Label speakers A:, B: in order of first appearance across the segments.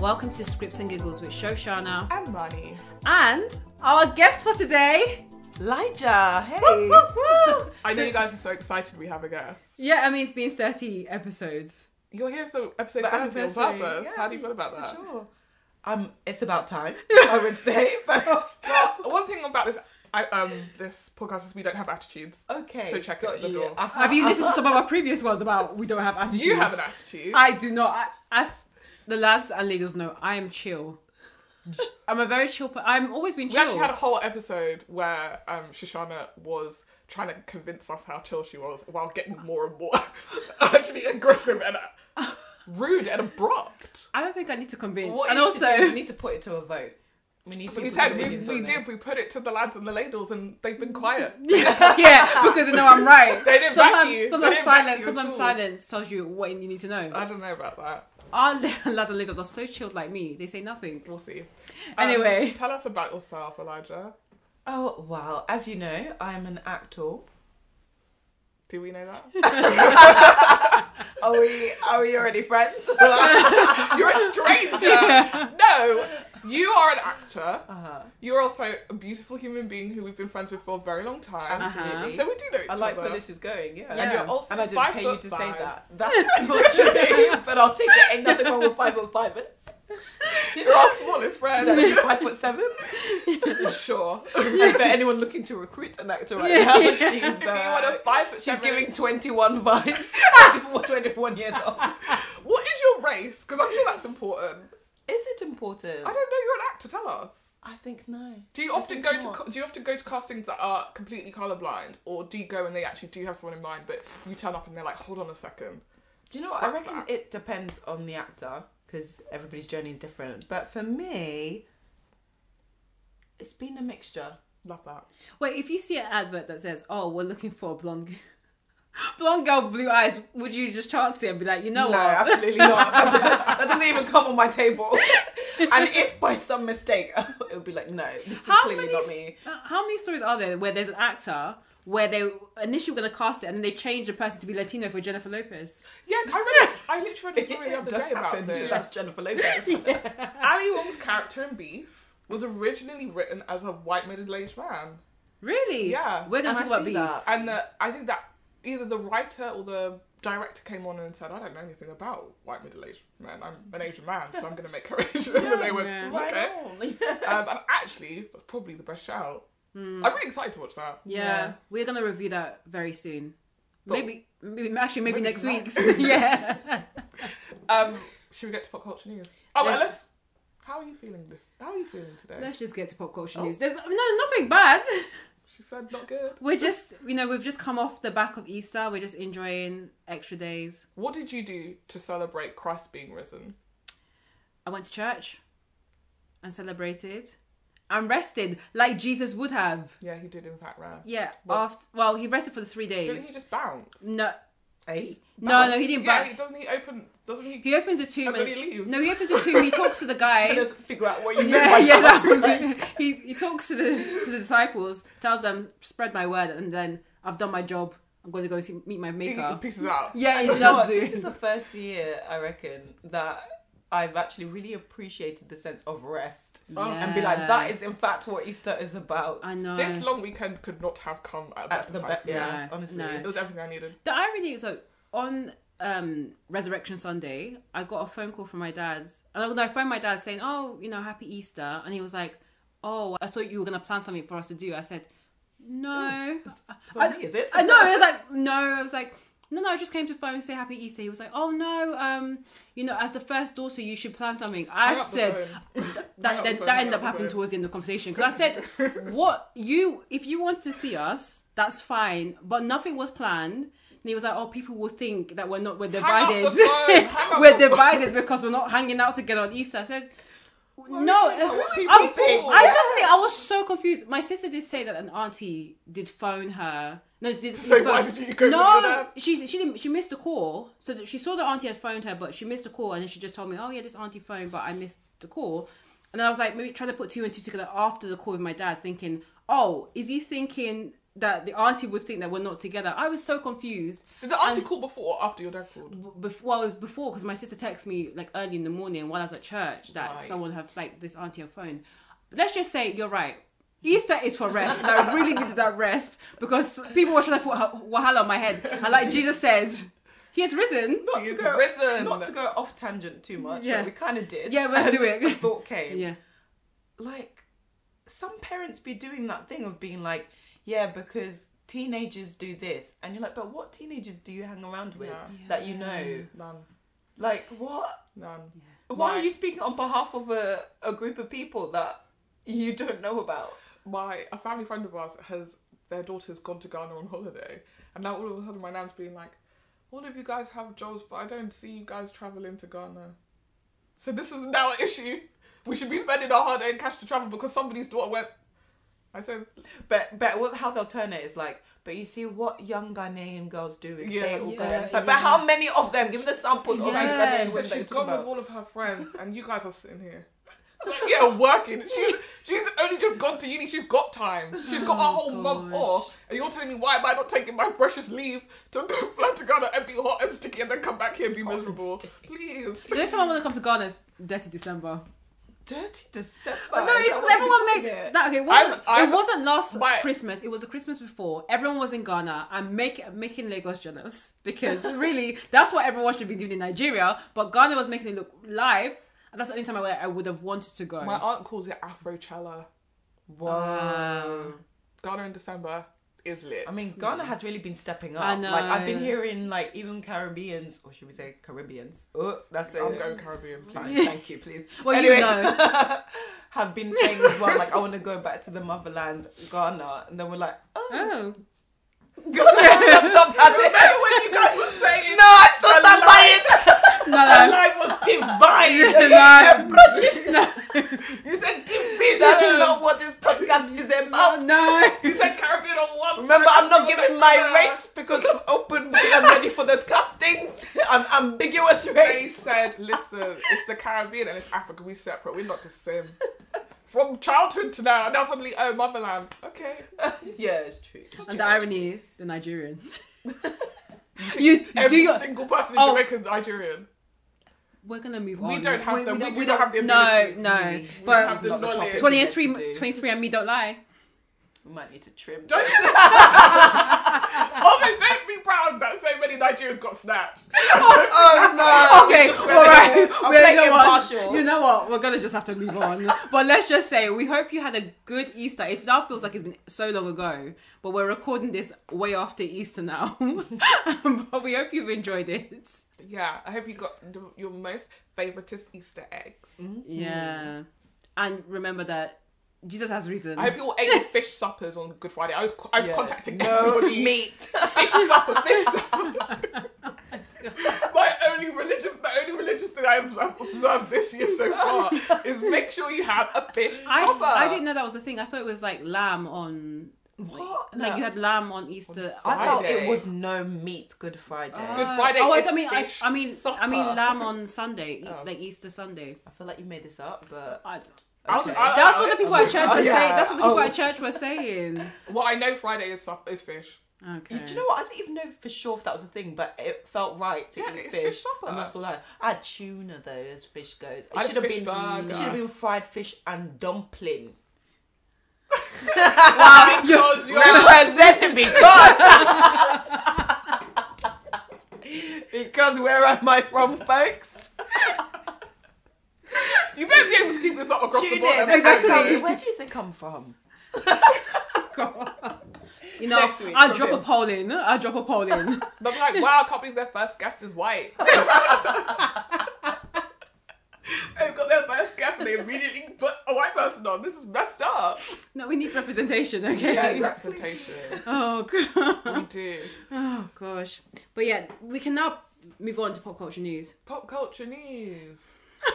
A: welcome to Scripts and Giggles with Shoshana
B: And Marnie.
A: and our guest for today.
B: Elijah, hey.
A: Woo, woo.
B: I know
A: So-
B: you guys are so excited we have a guest.
A: Yeah, I mean it's been 30 episodes.
B: You're here for episode
C: The
B: 30 on
C: anniversary,
B: purpose.
C: yeah,
B: How do you feel about that?
C: Sure. Um, it's about time, I would say. But
B: Well, one thing about this I, um this podcast is we don't have attitudes.
C: okay.
B: So check
C: got
B: out the
C: you.
B: door.
C: Uh-huh,
A: Have you
C: uh-huh.
A: listened to some of our previous ones about we don't have attitudes?
B: Uh, You have an attitude.
A: I do not. I, as the lads and ladies know, I am chill. I'm a very chill. Per- I'm always been
B: we
A: chill.
B: actually had a whole episode where um, Shoshana was trying to convince us how chill she was while getting more and more actually aggressive and uh, rude and abrupt.
A: I don't think I need to convince.
C: What
A: and
C: you should
A: also,
C: do is we need to put it to a vote. We need to.
B: We
C: put
B: said we,
C: opinions
B: we
C: on
B: did,
C: this.
B: we put it to the lads and the ladles and they've been quiet.
A: yeah, because they know I'm right.
B: They didn't back
A: sometimes,
B: you. They
A: sometimes
B: didn't back
A: silence.
B: you at
A: Sometimes
B: all.
A: silence tells you what you need to know.
B: I don't know about that.
A: Our la- lads and ladies are so chilled like me. They say nothing.
B: We'll see. Um,
A: Anyway.
B: tell us about yourself, Elijah.
C: Oh well, as you know, I'm an actor.
B: Do we know that?
C: Are we? Are we already friends? Uh-huh.
B: You're a stranger. No, you are an actor.
C: Uh-huh.
B: You're also a beautiful human being who we've been friends with for a very long time.
C: Absolutely.
B: So we do know each
C: I like
B: other.
C: where this is going. Yeah.
B: And you're also
C: And I didn't
B: five
C: pay you
B: foot
C: to
B: five.
C: say that. That's literally. but I'll take it. Ain't nothing wrong with five foot fivers.
B: You're our smallest friend.
C: Five foot seven.
B: sure.
C: And for anyone looking to recruit an actor right
A: Yeah.
C: now, she's.
B: If you want
C: uh,
B: a five foot
C: She's
B: seven-
C: giving 21 vibes. 21 years old.
B: What is your race? Because I'm sure that's important.
C: Is it important?
B: I don't know. You're an actor. Tell us.
C: I think no.
B: Do you
C: I
B: often
C: think
B: go to
C: not.
B: ca- Do you often go to castings that are completely colorblind, or do you go and they actually do have someone in mind, but you turn up and they're like, "Hold on a second.
C: Do you know what? I
B: Scrap
C: reckon
B: that.
C: it depends on the actor because everybody's journey is different. But for me, it's been a mixture.
B: Love that.
A: Wait, if you see an advert that says, "Oh, we're looking for a blonde, blonde girl, with blue eyes," would you just chance it and be like, "You know
C: no,
A: what?
C: absolutely not. That doesn't, that doesn't even come on my table. and if by some mistake, it would be like, no, this is clearly not me.
A: uh, How many stories are there where there's an actor where they initially were going to cast it and then they change the person to be Latino for Jennifer Lopez?
B: Yeah, I read. I literally read a story the
C: It
B: other
C: does
B: day about
C: happen. That's
B: this.
C: Jennifer Lopez.
B: Ali Wong's character in Beef was originally written as a white middle-aged man,
A: Really?
B: Yeah.
A: We're going
C: And
A: to talk
C: I
A: about
C: see
A: beef.
C: that.
B: and uh, I think that either the writer or the director came on and said, "I don't know anything about white middle-aged men. I'm an Asian man, so I'm going to make her Asian." and they went,
A: Yeah.
C: Right
B: "Okay."
C: on.
B: Um, and actually, that's probably the best shout. I'm really excited to watch that.
A: Hmm. Yeah,
C: Yeah.
A: we're going to review that very soon.
B: But-
A: maybe, maybe, actually, maybe,
B: Maybe
A: next
B: tonight.
A: week's. yeah.
B: Um, should we get to pop culture news? Oh,
A: Let's-
B: well, let's. How are you feeling this? How are you feeling today?
A: Let's just get to pop culture
B: Oh.
A: news. There's no nothing bad.
B: She said not good.
A: We're just, you know, we've just come off the back of Easter. We're just enjoying extra days.
B: What did you do to celebrate Christ being risen?
A: I went to church and celebrated and rested like Jesus would have.
B: Yeah, he did in fact rest.
A: Yeah,
B: Well-
A: after well, he rested for the three
B: Didn't he
A: days.
B: just bounce?
A: No,
C: Hey.
A: no, no, he didn't.
B: Yeah,
A: back.
B: he, doesn't he open? Doesn't he?
A: he opens the tomb.
B: And
A: And,
B: then he leaves.
A: no, he opens the tomb. He talks to the
C: Trying to
A: guys.
C: figure out what you mean
A: yeah,
C: by
A: yeah, that
C: that.
A: was it. He he talks to the to the disciples, tells them, spread my word, and then I've done my job. I'm going to go see, meet my
B: He
A: maker.
B: pieces out.
A: Yeah, he
C: You know
A: does
C: what? This is
A: do.
C: the first year I reckon that I've actually really appreciated the sense of rest and be like, that is in fact what Easter is about.
A: I know.
B: This long weekend could not have come at a
C: At
B: better
C: the
B: time.
C: be- yeah,
A: No,
C: honestly,
A: no.
B: It was everything I needed.
A: The irony is, like, on um, Resurrection Sunday, I got a phone call from my dad, and I, I phoned my dad saying, "Oh, you know, Happy Easter," and he was like, "Oh, I thought you were gonna plan something for us to do." I said, "No."
C: It's not me, is it?
A: I know. It was like no. I was like no, no. I just came to phone and say happy Easter. He was like, oh no, um, you know, as the first daughter, you should plan something. I
B: Hang up the
A: said
B: phone. Hang
A: that
B: up
A: that,
B: the
A: that ended up
B: phone, hang up the
A: happening
B: phone.
A: towards the end of the conversation because I said, what you if you want to see us, that's fine, but nothing was planned. And he was like, oh, people will think that we're not we're
B: up
A: divided.
B: the phone, hang up
A: we're
B: the phone."
A: divided because we're not hanging out together on Easter. I said. No,
C: talking about? What
A: I'm-
C: people think?
A: I
C: Yeah.
A: just think I was so confused. My sister did say that an auntie did phone her. No, she did
B: So
A: phone-
B: why did you go with your
A: No,
B: dad?
A: she she didn't. She missed a call, so that she saw the auntie had phoned her, but she missed a call, and then she just told me, "Oh yeah, this auntie phoned, but I missed the call." And then I was like, maybe trying to put two and two together after the call with my dad, thinking, "Oh, is he thinking that the auntie would think that we're not together. I was so confused.
B: Did the auntie call before or after your dad called?
A: Bef- well, it was before because my sister texted me like early in the morning while I was at church that
B: Right.
A: someone had like this auntie on phone. Let's just say you're right. Easter is for rest, and I really needed that rest because people were trying to put ha- wahala on my head. And like Jesus says, He has risen.
C: Not
B: He
C: to
B: is
C: go,
B: risen.
C: Not to go off tangent too much.
A: Yeah.
C: but we kind of did.
A: Yeah, let's do
C: The
A: it.
C: thought came.
A: yeah,
C: Like, some parents be doing that thing of being like, yeah, because teenagers do this, and you're like, but what teenagers do you hang around with
B: Yeah.
C: that you know?
B: None.
C: Like, what?
B: None.
C: Why are
B: Like-
C: you speaking on behalf of a, a group of people that you don't know about?
B: my a family friend of ours has their daughter's gone to Ghana on holiday, and now all of a sudden my nan's being like, "All of you guys have jobs, but I don't see you guys traveling to Ghana." So this is now an issue. We should be spending our hard-earned cash to travel because somebody's daughter went. I said,
C: But but what, how they'll turn it is like, but you see what young Ghanaian girls do is
B: Yeah.
C: they all go.
A: Yeah,
C: and it's
A: yeah.
C: like, but how many of them? Give me the samples. Of
A: Yeah.
C: Ghanaian
A: She
C: women
B: she
C: that
B: said she's
C: you're talking
B: gone with
C: about.
B: all of her friends, and you guys are sitting here. Like, yeah, working. She's she's only just gone to uni. She's got time. She's got a
C: Oh,
B: whole month
A: gosh.
B: off, and you're telling me why am I not taking my precious leave to go fly to Ghana and be hot and sticky, and then come back here and be
C: Hot and
B: miserable?
C: sticky.
B: Please.
A: the next time I want to come to Ghana is dirty December.
C: Dirty December.
A: But no,
C: is
A: it's
C: that
A: because
C: what
A: everyone
C: we're
A: made
C: doing here?
A: that. Okay, it wasn't,
B: I'm-
A: it wasn't last
B: my-
A: Christmas. It was the Christmas before. Everyone was in Ghana. I'm make, making Lagos jealous because really, that's what everyone should be doing in Nigeria. But Ghana was making it look live, and that's the only time I, went- I would have wanted to go. Um,
B: My aunt calls it Afrochella.
C: Wow.
B: Ghana in December is lit.
C: I mean, Ghana has really been stepping up.
A: I know.
C: Like I've been hearing, like even Caribbeans, or should we say Caribbeans? Oh, that's it.
B: I'm going Caribbean.
C: Fine,
A: Yeah.
C: thank you, please.
A: Well, you know.
C: have been saying as well, like I want to go back to the motherland, Ghana, and then we're like, oh,
A: oh,
C: laptop has it.
B: When you guys were saying
C: No, I still stand by it.
A: no, no,
B: life was divine,
A: no,
B: you said division.
C: That's not what this podcast is about.
A: no.
B: You said Caribbean on one
C: Remember,
B: side,
C: I'm not
B: you were
C: giving
B: like,
C: my
B: nah.
C: race because I'm open. I'm ready for those castings. I'm ambiguous
B: They
C: race.
B: said, listen, it's the Caribbean and it's Africa. We separate. We're not the same. From childhood to now, now suddenly, oh, motherland. Okay.
C: Yeah, it's true. It's true.
A: And the irony, the Nigerian. you do
B: Every
A: your.
B: single person in
A: Oh.
B: Jamaica is Nigerian.
A: We're gonna move
B: We
A: on.
B: don't have the- we do not have the
A: No,
B: ability.
A: no.
C: We
B: have
A: But
B: the
C: Not the
B: knowledge.
C: topic.
A: 20 and
C: Yes, we do.
A: 3, 23 and me don't lie.
C: We might need to trim.
B: Don't also don't be proud that so many Nigerians got snatched.
C: Oh no.
A: okay,
B: just
A: all
B: went
A: right.
B: in.
C: I'm
A: We're
C: playing
A: gonna watch-
C: impartial.
A: You know what? We're gonna just have to move on. but let's just say we hope you had a good Easter. It now feels like it's been so long ago, but we're recording this way after Easter now. but we hope you've enjoyed it.
B: Yeah, I hope you got the, your most favoritist Easter eggs.
A: Yeah, and remember that Jesus has risen.
B: I hope you all ate fish suppers on Good Friday. I was I was
C: Yeah.
B: contacting
C: no
B: everybody.
C: meat.
B: Fish supper, fish supper. My only religious, the only religious thing I've I've observed this year so far is make sure you have a fish supper.
A: I, I didn't know that was a thing. I thought it was like lamb on
C: What?
A: like
C: No.
A: you had lamb on Easter.
C: I thought
B: Friday.
C: it was no meat Good Friday.
B: Good Friday
A: Oh, I
B: is
A: I mean, I,
B: fish
A: I mean, I mean,
B: supper.
A: lamb on Sunday, like Easter Sunday.
C: I feel like you made this up, but
A: I don't.
B: I'll-
C: Okay.
B: I'll-
A: That's what the people at church were
C: Yeah.
A: saying. That's what the people
C: Oh.
A: at church were saying.
B: Well, I know Friday is sup- is fish.
A: Okay.
C: Do you know what? I didn't even know for sure if that was a thing, but it felt right to
B: Yeah,
C: eat
B: it's
C: fish.
B: fish supper.
C: And that's all I had. I had tuna though, as fish goes. It
B: I had
C: should have
B: fish
C: been
B: burger.
C: it should have been fried fish and dumpling.
A: Ah.
B: Because you're
C: Represented because Because where am I from, folks?
B: You better be able to keep this up across
C: Tune
B: the
C: in.
B: board.
C: and
A: Exactly.
C: tell me, Where do you think I'm from?
A: You know,
C: Next week,
A: I'll drop a
C: convinced.
A: poll in. I'll drop a poll in.
B: They'll be like, wow, I can't believe their first guest is white. They've got their first guest and they immediately put a white person on. This is messed up.
A: no, we need representation, okay?
B: Yeah, representation.
A: Oh, God.
B: We do.
A: oh gosh. But yeah, we can now move on to pop culture news.
B: Pop culture news.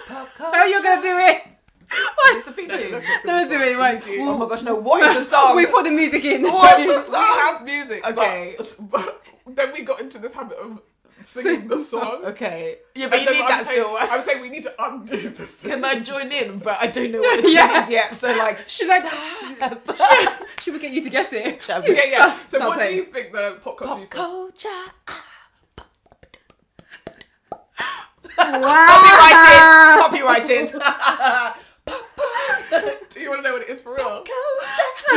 A: How you gonna do it?
C: It's the theme tune.
A: Don't do it. Right.
B: do.
A: We'll-
C: Oh my gosh, no, what is the song?
A: we put the music in.
C: What is the
B: We
C: song?
B: have music.
C: Okay.
B: But, but then we got into this habit of singing the song.
C: Okay. Yeah, but
B: And
C: you
B: then
C: need
B: I'm
C: that
B: saying,
C: still.
B: I'm saying we need to undo this.
C: Can I join in? But I don't know what the
A: Yeah.
C: tune is yet. So like,
A: Should I? Should we get you to guess it?
C: Jab
B: Yeah,
C: it.
B: yeah. So, what do
A: Something.
B: you think the pop culture is?
C: culture.
A: Wow.
C: Copyrighted. Copyrighted.
B: Do you want to know what it is for real?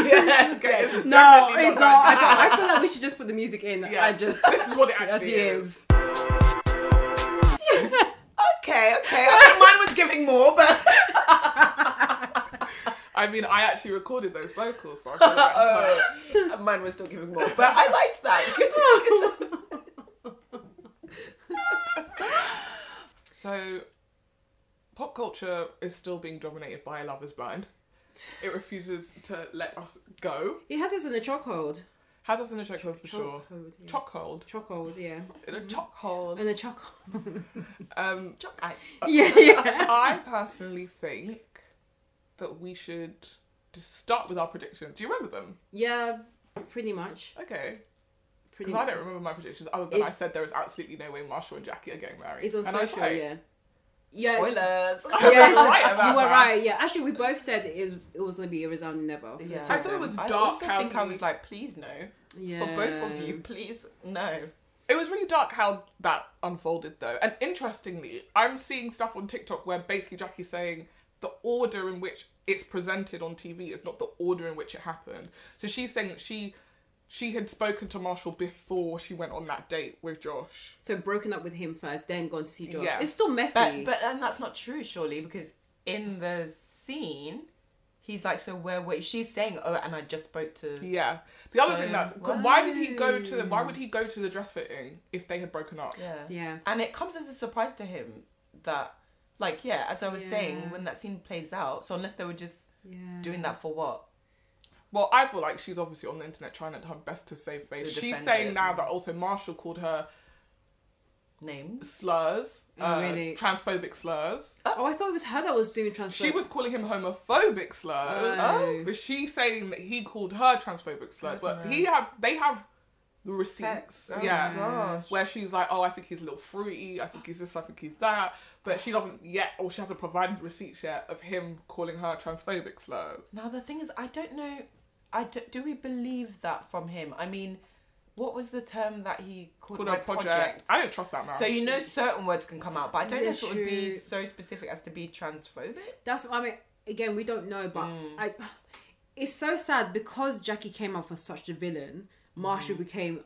C: yeah.
B: Okay, it's
A: No,
B: definitely
A: it's
B: like
A: not. I,
B: that.
A: don't, I feel like we should just put the music in.
B: Yeah.
A: I just.
B: This is what it
A: Yes,
B: actually
A: he
B: is.
A: is.
C: Okay, okay. I think mine was giving more, but
B: I mean, I actually recorded those vocals. So I feel like-
C: Oh, mine was still giving more. But I liked that. Good, good.
B: So, pop culture is still being dominated by a lover's blind. It refuses to let us go.
A: He has this in a chokehold.
B: Has us in a chokehold for sure.
A: Chokehold, yeah.
B: Chokehold.
A: chokehold, yeah.
B: In a chokehold.
A: In a chokehold.
B: Um,
C: Chuck, I-
A: yeah, yeah.
B: I personally think that we should just start with our predictions. Do you remember them?
A: Yeah, pretty much.
B: Okay.
A: Pretty
B: Because I
A: much.
B: don't remember my predictions other than I
A: It-
B: said there is absolutely no way Marshall and Jackie are getting married.
A: It's on
B: And I was
A: social,
B: right.
A: yeah. Yeah.
C: Spoilers.
B: I was
A: Yeah, it's-
B: right about
A: you were
B: that.
A: right. Yeah, actually, we both said it, is- it was going to be a resounding never.
C: Yeah.
B: I thought it was
C: I
B: dark
C: also
B: how
C: think I
B: he-
C: was like, please no.
A: Yeah.
C: For both of you, please no.
B: It was really dark how that unfolded, though. And interestingly, I'm seeing stuff on TikTok where basically Jackie's saying the order in which it's presented on TV is not the order in which it happened. So she's saying that she she had spoken to Marshall before she went on that date with Josh.
A: So broken up with him first, then gone to see George.
B: Yes.
A: It's still messy.
C: But but and that's not true, surely, because in the scene, he's like, so where were? you?" She's saying, oh, and I just spoke to.
B: Yeah. The other
C: So-
B: thing that's 'cause why did he go to why would he go to the dress fitting if they had broken up?
C: Yeah.
A: Yeah.
C: And it comes as a surprise to him that, like, yeah, as I was
A: Yeah.
C: saying, when that scene plays out, so unless they were just
A: yeah.
C: doing that for what?
B: Well, I feel like she's obviously on the internet trying her best to save face.
C: To
B: she's
C: defend
B: saying
C: it.
B: now that also Marshall called her
C: Names?
B: slurs,
A: Oh,
B: uh,
A: really?
B: transphobic slurs.
A: Oh, I thought it was her that was doing transfer.
B: She was calling him homophobic slurs,
A: Oh.
B: but she's saying that he called her transphobic slurs. But he have they have the receipts,
C: Oh my
B: yeah,
C: gosh.
B: where she's like, "Oh, I think he's a little fruity. I think he's this. I think he's that." But she doesn't yet, or she hasn't provided receipts yet of him calling her transphobic slurs.
C: Now the thing is, I don't know. I do, do we believe that from him? I mean, what was the term that he called,
B: Called
C: my
B: her project. I don't trust that man.
C: So you know certain words can come out, but I don't know if it would be
A: Literally.
C: so specific as to be transphobic.
A: That's I mean. Again, we don't know, but
B: Mm.
A: I. It's so sad because Jackie came out for such a villain. Marshall became.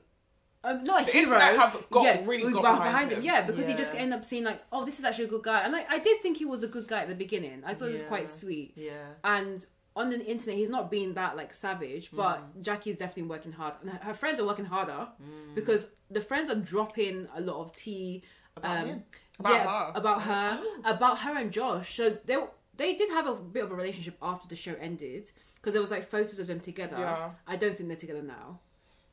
A: Um, not a
B: Mm. The
A: hero.
B: internet have got- really
A: we
B: got
A: were
B: behind him.
A: Yeah, because he
C: Yeah.
A: just ended up seeing like, oh, this is actually a good guy, and I, I did think he was a good guy at the beginning. I thought he was quite
C: Yeah.
A: sweet.
C: Yeah.
A: and on the internet he's not being that like savage but
B: Mm.
A: jackie's definitely working hard and her- her friends are working harder because the friends are dropping a lot of tea um,
C: About him?
B: About
A: yeah,
B: her? Oh.
A: about her about her and josh so they they did have a bit of a relationship after the show ended because there was like photos of them together
B: Yeah.
A: i don't think they're together now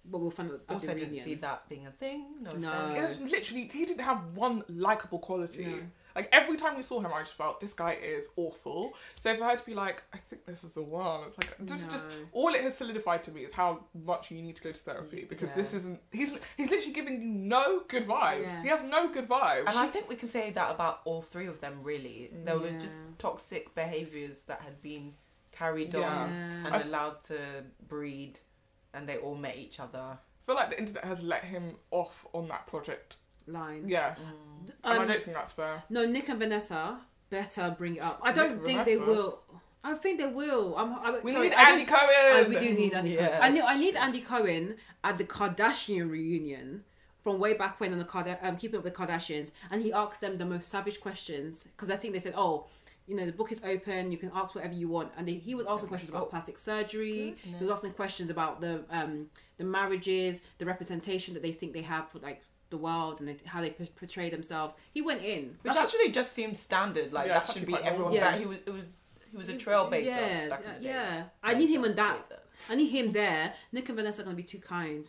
A: but we'll find out at
C: Also,
A: the
C: didn't
A: reunion.
C: see that being a thing. No.
A: No.
B: It
C: offense.
B: was literally he didn't have one likable quality.
A: No.
B: Like every time we saw him, I just felt this guy is awful. So for her to be like, I think this is the one. It's like this is just
A: No.
B: all it has solidified to me is how much you need to go to therapy because
C: Yeah.
B: this isn't. He's he's literally giving you no good vibes.
A: Yeah.
B: He has no good vibes.
C: And I think we can say that about all three of them, really. There were just
A: Yeah.
C: toxic behaviors that had been carried
B: Yeah.
C: on
A: Yeah.
C: and
B: I-
C: allowed to breed, and they all met each other.
B: I feel like the internet has let him off on that project.
A: line
B: Yeah, and I
A: Um,
B: don't think that's fair.
A: No, Nick and Vanessa better bring it up. I don't
B: Nick and
A: think they
B: Vanessa?
A: will. I think they will. I'm, I'm
B: We
A: sorry,
B: need
A: I don't-
B: Andy Cohen.
A: I- we do need Andy
C: Yeah,
A: Cohen. I, knew,
C: that's
A: I need Andy Cohen at the Kardashian reunion from way back when on the Card- um, Keeping Up with the Kardashians, and he asked them the most savage questions because I think they said, "Oh, you know, the book is open. You can ask whatever you want." And they, he was asking questions
C: Oh.
A: about plastic surgery. He was asking questions about the um, the marriages, the representation that they think they have for like the world and how they portray themselves. He went in,
C: Which
A: That's-
C: actually just seems standard. Like
B: Yeah, it's
C: that should
B: actually
C: be
B: quite normal.
C: everyone.
A: Yeah.
C: That he was. It was. He was a trailblazer.
A: Yeah,
C: back in the day.
A: yeah. I need him on that.
C: Trailblazer.
A: I need him there. Nick and Vanessa are gonna be too kind,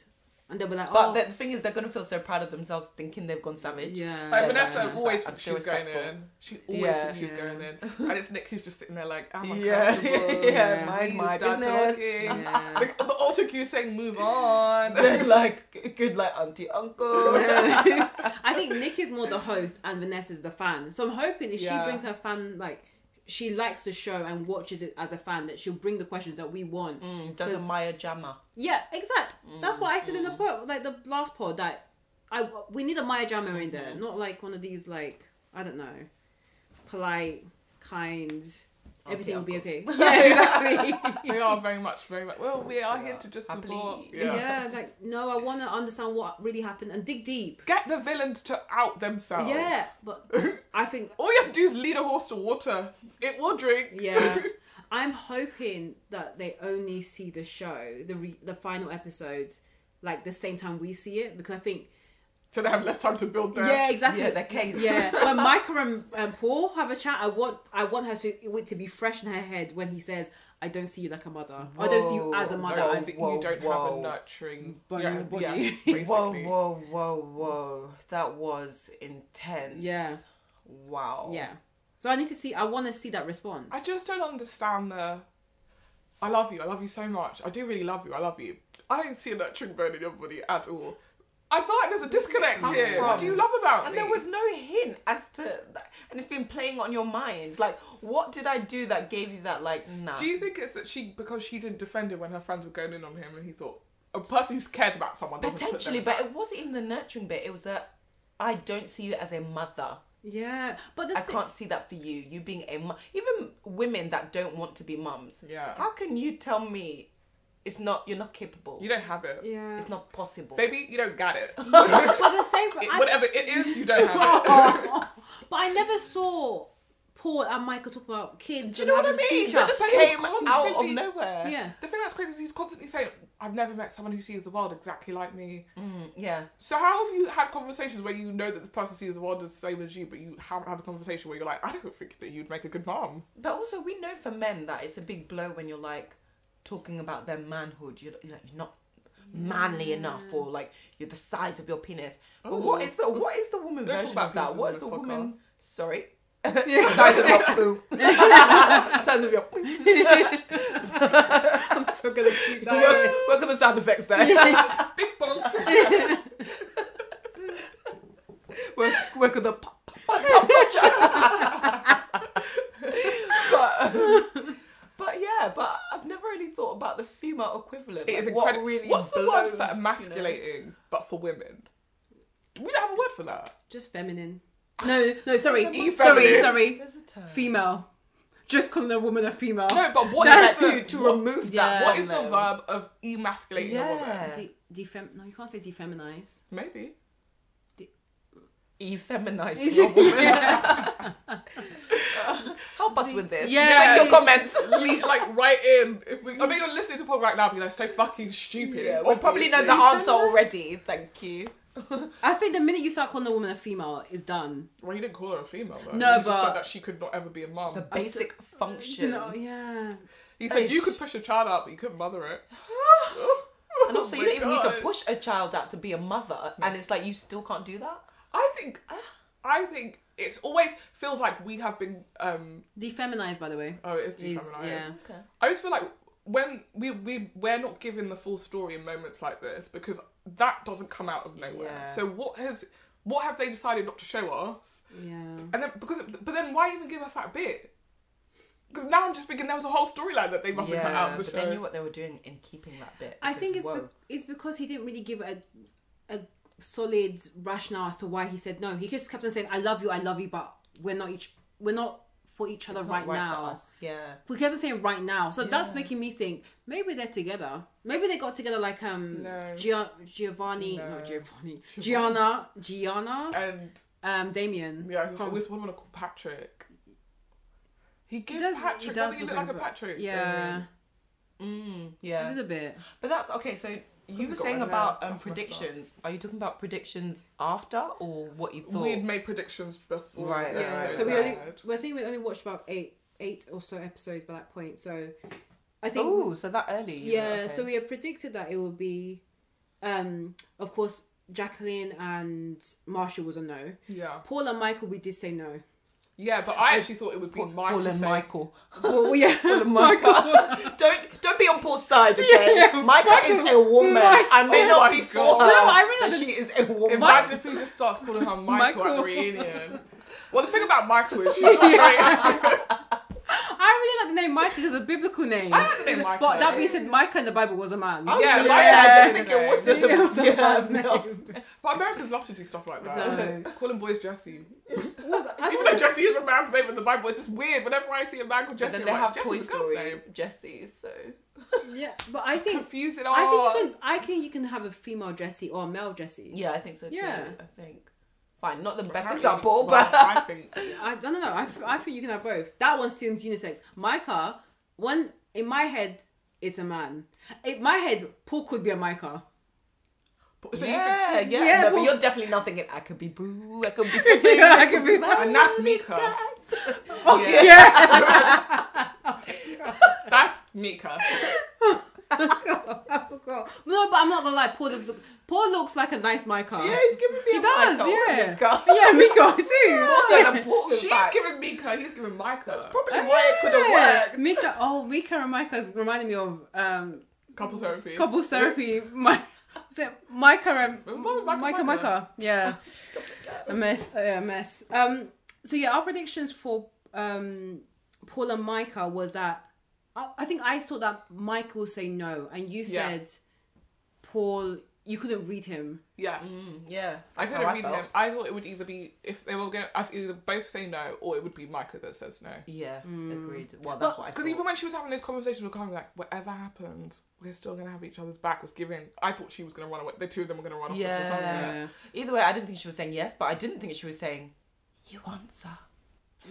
A: and they'll be like,
C: But
A: "Oh,
C: the the thing is, they're gonna feel so proud of themselves, thinking they've gone savage.
A: yeah."
B: Like
C: Yeah,
B: Vanessa
C: exactly.
B: always
C: Just like,
B: thinks
C: I'm
B: she's
C: so
B: going
C: respectful.
B: in. She always
C: Yeah.
B: thinks she's
A: Yeah.
B: going in. And it's Nick who's just sitting there like, I'm
C: Yeah.
B: uncomfortable.
A: Yeah,
C: mind
B: Please
C: my
B: start
C: business.
B: talking.
A: Yeah.
B: Like, the auto cue saying, move on.
C: They're like good, like auntie, uncle.
A: I think Nick is more the host and Vanessa's the fan. So I'm hoping if
B: Yeah.
A: she brings her fan, like she likes the show and watches it as a fan, that she'll bring the questions that we want.
C: Does Mm, a
A: 'Cause-
C: Maya Jama?
A: Yeah, exact. That's what I said in the pod, like the last pod that I we need a Maya Jama in there, not like one of these like I don't know, polite, kind. Everything will be okay.
C: uncles.
A: Yeah, exactly.
B: They are very much, very much. Well, we are here to just
C: Happily.
B: support.
A: yeah. like no, I want to understand what really happened and dig deep.
B: Get the villains to out themselves.
A: Yeah, but I think
B: All you have to do is lead a horse to water. It will drink.
A: yeah, I'm hoping that they only see the show, the re- the final episodes, like the same time we see it because I think
B: so they have less time to build their.
A: yeah, exactly.
C: Uh, Yeah, the case.
A: Yeah, when Micah and, and Paul have a chat, I want I want her to it to be fresh in her head when he says, "I don't see you like a mother. I don't see you as a
C: Whoa,
A: mother.
B: Don't
A: I
C: see-
B: sit-
C: Whoa,
B: you don't have
C: whoa.
B: a nurturing
A: Bone
B: yeah,
A: in your body.
B: yeah,
A: Whoa,
C: Whoa,
B: basically.
C: whoa, whoa, whoa. That was intense.
A: Yeah.
C: Wow.
A: yeah, so I need to see. I want to see that response.
B: I just don't understand the. I love you. I love you so much. I do really love you. I love you. I don't see a nurturing bone in your body at all. I feel like there's a disconnect
C: Come
B: here. What do
C: from?
B: you love about
C: And
B: me?
C: there was no hint as to that. And it's been playing on your mind. Like, what did I do that gave you that, like, nah?
B: Do you think it's that she because she didn't defend him when her friends were going in on him, and he thought a person who cares about someone doesn't put
C: Potentially,
B: them-
C: but it wasn't even the nurturing bit. It was that I don't see you as a mother.
A: yeah, but the
C: I
A: thi-
C: can't see that for you. You being a mum. Even women that don't want to be mums.
B: Yeah.
C: How can you tell me it's not, you're not capable?
B: you don't have it.
A: yeah,
C: it's not possible.
B: Baby, you don't got it.
A: but the same.
B: It-
A: I,
B: whatever it is, you don't have it.
A: but I never saw Paul and Michael talk about kids.
C: Do you know
A: and
C: what I
A: having a
C: mean? So
A: future.
C: it just
B: Like, it's
C: came out of
B: constantly-
C: nowhere.
A: yeah,
B: the thing that's crazy is he's constantly saying, "I've never met someone who sees the world exactly like me."
C: Mm, Yeah.
B: So how have you had conversations where you know that the person sees the world the same as you, but you haven't had a conversation where you're like, "I don't think that you'd make a good mom."
C: But also, we know for men that it's a big blow when you're like talking about their manhood. You're, you're, like, you're not manly enough, or like you're the size of your penis. But what
B: Ooh.
C: is the what is the woman
B: Don't talk
C: version
B: about
C: of that?
B: penises
C: What
B: on
C: is the
B: this
C: woman?
B: podcast.
C: Sorry. size of your boom. size of your.
A: I'm so gonna keep
C: Welcome,
A: that.
C: welcome to sound effects there.
B: Big bong.
C: Wel- welcome to pop pop pop pop culture. but, um, but yeah, but I've never really thought about the female equivalent.
B: It is
C: like,
B: incredible.
C: What really
B: What's the word
C: blows, you
B: for
C: know?
B: emasculating, but for women? We don't have a word for that.
A: Just feminine. No, no, sorry,
B: Feminine.
A: sorry, sorry.
C: There's a term.
A: Female. Just calling a woman a female.
B: No, but what
A: That-
B: is
C: Oh. to,
B: the,
C: to
B: what-
C: remove
A: Yeah.
C: that.
B: what is the
C: from them.
B: verb of emasculating a woman?
C: Yeah.
A: De- defem- no, you can't say defeminize.
B: Maybe.
C: Effeminizing your woman. Help us with this.
A: Yeah. Yeah.
C: Give us your comments.
B: Please, like, write in. If we, I mean, you're listening to Paul right now, but you're so fucking stupid.
C: Yeah,
B: It's
C: we probably know
B: obviously-
C: the answer already. Thank you.
A: I think the minute you start calling a woman a female, it's done.
B: Well, you didn't call her a female, though.
A: No,
B: you just
A: but-
B: said that she could not ever be a mum.
C: The basic function.
A: You know, yeah.
B: He said you could push a child out, but you couldn't mother it.
C: And also,
B: Oh
C: you
B: my
C: don't even need
B: God.
C: to push a child out to be a mother, and it's like you still can't do that.
B: I think, I think it's always feels like we have been. um
A: Defeminized, by the way.
B: Oh, it is
A: Is-
B: defeminized.
A: yeah.
C: Okay.
B: I always feel like when we we we're not given the full story in moments like this because that doesn't come out of nowhere.
C: Yeah.
B: So what has what have they decided not to show us?
A: Yeah.
B: And then because but then why even give us that bit? Because now I'm just thinking there was a whole storyline that they must have cut
C: Yeah,
B: out
C: but
B: of the
C: they
B: show.
C: knew what they were doing in keeping that bit.
A: I
C: because,
A: think it's be-
C: whoa.
A: it's because he didn't really give a a solid rationale as to why he said no. He just kept on saying, "I love you, I love you," but we're not each we're not for each other
C: It's not
A: right, now.
C: for us. Yeah.
A: We kept on saying right now, so that's
C: Yeah.
A: making me think maybe they're together. Maybe they got together like um
B: No.
A: Gia- Giovanni,
B: No.
A: not Giovanni, Gianna, Gianna,
B: And
A: um Damien.
B: yeah, I
A: from
B: always want to call Patrick. He gives
A: does- he
B: Patrick. He
A: does
B: does he look
A: look
B: like a
A: over-
B: Patrick?
A: yeah,
B: Damien?
C: Mm,
A: a
C: yeah.
A: little bit.
C: But that's okay. So you
B: it
C: were
B: got
C: saying
B: red hair.
C: about um,
B: That's messed up.
C: predictions. Are you talking about predictions after or what you thought?
B: We'd made predictions before.
C: Right,
B: the
C: Yeah,
A: Yeah,
C: right,
B: episode
A: so we
C: right.
A: only,
B: aired.
A: well, I think we only watched about eight, eight or so episodes by that point. So, I think
C: Oh, so that early. you
A: yeah
C: were-
A: so we had predicted that it would be um of course jacqueline and marshall was a no
B: Yeah.
A: paul and michael we did say no
B: Yeah, but I actually thought it would be my
C: Paul and
B: Mike.
C: Michael.
A: Well, yeah.
C: Paul and Michael. don't don't be on Paul's side, okay?
A: Yeah, yeah.
C: Michael is a woman.
A: Michael.
C: I may
B: Oh
C: not
B: my
C: be for
B: God.
C: her,
A: Do you know what? I
C: but
A: realised-
C: she is a woman.
B: Imagine if he just starts calling her Michael, at
A: Michael.
B: the reunion. Well, the thing about Michael is she's not very.
A: I really like the name Micah because it's a biblical name.
B: I like the name Micah.
A: But that being said, Micah in the Bible was a man.
C: I was
B: Yeah,
C: gonna
B: Michael
C: say, I don't
B: is
C: think
B: a
C: it was
A: name. Yeah, it was
C: a
A: a
C: yeah,
A: man's name.
C: no.
B: But Americans love to do stuff like that. Calling boys Jesse.
A: I
B: Even
A: thought
B: though
A: it-
B: Jesse is a man's name in the Bible, it's just weird. Whenever I see a man called
C: But
B: Jesse,
C: then
B: I'm
C: they
B: like,
C: have
B: Jesse's
C: Toy
B: a girl's
C: Story
B: name.
C: Jessie, so
A: yeah, but I
B: It's
A: think
B: confusing.
A: I think
B: Oh,
A: you can, I can you can have a female Jessie or a male Jessie.
C: yeah, I think so too.
A: Yeah.
C: I think fine, not the best
B: apparently-
C: example,
B: well,
C: but
B: I think
A: I, I don't know. I, f- I think you can have both. That one seems unisex. My car, one in my head, it's a man. In my head, Paul could be a my car.
B: so you
C: yeah, yeah,
A: Yeah,
C: no, but
A: well-
C: you're definitely not thinking I could be boo, I could be something,
A: Yeah,
C: I,
A: I
C: could
A: could
C: be,
A: be-
C: that.
B: and that's Mika.
A: Oh
B: Yeah.
A: yeah.
B: That's Mika.
A: I forgot. No, but I'm not gonna lie. Paul does look. Paul looks like a nice my car.
C: Yeah, he's giving me
A: He
C: a
A: does,
C: Michael,
A: yeah.
C: Mika.
A: yeah, Miko too.
C: Also
A: Yeah.
C: an important
B: She's
C: fact.
B: giving Mika. He's giving Micah.
C: probably why it could have worked.
A: Mika, oh, Mika and Micah's reminding me of um,
B: Couple therapy.
A: couple therapy. My, was it Micah and
B: Remember
A: Micah,
B: Micah,
A: Micah,
B: Micah?
A: Yeah,
B: Oh.
A: a mess, uh, a mess. Um, so yeah, our predictions for um, Paul and Micah was that I, I think I thought that Micah would say no, and you
B: Yeah.
A: said Paul, you couldn't read him.
B: Yeah.
C: Yeah,
B: I
C: that's
B: couldn't
C: Mm, how
B: read
C: felt.
B: him. I thought it would either be if they were gonna I'd either both say no or it would be Micah that says no.
C: Yeah, agreed. Well, that's what I
B: Because even when she was having those conversations with Carmen, like whatever happens, we're still gonna have each other's back. Was giving. I thought she was gonna run away. The two of them were gonna run off. into the
C: Yeah.
B: sunset.
C: Either way, I didn't think she was saying yes, but I didn't think she was saying, "You answer."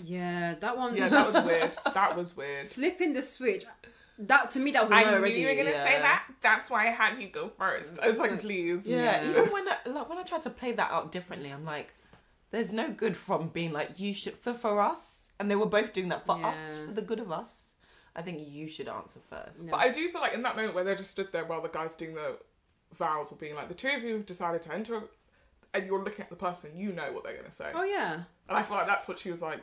A: yeah, that one.
B: Yeah, that was weird. That was weird.
A: flipping the switch. That to me, that was a
B: I
A: no
B: knew
A: already.
B: you were gonna say
C: Yeah.
B: that. That's why I had you go first. I was like, please.
C: Yeah,
A: Yeah.
C: even when I, like when I tried to play that out differently, I'm like, "There's no good from being like you should for for us," and they were both doing that for us
A: Yeah.
C: for the good of us. I think you should answer first.
A: No.
B: But I do feel like in that moment where they just stood there while the guys doing the vows were being like, the two of you have decided to enter, and you're looking at the person, you know what they're gonna say.
A: Oh yeah.
B: And I feel like that's what she was like.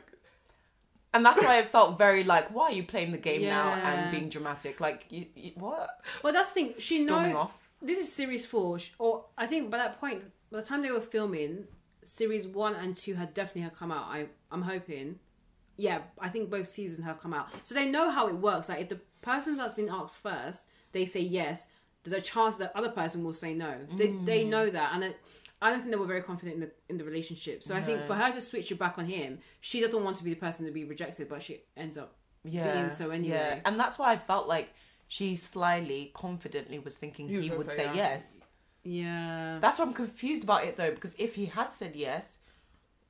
C: And that's why it felt very like, "Why are you playing the game now
A: Yeah.
C: and being dramatic? Like, you, you, what?"
A: But that's the thing. She
C: Storming
A: know
C: off.
A: this is series four, sh- or I think by that point, by the time they were filming, series one and two had definitely had come out. I I'm hoping. Yeah, I think both seasons have come out, so they know how it works. Like if the person that's been asked first, they say yes. There's a chance that other person will say no. They,
B: Mm.
A: they know that, and it, I don't think they were very confident in the in the relationship. So I think for her to switch it back on him, she doesn't want to be the person to be rejected, but she ends up being so anyway.
C: and that's why I felt like she slyly, confidently was thinking
B: He
C: he,
B: was gonna
C: would
B: say
C: say,
B: yeah.
C: yes.
A: Yeah.
C: That's why I'm confused about it though, because if he had said yes,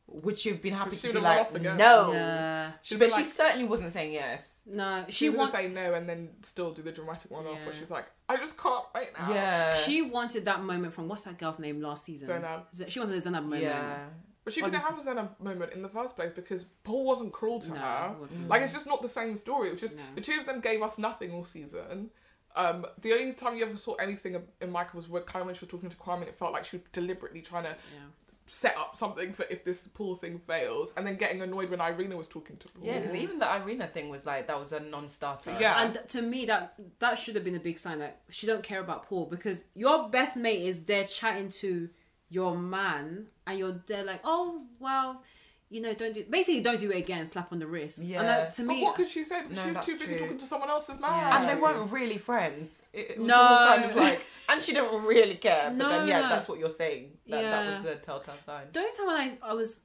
C: would she have been happy
B: Would she
C: to be
B: have run
C: like
B: off again?
C: no?
A: yeah.
C: She,
B: She'd
C: but
B: be
C: she
B: like-
C: certainly wasn't saying yes.
A: No,
B: She,
A: she
B: was
A: wants.
B: gonna say no and then still do the dramatic one off where
A: Yeah.
B: she's like, I just can't right now.
C: Yeah,
A: She wanted that moment from what's that girl's name last season?
B: Zainab.
A: Z- She wanted a Zainab moment.
C: yeah.
B: But she couldn't have
A: Honestly.
B: had a moment in the first place because Paul wasn't cruel to
A: No,
B: her.
A: he wasn't.
B: Like it's just not the same story. It was just
A: No.
B: the two of them gave us nothing all season. Um, the only time you ever saw anything in Michael was when kind of when she was talking to Kwame, and it felt like she was deliberately trying to
A: Yeah.
B: set up something for if this Paul thing fails, and then getting annoyed when Irina was talking to Paul.
C: Yeah, because even the Irina thing was like that was a non-starter.
B: Yeah.
A: And to me, that that should have been a big sign that she don't care about Paul because your best mate is there chatting to your man, and you're there like, oh well, you know, don't do basically don't do it again. Slap on the wrist. And
C: Yeah.
A: that- to
B: But
A: me,
B: what could she say? Because
C: No,
B: she was
C: that's
B: too busy
C: true.
B: talking to someone else's man.
A: Yeah.
C: And they weren't really friends. It, it was
A: No.
C: all kind of like, and she didn't really care. But then, yeah,
A: No.
C: that's what you're saying. That, that was
A: Yeah.
C: the telltale sign.
A: the only time when I, I was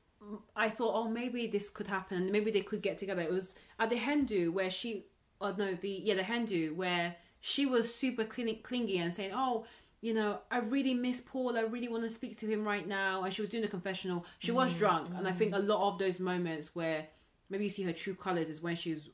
A: I thought, oh, maybe this could happen. Maybe they could get together. It was at the Hindu where she, oh no, the yeah, the Hindu where she was super clingy, clingy and saying, oh, you know, I really miss Paul. I really want to speak to him right now. And she was doing the confessional. She was drunk, and I think a lot of those moments where maybe you see her true colors is when she's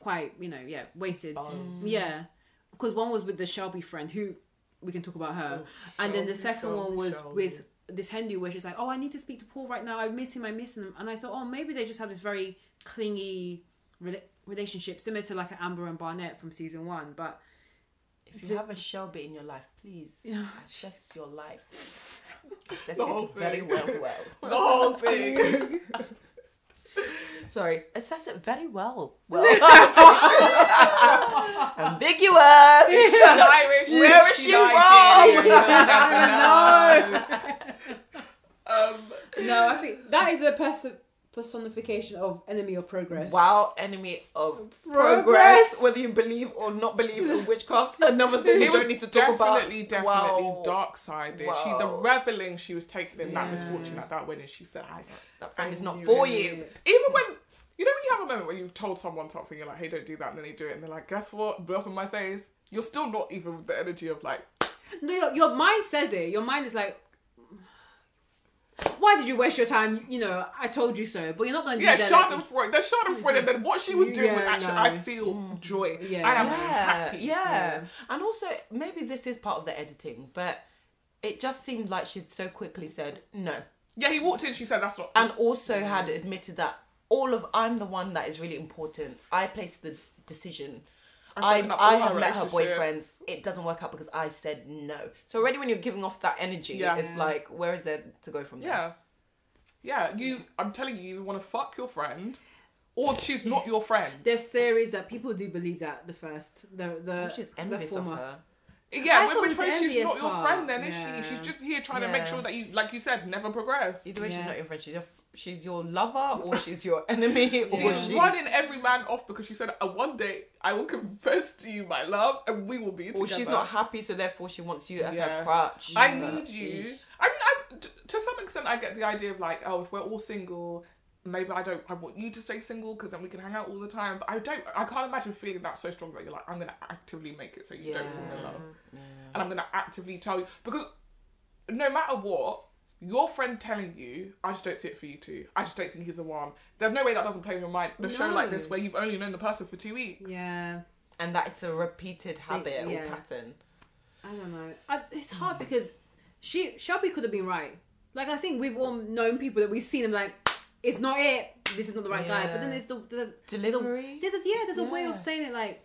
A: quite, you know, yeah, wasted. Yeah, because one was with the Shelby friend who we can talk about her, and then the
B: Shelby,
A: second one
B: Shelby,
A: was
B: Shelby.
A: with this Hindu where she's like, "Oh, I need to speak to Paul right now. I miss him. I miss him." And I thought, "Oh, maybe they just have this very clingy rela- relationship, similar to like an Amber and Barnett from season one." But
C: If you have a Shelby in your life, please assess your life. Assess
B: The whole
C: it very
B: thing.
C: well, well.
B: the whole thing.
C: Sorry, assess it very well. Well, ambiguous.
B: She's Irish.
C: Where is she
B: She's Irish.
C: from?
B: You know that, Um,
A: No, I think that is a pers- personification of enemy of progress.
C: Wow, enemy of progress.
A: Progress.
C: Whether you believe or not believe in witchcraft, another thing we
B: it was
C: don't need to talk about.
B: definitely, definitely
C: Wow.
B: dark sided. She, the
C: Wow.
B: reveling she was taking in that
A: Yeah.
B: misfortune at that wedding, she said, I,
C: That friend
B: I
C: is not
B: knew
C: for
B: it.
C: you.
B: Even when, you know, when you have a moment where you've told someone something, you're like, hey, don't do that, and then they do it, and they're like, guess what? Blow up in my face. You're still not even with the energy of like,
A: No, your, your mind says it. Your mind is like, why did you waste your time? You know, I told you so. But you're not going to
B: yeah,
A: do that. like-
B: Schadenfreude. That's Schadenfreude. And then what she was doing was
A: Yeah,
B: actually,
A: no. Mm.
B: I feel joy.
A: Yeah.
B: I am
C: yeah,
B: happy.
C: yeah. And also, maybe this is part of the editing, but it just seemed like she'd so quickly said no,
B: Yeah, he walked in, she said, that's not.
C: and also
B: Mm.
C: had admitted that all of I'm the one that is really important. I place the decision. I,
B: broken up
C: I
B: all
C: have
B: her
C: met her
B: relationship.
C: boyfriends. It doesn't work out because I said no. So already when you're giving off that energy,
B: Yeah.
C: it's like where is there to go from there?
B: yeah. Yeah, you, I'm telling you, you want to fuck your friend, or she's not your friend.
A: There's theories that people do believe that the first, the the,
C: Oh, she's
A: the
C: envious of
A: former.
C: her.
A: I
B: Yeah,
A: thought it
B: we're
A: was
B: portraying she's
A: envious
B: not your
A: part.
B: friend then, is
A: Yeah.
B: she? She's just here trying to make
C: Yeah.
B: sure that you, like you said, never progress.
C: Either way, she's
A: Yeah.
C: not your friend. She's your f- she's your lover or she's your enemy or
B: She
A: Yeah.
B: was
C: she's
B: running every man off because she said, "Uh, "One day I will confess to you, my love, and we will be together."
C: or she's not happy, so therefore she wants you as her
B: Yeah.
C: crutch.
B: I
C: But-
B: need you. I mean, I, t- to some extent, I get the idea of like, oh, if we're all single, maybe I don't. I want you to stay single because then we can hang out all the time. But I don't. I can't imagine feeling that so strong that you're like, I'm gonna actively make it so you don't fall in love, and I'm gonna actively tell you because no matter what. Your friend telling you, I just don't see it for you too. I just don't think he's the one. There's no way that doesn't play in your mind. The show like
A: No.
B: this where you've only known the person for two weeks.
A: Yeah,
C: and that is a repeated habit or
A: yeah.
C: pattern.
A: I don't know. I, it's
C: Mm.
A: hard because she Shelby could have been right. Like I think we've all known people that we've seen them like it's not it. This is not the right guy. But then
C: Yeah.
A: there's the there's,
C: Delivery?
A: There's a, there's a yeah. There's a way
C: Yeah.
A: of saying it like.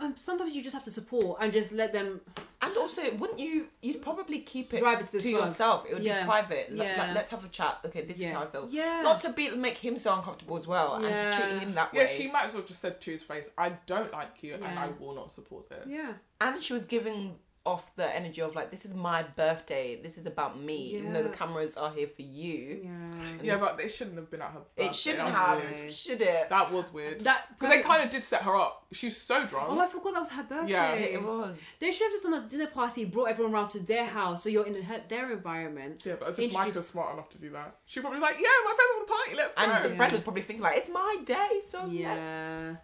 A: um, Sometimes you just have to support and just let them.
C: And also, wouldn't you? You'd probably keep it,
A: Drive it to the
C: to
A: squad.
C: yourself. It would be
A: Yeah.
C: private. Like,
A: Yeah.
C: like, let's have a chat. Okay, this is
A: Yeah.
C: how I feel.
A: Yeah.
C: Not to be make him so uncomfortable as well, and to
A: Yeah.
C: treat him that
B: Yeah,
C: way.
B: she might as well just said to his face, I don't like you and
A: Yeah.
B: I will not support this.
A: Yeah.
C: and she was giving off the energy of like, this is my birthday. This is about me. Even though the
A: Yeah.
C: cameras are here for you,
A: Yeah.
B: Yeah, but they shouldn't have been at her. birthday.
C: it shouldn't
B: That
C: have,
B: was Weird.
C: should it?
B: That was weird.
A: That um,
B: Because they kind of did set her up. She's so drunk.
A: Oh, I forgot that was her
B: Yeah.
A: birthday.
C: it was.
A: They should have just done a dinner party, brought everyone round to their house, so you're in her, their environment.
B: yeah, but as if
A: Introduce-
B: Micah's smart enough to do that. She probably was like, yeah, my friends want to party, let's
C: And
B: go.
C: the friend was probably thinking like, it's my day, so yeah.
A: Yeah.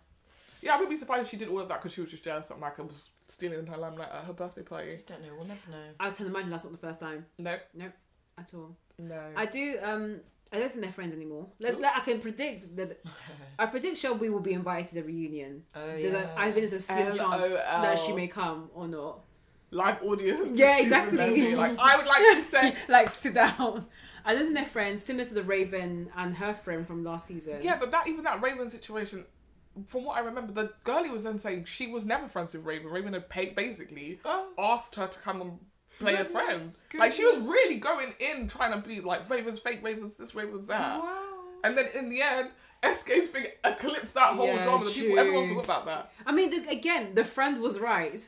B: Yeah, I wouldn't be surprised if she did all of that because she was just jealous that Micah was stealing her limelight at her birthday
C: I
B: party.
C: just don't know. We'll never know.
A: I can imagine that's not the first time
B: No,
A: at all.
B: no.
A: I do. Um, I don't think they're friends anymore. Let's, let, I can predict that. I predict Shelby will be invited to the reunion.
C: Oh
A: There's a, I think there's a slim chance that she
B: LOL.
A: may come or not.
B: Live audience.
A: Yeah,
B: She's in there
A: exactly.
B: being Like, I would like to say.
A: like sit down. I don't think they're friends. Similar to the Raven and her friend from last season.
B: Yeah, but that even that Raven situation, from what I remember, the girlie was then saying she was never friends with Raven. Raven had paid, basically
C: Oh.
B: asked her to come and play her
C: Goodness,
B: friends. Like she was really going in trying to be like Raven's fake, Raven's this, Raven's that.
C: Wow.
B: And then in the end, SK's thing eclipsed that whole
A: Yeah,
B: drama. The people,
A: true.
B: everyone forgot about that.
A: I mean, the, again, the friend was right.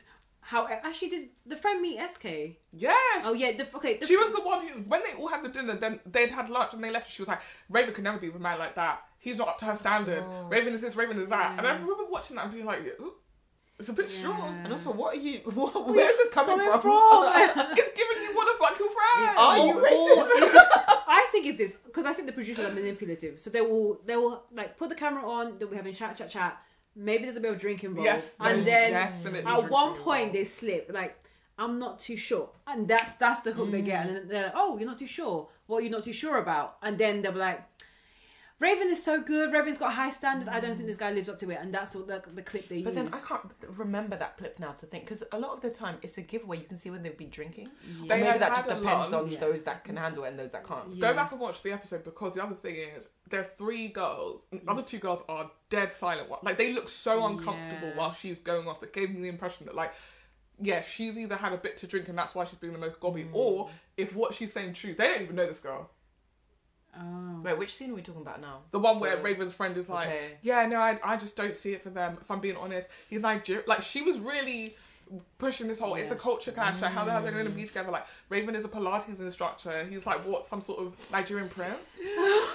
A: How actually did the friend meet SK?
B: Yes.
A: Oh yeah, the, okay. The,
B: She was the one who, when they all had the dinner, then they'd had lunch and they left. She was like, Raven could never be with a man like that. He's not up to her standard.
C: Oh.
B: Raven is this, Raven is that. And I remember watching that and being like, "Ooh, it's a bit strong.
C: And also, what are you? What, where is this coming,
A: coming
C: from?
A: from?
B: It's giving you want to fuck your friend.
C: Are you
A: Or-
C: racist?
A: I think it's this because I think the producers are manipulative, so they will they will like put the camera on. They'll be having chat, chat, chat. Maybe there's a bit of drink involved,
B: Yes,
A: and
B: there's
A: then
B: definitely
A: at
B: drink
A: one
B: involved.
A: point they slip like. I'm not too sure, and that's that's the hook they get, and then they're like, "Oh, you're not too sure. What are you not too sure about?" And then they'll be like, "Raven is so good. Raven's got a high standard. I don't think this guy lives up to it." And that's the the, the clip they
C: But
A: use.
C: then I can't remember that clip now to think because a lot of the time it's a giveaway. You can see when they've been drinking. Or
B: They
C: maybe
B: had
C: that
B: had
C: just
B: a
C: depends
B: lot.
C: on
A: Yeah.
C: those that can handle it and those that can't.
A: Yeah.
B: Go back and watch the episode because the other thing is there's three girls, and the other two girls are dead silent. Wha- Like they look so uncomfortable
A: Yeah.
B: while she's going off. That gave me the impression that like, yeah, she's either had a bit
A: Mm.
B: to drink and that's why she's being the most gobby, or if what she's saying true, they don't even know this girl.
A: Oh.
C: Wait, which scene are we talking about now?
B: The one where
C: Yeah.
B: Raven's friend is like,
C: Okay.
B: yeah, no, I, I just don't see it for them. If I'm being honest, he's Nigerian. Like she was really pushing this whole. It's a
C: Yeah. Mm.
B: culture clash. Like how the hell they're going to be together? Like Raven is a Pilates instructor. He's like what some sort of Nigerian prince. it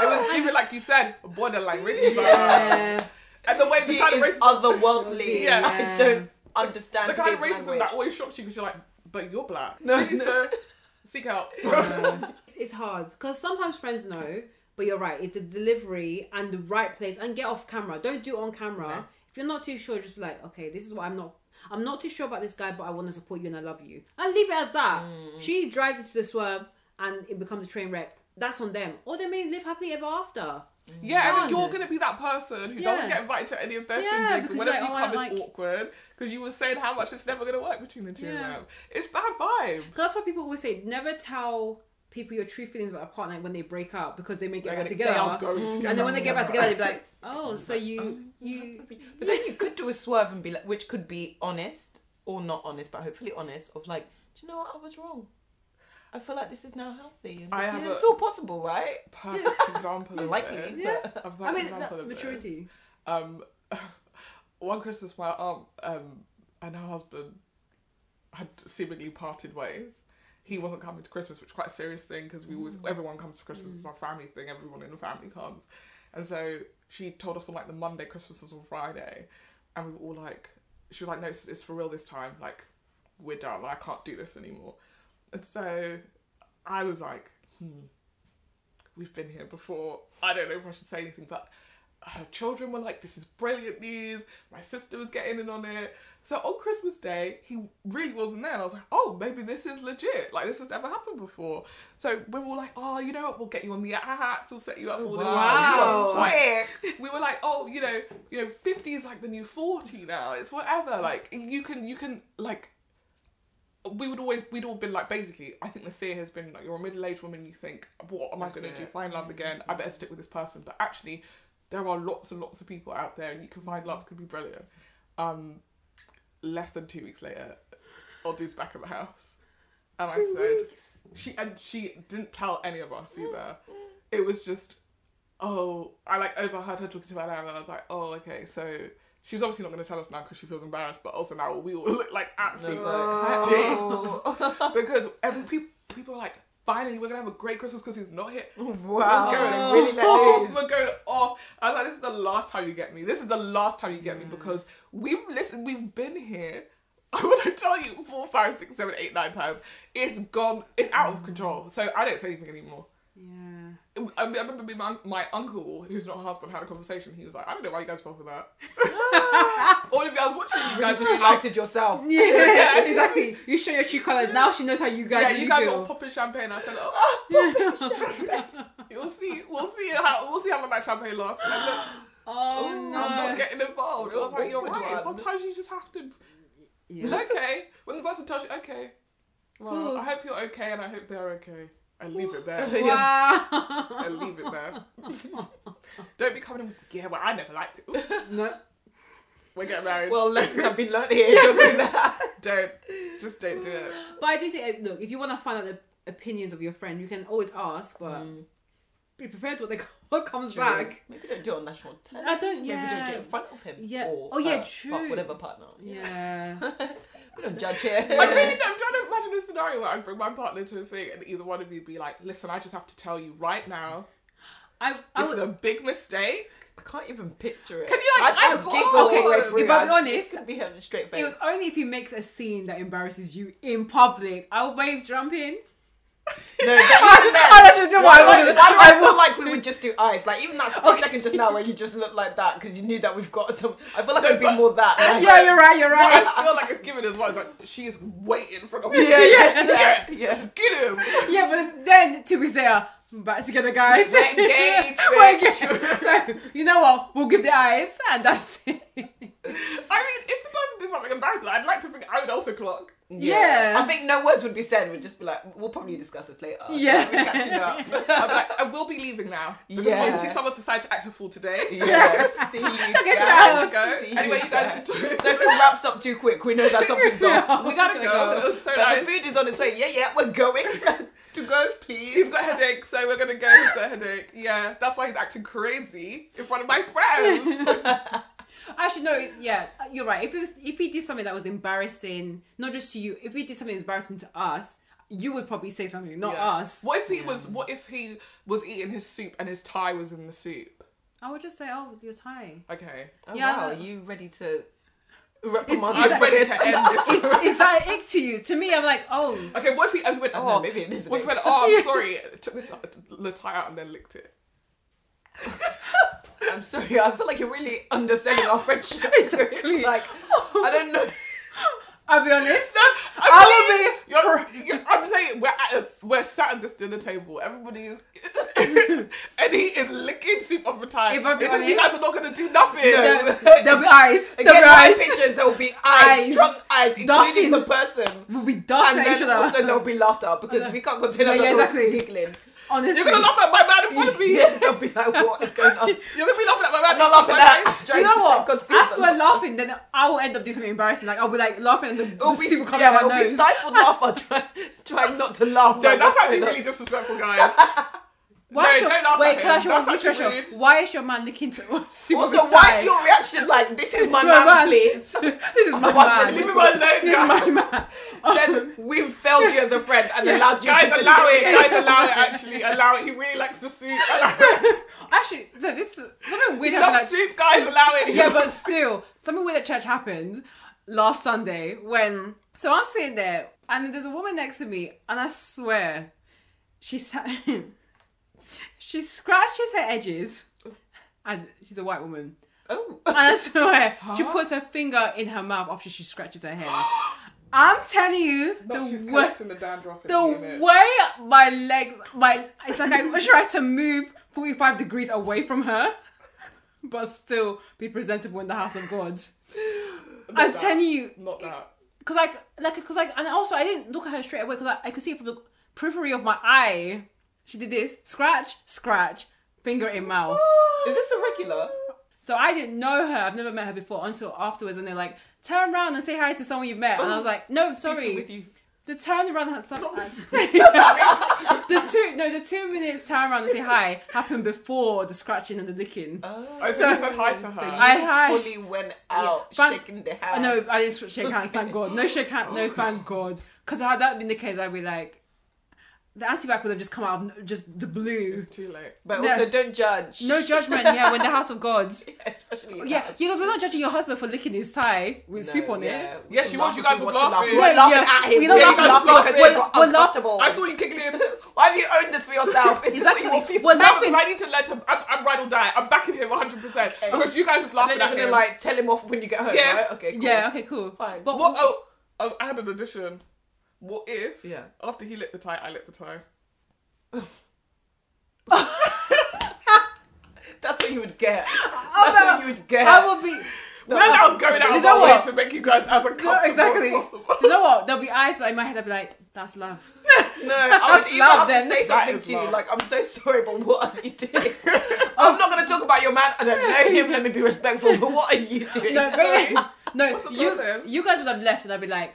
B: was even like you said, borderline racism.
A: Yeah.
B: And the way the
C: He
B: kind of
C: is
B: racism,
C: otherworldly.
B: Yeah.
C: I don't understand
B: the kind of
C: his
B: racism
C: language.
B: that always shocks you because you're like, but you're black.
C: No,
B: she needs
C: no.
B: to seek help.
A: It's hard because sometimes friends know, but you're right. It's the delivery and the right place, and get off camera. Don't do it on camera.
C: No.
A: If you're not too sure, just be like, okay, this is what I'm not. I'm not too sure about this guy, but I want to support you and I love you. And leave it at that. She drives into the swerve and it becomes a train wreck. That's on them. Or they may live happily ever after.
B: Yeah, and
A: None.
B: then you're gonna be that person who
A: Yeah.
B: doesn't get invited to any of their
A: Yeah,
B: shindigs,
A: because
B: and whenever
A: you're
B: you
A: like,
B: come,
A: oh, I
B: it's
A: like-
B: awkward because you were saying how much it's never gonna work between the two
A: Yeah.
B: of them. It's bad vibes.
A: Because that's why people always say never tell people your true feelings about a partner when they break up because they may get
B: They're
A: back
B: gonna-
A: together.
B: they are going to
A: and then when they get back together,
B: together.
A: they'd be like, oh, so you you
C: But then you could do a swerve and be like, which could be honest or not honest, but hopefully honest, of like, do you know what? I was wrong. I feel like this is now healthy. And
B: I have
C: it's
B: a
C: all possible, right?
B: perfect example of
C: Unlikely,
B: this.
A: yeah.
B: A perfect
A: I mean,
B: example
A: that-
B: of this.
A: maturity.
B: Um, one Christmas, my aunt um, and her husband had seemingly parted ways. He wasn't coming to Christmas, which is quite a serious thing because we always everyone comes to Christmas. It's our family thing. Everyone in the family comes, and so she told us on like the Monday Christmas was on Friday, and we were all like, she was like, "No, it's, it's for real this time. Like, we're done. Like, I can't do this anymore." And so I was like, "Hmm, we've been here before. I don't know if I should say anything, but her children were like, this is brilliant news. My sister was getting in on it. So on Christmas Day, he really wasn't there. And I was like, oh, maybe this is legit. Like, this has never happened before. So we're all like, oh, you know what? We'll get you on the apps. We'll set you up. All this.
A: wow.
B: Like,
C: Quick.
B: we were like, oh, you know, you know, fifty is like the new forty now. It's whatever. Like you can, you can like. We would always, we'd all been like, basically, I think the fear has been like, you're a middle aged woman, you think, what am I
C: That's
B: going to do?
C: it. Mm.
B: Find love again? I better stick with this person. But actually, there are lots and lots of people out there, and you can find love. It's going to be brilliant. Um, less than two weeks later, Oddie's back at the house, and I said, she and she didn't tell any of us either. It was just, oh, I like overheard her talking to my dad, and I was like, oh, okay, so she's obviously not going to tell us now because she feels embarrassed, but also now we all look like absolute
C: No.
B: dicks because every people people are like, finally we're gonna have a great Christmas because he's not here.
C: Wow.
B: We're going
C: Really let
B: off.
C: loose.
B: Oh. We're going off. I was like, this is the last time you get me. This is the last time you get
C: Mm.
B: me because we've listened. We've been here. I want to tell you four, five, six, seven, eight, nine times. It's gone. It's out
C: Mm.
B: of control. So I don't say anything anymore.
A: Yeah.
B: I remember me- my, my uncle, who's not a husband, had a conversation. He was like, I don't know why you guys fell for that. All of you, I was watching you guys.
C: You just
B: Just like,
C: outed yourself.
A: Yeah, exactly. You show your true colors. Now she knows how you guys.
B: yeah,
A: really
B: you guys
A: feel.
B: were popping champagne. I said, oh, popping champagne. We'll see. We'll see how we'll see how long that champagne lasts. And look,
A: Oh no.
B: I'm not getting involved. It was like, you're
C: Good
B: right.
C: one.
B: Sometimes you just have to.
A: yeah.
B: Okay. When the person tells you, okay, well,
A: Cool.
B: I hope you're okay and I hope they're okay. I leave it there.
A: Wow.
B: I leave it there. Don't be coming in with, yeah, well, I never liked it.
A: no.
B: We're getting married.
C: Well, lessons have been learned here. Don't do that.
B: don't. Just don't do it.
A: But I do think, uh, look, if you want to find out the opinions of your friend, you can always ask, but be prepared what, they, what comes back.
C: Maybe don't do it on national television.
A: I don't-
C: Maybe
A: yeah.
C: don't do it in front of him.
A: Yeah.
C: Or
A: Oh, yeah,
C: her,
A: true.
C: But whatever partner.
A: Yeah.
C: We don't judge here.
B: I really, I'm trying to imagine a scenario where I bring my partner to a thing and either one of you be like, listen, I just have to tell you right now,
A: I, I
B: this is
A: would,
B: a big mistake.
C: I can't even picture it.
B: Can you, like,
C: I
B: I
C: just
B: can't.
C: giggle
B: Okay,
C: all the way
B: if
C: through.
A: I'll be
C: I just
A: honest,
C: could be having a straight face.
A: it was only if he makes a scene that embarrasses you in public. I'll wave jump in.
C: no, that
A: I should do what I
C: Why
A: wanted.
C: do I feel like we would just do eyes? Like even that split second just now where you just look like that because you knew that we've got some. I feel like it'd be more that. Like,
A: Yeah, you're right, you're right.
B: I feel like it's given as well. It's like, she is waiting for the
C: yeah,
B: Get
C: yeah,
B: it.
C: yeah.
B: Get him.
A: Yeah, but then two weeks later, back together, guys.
B: We're engaged,
A: We're
B: bitch.
A: engaged. So you know what? We'll give the eyes, and that's it.
B: I mean, if the person did something embarrassing, I'd like to think I would also clock.
A: Yeah.
C: I think no words would be said. We'd just be like, we'll probably discuss this later.
A: Yeah.
C: we're catching up.
B: I'd be like, I will be leaving now. Because
C: Yeah.
B: obviously someone decided to act a fool today.
C: yeah, see you
A: out.
C: guys.
B: Go.
C: See
B: Anyway, you guys
C: guys.
B: enjoy it.
C: So if it wraps up too quick, we know that something's off.
B: We gotta go. It was so
C: But
B: nice.
C: the food is on its way. Yeah, yeah, we're going. to go,
B: He's
C: please.
B: got a headache, so we're gonna go. He's got a headache. Yeah, that's why he's acting crazy in front of my friends.
A: Actually, no, yeah, you're right. If it was, if he did something that was embarrassing, not just to you, if he did something embarrassing to us, you would probably say something, not
B: Yeah.
A: us.
B: What if he was? What if he was eating his soup and his tie was in the soup?
A: I would just say, oh, your tie.
B: Okay.
C: Oh,
A: Yeah.
C: wow, are you ready to
A: Is-
C: reprimand
A: is
C: me
A: that-
B: I'm
C: for
B: ready
C: this?
B: to end this.
A: Is, is that an ick to you? To me, I'm like, oh,
B: Okay, what if he, and he went, oh,
C: know, maybe it is an
B: What if he
C: egg.
B: went, oh, sorry, took this the tie out and then licked it.
C: I'm sorry, I feel like you're really underselling our friendship.
A: Exactly.
C: like, I don't know.
A: I'll be honest.
B: I'm
A: I
B: saying, you're, you're, I'm saying we're at a, we're sat at this dinner table. Everybody is, and he is licking soup off a tie.
A: If I'm
B: It's like,
A: honest-
B: you guys are not gonna do
C: No.
B: nothing.
A: There- There'll be eyes. There'll
C: Again,
A: be
C: my
A: eyes.
C: pictures, there will be eyes,
A: Eyes.
C: drunk eyes, including
A: Darting.
C: the person.
A: We'll be
C: And
A: darting at each
C: then also there
A: other.
C: will be laughter because we can't contain
A: Yeah, yeah,
C: ourselves
A: exactly.
C: giggling.
A: Honestly.
B: You're gonna laugh at my man in front of me.
C: Yeah, they'll be like, what is going on?
B: You're gonna be laughing at my man.
C: I'm not laughing
B: my
C: at
B: man.
C: that.
A: Do you know what? As we're
C: well.
A: laughing, then I will end up doing something embarrassing. Like I'll be like laughing, and the, the
B: Oh,
C: It'll be,
A: soup will come
C: yeah,
A: out
C: it'll
A: my
C: be
A: nose.
C: stifled laughter, trying try not to laugh.
B: No,
C: like
B: that's
C: what's
B: actually
C: going on.
B: really disrespectful, guys.
A: Why
B: No,
A: is your,
B: don't laugh
A: wait,
B: at
A: can I
B: him.
A: ask you one
B: That's
A: quick
B: actually
A: question? Why is your man looking to see
C: Also, why is your reaction like, this is my man, please?
A: this is my
C: Otherwise, then
A: man.
C: Leave him alone,
A: This is
C: guys.
A: my man.
C: Then we failed you as a friend and allowed you
B: Guys,
C: to
B: allow
C: participate.
B: it. Guys, allow it. Actually, allow it. He really likes the soup. Allow it.
A: Actually, so this something weird
B: He
A: happened.
B: loves
A: Like,
B: soup, guys. Allow it.
A: yeah, but still, something weird at church happened last Sunday when. So I'm sitting there, and there's a woman next to me, and I swear, she sat, she scratches her edges, and she's a white woman.
C: Oh.
A: And I swear, she puts her finger in her mouth after she scratches her hair. I'm telling you,
B: But she's
A: the worst.
B: collecting the dandruff. in
A: The
B: minute.
A: way my legs, my it's like I was trying to move 45 degrees away from her, but still be presentable in the house of God. I'm
B: that.
A: telling you,
B: Not that.
A: because like, like, because like, and also I didn't look at her straight away because I, I could see from the periphery of my eye. She did this scratch, scratch, finger in mouth.
C: Oh, Is this a regular?
A: So I didn't know her. I've never met her before until afterwards when they're like, turn around and say hi to someone you met. And I was like, no,
C: Sorry. With
A: sorry.
C: you.
A: The turn around had some.
B: Not this-
A: the two no, the two minutes turn around and say hi happened before the scratching and the licking.
B: I
C: Oh.
B: said you said hi to her.
C: So you
A: I- hi.
C: fully went out,
A: Yeah, but-
C: shaking the
A: I
C: hand.
A: know I didn't shake hands. Thank God. No shake hand. No, thank God. Because had that been the case, I'd be like, the antibac would have just come out of n- just the blue.
B: it's too late.
C: But
A: No.
C: also, don't judge.
A: No judgment. Yeah, when the house of God.
C: Especially. in
A: Yeah,
C: that
A: because we're not judging your husband for licking his tie with
C: No,
A: soup on it.
C: yeah.
B: Yeah, she was, you guys
C: We
B: was
C: want to laugh.
B: laughing.
C: We were
A: Yeah,
C: laughing
A: yeah.
C: at him.
A: We
C: We
A: don't
C: were
B: laugh at him.
C: laughing because
A: We're-
C: we got
A: we're laugh-
C: uncomfortable.
B: I saw you giggling.
C: Why have you owned this for yourself? It's
A: Exactly.
C: What you
A: We're
C: want.
B: No,
A: laughing.
B: because I need to let him. I'm, I'm ride or die. I'm backing him 100 percent because you guys is
C: And
B: laughing
C: then you're gonna
B: at him.
C: like tell him off when you get home,
B: Yeah.
C: right? Okay. Cool.
A: Yeah. Okay. Cool.
C: Fine.
A: But
B: what? Oh, oh, I had an addition. What if?
C: Yeah.
B: After he lit the tie, I lit the tie.
C: That's what you would get.
A: I'm
C: That's
A: not-
C: what you would get.
A: Oh, I will be.
B: We're now going out
A: Do you
B: of
A: know
B: our way
A: what?
B: to make you guys as
A: Do you know-
B: uncomfortable
A: exactly.
B: as possible.
A: Do you know what? There'll be eyes, but in my head, I'll be like, "That's love."
C: No, I
A: That's
C: would even
A: love
C: have
A: then.
C: to say
B: That
C: something
B: is
C: to you.
B: love.
C: Like, I'm so sorry, but what are you doing? I'm not gonna talk about your man. I don't know him. Let me be respectful. But what are you doing?
A: No, really, no.
B: the
A: You
B: problem?
A: you guys would have left, and I'd be like,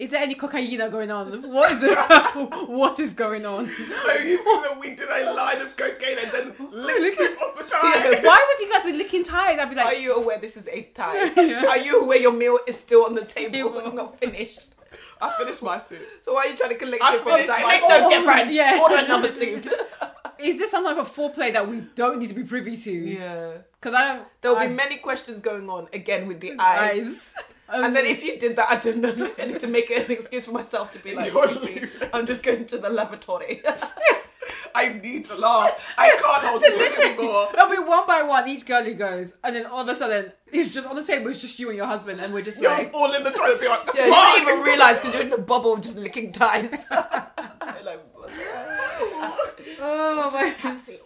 A: "Is there any cocaine going on? What is it? what is going on?
B: So you thought that we did a line of cocaine and then licked soup off the tie.
A: Why would you guys be licking tired? I'd be
C: Are
A: like,
C: you aware this is eight time?
A: Yeah.
C: Are you aware your meal is still on the table?
A: Table.
C: It's not finished.
B: I finished my soup.
C: So why are you trying to collect
B: I
C: it from
B: finished
C: time? It
B: my-
C: makes no
B: Oh,
C: difference.
A: yeah.
C: Order another soup.
A: "Is this some type of foreplay that we don't need to be privy to?"
C: yeah.
A: Because I don't.
C: There'll
A: I,
C: be many questions going on again with the eyes.
A: Only.
C: And
B: Oh.
C: then if you did that, I don't know. I need to make an excuse for myself to be like,
B: You're
C: "Excuse me,
B: leaving."
C: I'm just going to the lavatory.
B: I need to laugh. I can't hold it
A: Literally,
B: anymore.
A: it'll be one by one. Each girlie goes, and then all of a sudden, it's just on the table. It's just you and your husband, and we're just
B: You're
A: like,
B: all in the toilet. Be like,
C: yeah, you
B: "Fuck!"
C: didn't even realize because you're in a bubble of just licking ties. You're like, "What the hell?"
A: "Oh my."
C: Taxi.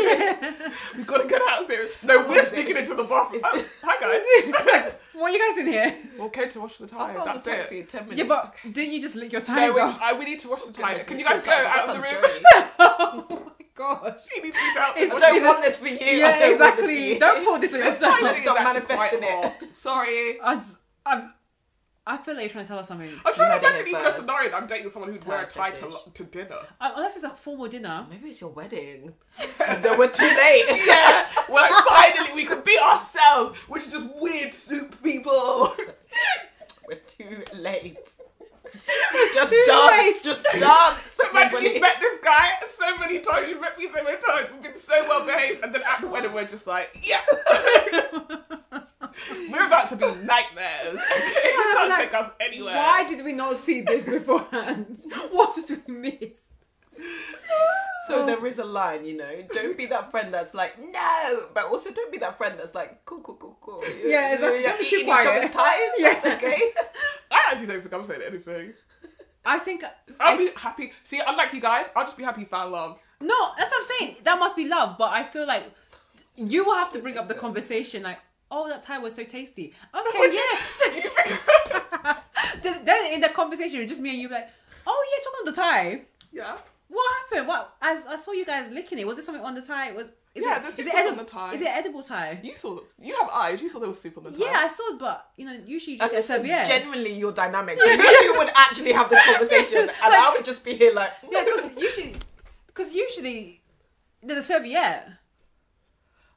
B: We gotta get out of here. No, we're sneaking into the bathroom. Oh, Hi guys.
A: What are you guys in here?
B: well, came to wash the
C: I
B: tie.
C: found
B: That's
C: the taxi
B: it.
C: in ten minutes.
A: Yeah, but didn't you just lick your
B: No,
A: ties
B: we,
A: off?
B: I, we need to wash the tie.
C: Goodness
B: Can you
C: me,
B: guys go
C: that
B: out of the
C: sounds
B: room?
C: dirty.
A: oh my gosh.
B: She needs to get out.
A: It's
C: I
B: Wash
A: dirty.
C: don't want this for you. I
A: Yeah,
C: don't want this for
A: exactly.
C: you.
A: Don't pull this on
B: the tie.
A: yourself.
B: This
C: Stop
B: tie is actually
C: manifesting
B: quite hot. Sorry.
A: I just, I'm, I feel like you're trying to tell us something.
B: I'm trying
C: had it
B: to imagine
C: here
B: even a
C: first.
B: scenario that I'm dating someone who'd wear a tie to,
C: Perfect.
B: lo- to dinner.
A: Uh, Unless it's a formal dinner.
C: Maybe it's your wedding. then we're too late.
B: Yeah, we're like finally we can be ourselves, which is just weird soup people.
C: We're too late. Just dance. Just dance.
B: So imagine
C: everybody.
B: you've met this guy so many times, you've met me so many times, we've been so well behaved, and then at the wedding we're just like, yeah, we're about to be nightmares. Okay, you can't
A: like,
B: take us anywhere.
A: Why did we not see this beforehand? what did we miss?
C: So
A: Oh.
C: there is a line, you know. Don't be that friend that's like no, but also don't be that friend that's like cool, cool, cool, cool. You-
A: Yeah,
C: you-
A: exactly.
C: You're
A: Don't be too
C: eating each
A: quiet.
C: other's tires.
A: Yeah.
C: That's okay.
B: I actually don't think I'm saying anything.
A: I think.
B: I'll be happy. See, unlike you guys, I'll just be happy you found love.
A: No, that's what I'm saying. That must be love, but I feel like you will have to bring up the conversation like, oh, that Thai was so tasty. Okay, yeah. Th- then in the conversation, it's just me and you, like, oh, yeah, talking of the Thai.
B: Yeah.
A: What happened? What? I, I saw you guys licking it. Was there something on the Thai? Was is
B: Yeah,
A: it,
B: there's
A: is it
B: something on
A: edi-
B: the Thai.
A: Is it edible Thai?
B: You saw them. You have eyes. You saw there was soup on the
A: Yeah,
B: table.
A: I saw, it, but you know, usually you just
C: And
A: get
C: this
A: served.
C: is
A: Yeah,
C: genuinely your dynamic. So you two would actually have this conversation, and I would just be here like,
A: yeah, because usually, because usually there's a serviette.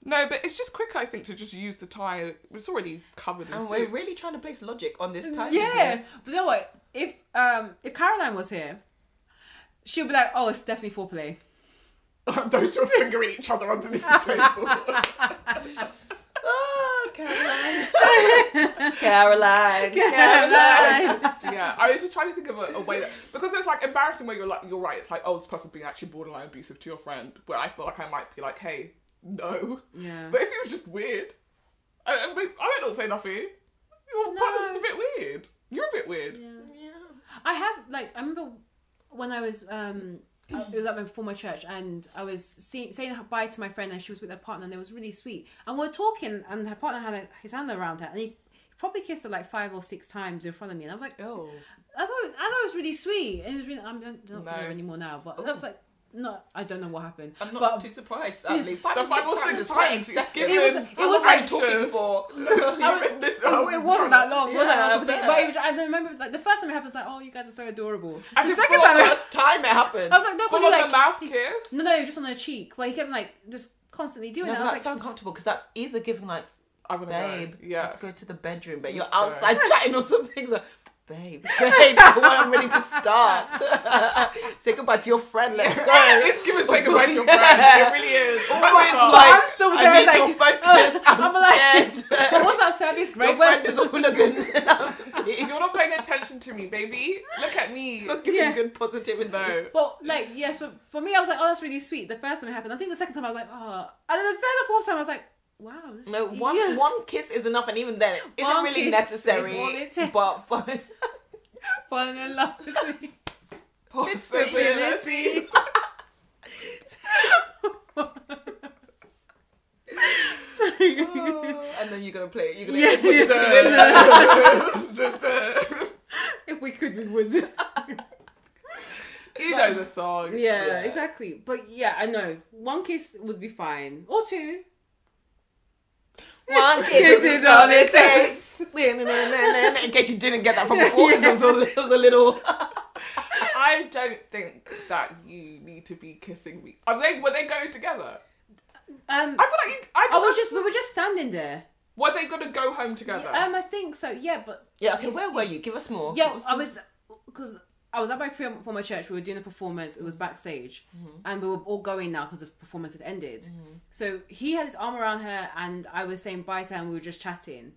B: No, but it's just quicker, I think, to just use the tie. It's already covered
A: Oh,
B: in
C: and we're
B: soup.
C: really trying to place logic on this time.
A: Yeah, but you know what? If um if Caroline was here, she'd be like, "Oh, it's definitely foreplay."
B: Those two are fingering each other underneath the table.
C: Oh, Caroline. Caroline. Caroline.
A: Caroline.
B: yeah, I was just trying to think of a, a way that because it's like embarrassing where you're like you're right. It's like oh, this person being actually borderline abusive to your friend, where I feel like I might be like, hey, no.
A: Yeah.
B: But if it was just weird, I, I, mean, I might not say nothing. Your
A: No.
B: partner's just a bit weird. You're a bit weird.
A: I have like I remember when I was um uh, it was at my former church and I was seeing, saying bye to my friend and she was with her partner and it was really sweet and we were talking and her partner had his hand around her and he probably kissed her like five or six times in front of me and I was like
B: Oh.
A: I thought I thought it was really sweet and it was really I'm not not
B: No.
A: together anymore now but I was like no I don't know what happened
C: Oh. I'm not
A: but
C: too surprised, sadly. Five
B: The
C: or six
B: five or
C: times
B: six
C: is quite
B: times.
C: excessive.
A: It was- it
C: How
A: was
C: long are
B: like-
C: you talking for.
B: this,
A: it, it wasn't that long. It wasn't that
C: Yeah,
A: long conversation.
C: I
A: But
C: bet.
A: it was, I remember like the first time it happened, it's like, oh, you guys are so adorable.
B: I
A: the
B: just
A: second
B: thought
A: time,
C: the
A: it
C: first time it happened.
A: I was like, no,
B: Full
A: because like
B: on the mouth kiss.
A: no, no, just on her cheek. Where he kept like just constantly doing
C: no,
A: it.
C: but
A: I
C: that's
A: was
C: so
A: like,
C: uncomfortable because that's either giving like,
B: I wouldn't
C: babe,
B: Go. Yeah.
C: let's go to the bedroom, but you're
B: Let's go.
C: outside chatting or something. So, babe, babe, I'm ready to start. Say goodbye to your friend. Let's go.
B: It's give and take advice your
C: Yeah.
B: friend. It really is.
C: Always
B: Fuck.
C: like,
A: "Oh, I'm still
C: I
A: there,
C: need
A: like- oh,
C: your focus. I'm,
A: I'm like-
C: scared.
A: but what's that service
C: Your
A: great?
C: friend
A: Where,
C: is a hooligan.
B: You're not paying attention to me, baby. Look at me.
C: not giving
A: Yeah.
C: good positive
B: No.
C: advice.
A: but like, yeah, so for me, I was like, oh, that's really sweet. The first time it happened. I think the second time I was like, oh, and then the third or fourth time I was like, wow, this
C: No, one
A: yeah.
C: one kiss is enough, and even then, it isn't
A: One
C: really
A: kiss
C: necessary.
A: is all it takes.
C: But, but
A: falling in love with me.
B: Possibilities.
A: Sorry.
C: and then you're gonna play. it, You're gonna
A: Oh. Yeah,
C: play
A: yeah.
C: it.
A: if we could, we would.
B: you know the song.
A: Yeah,
C: Yeah.
A: exactly. But yeah, I know. One kiss would be fine. Or two.
C: One kiss is all it takes. In case you didn't get that from before, 'cause it, was a, it was a little.
B: I don't think that you need to be kissing me. Are they? Were they going together?
A: Um
B: I feel like you. I,
A: I was just we were just standing there.
B: Were they gonna go home together?
A: Um I think so, yeah, but
C: Yeah. Okay. Where were you? Give us more. What
A: yeah,
C: was
A: I
C: the-
A: was because I was at my pre- former church. We were doing a performance. It was backstage, and we were all going now because the performance had ended. So he had his arm around her, and I was saying bye to her, and we were just chatting.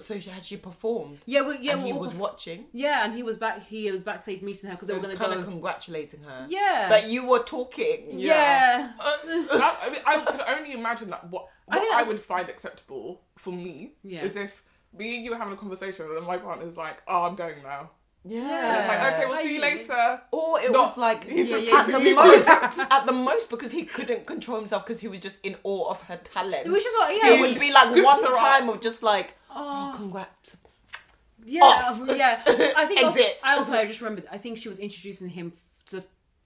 C: So she, had she performed?
A: Yeah, we, yeah,
C: and
A: we
C: he
A: all-
C: was watching.
A: yeah, and he was back. He was backstage meeting her because they
C: So
A: were
C: it
A: going
C: was
A: to
C: kind
A: go.
C: of congratulating her.
A: yeah,
C: But you were talking.
A: yeah.
B: Uh, that, I mean, I could only imagine that what,
A: I
B: what
A: think
B: I,
A: that's-
B: would find acceptable for me
A: Yeah.
B: is if me and you were having a conversation and my partner's like, "Oh, I'm going now."
C: Yeah.
A: Yeah.
B: It's like, "Okay, we'll
A: Are
B: see you
A: you-
B: later."
C: Or it
B: Not-
C: was like
B: He's
A: Yeah,
B: just
A: yeah,
C: at
B: kissing
C: the
B: you.
C: most, at the most, because he couldn't control himself because he was just in awe of her talent.
A: Which is what, yeah,
C: it would be like
B: scoops
C: one
B: her up.
C: time of just like,
A: Oh.
C: oh, congrats.
A: Yeah,
C: off.
A: yeah. I think also,
C: Exit.
A: I also I just remembered. I think she was introducing him to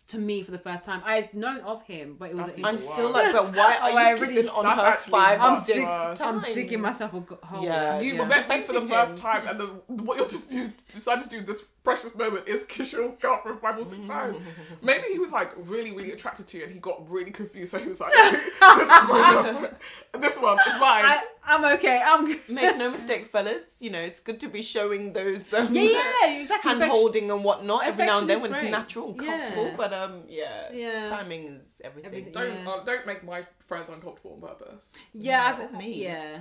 A: to me for the first time. I'd known of him, but it was.
B: That's
A: an
B: even
C: I'm
A: interview.
C: still
B: Wow.
C: like, but why
A: Oh, I
C: are you
A: really-
C: kissing on
B: that's
C: her
B: actually-
C: five
B: I'm
C: or six
B: dig-
C: times?
A: I'm digging myself a go- hole.
C: Yeah.
B: You
C: Yeah.
B: met me for the
C: Defending
B: first
C: him.
B: time, and the, what you just you decided to do this precious moment is kiss your girlfriend five or six times. Maybe he was like really, really attracted to you, and he got really confused, so he was like, "This one, this one is mine."
A: I, I'm okay. I'm. good.
C: Make no mistake, fellas. You know it's good to be showing those um,
A: yeah, yeah, exactly.
C: hand holding and whatnot every now
A: Affection
C: and then
A: is
C: when
A: great.
C: it's natural and
A: Yeah.
C: comfortable. But um, yeah,
A: Yeah.
C: timing is everything.
A: Everything.
B: don't
A: Yeah.
B: uh, don't make my friends uncomfortable on purpose.
A: Yeah, I,
C: Me.
A: Yeah,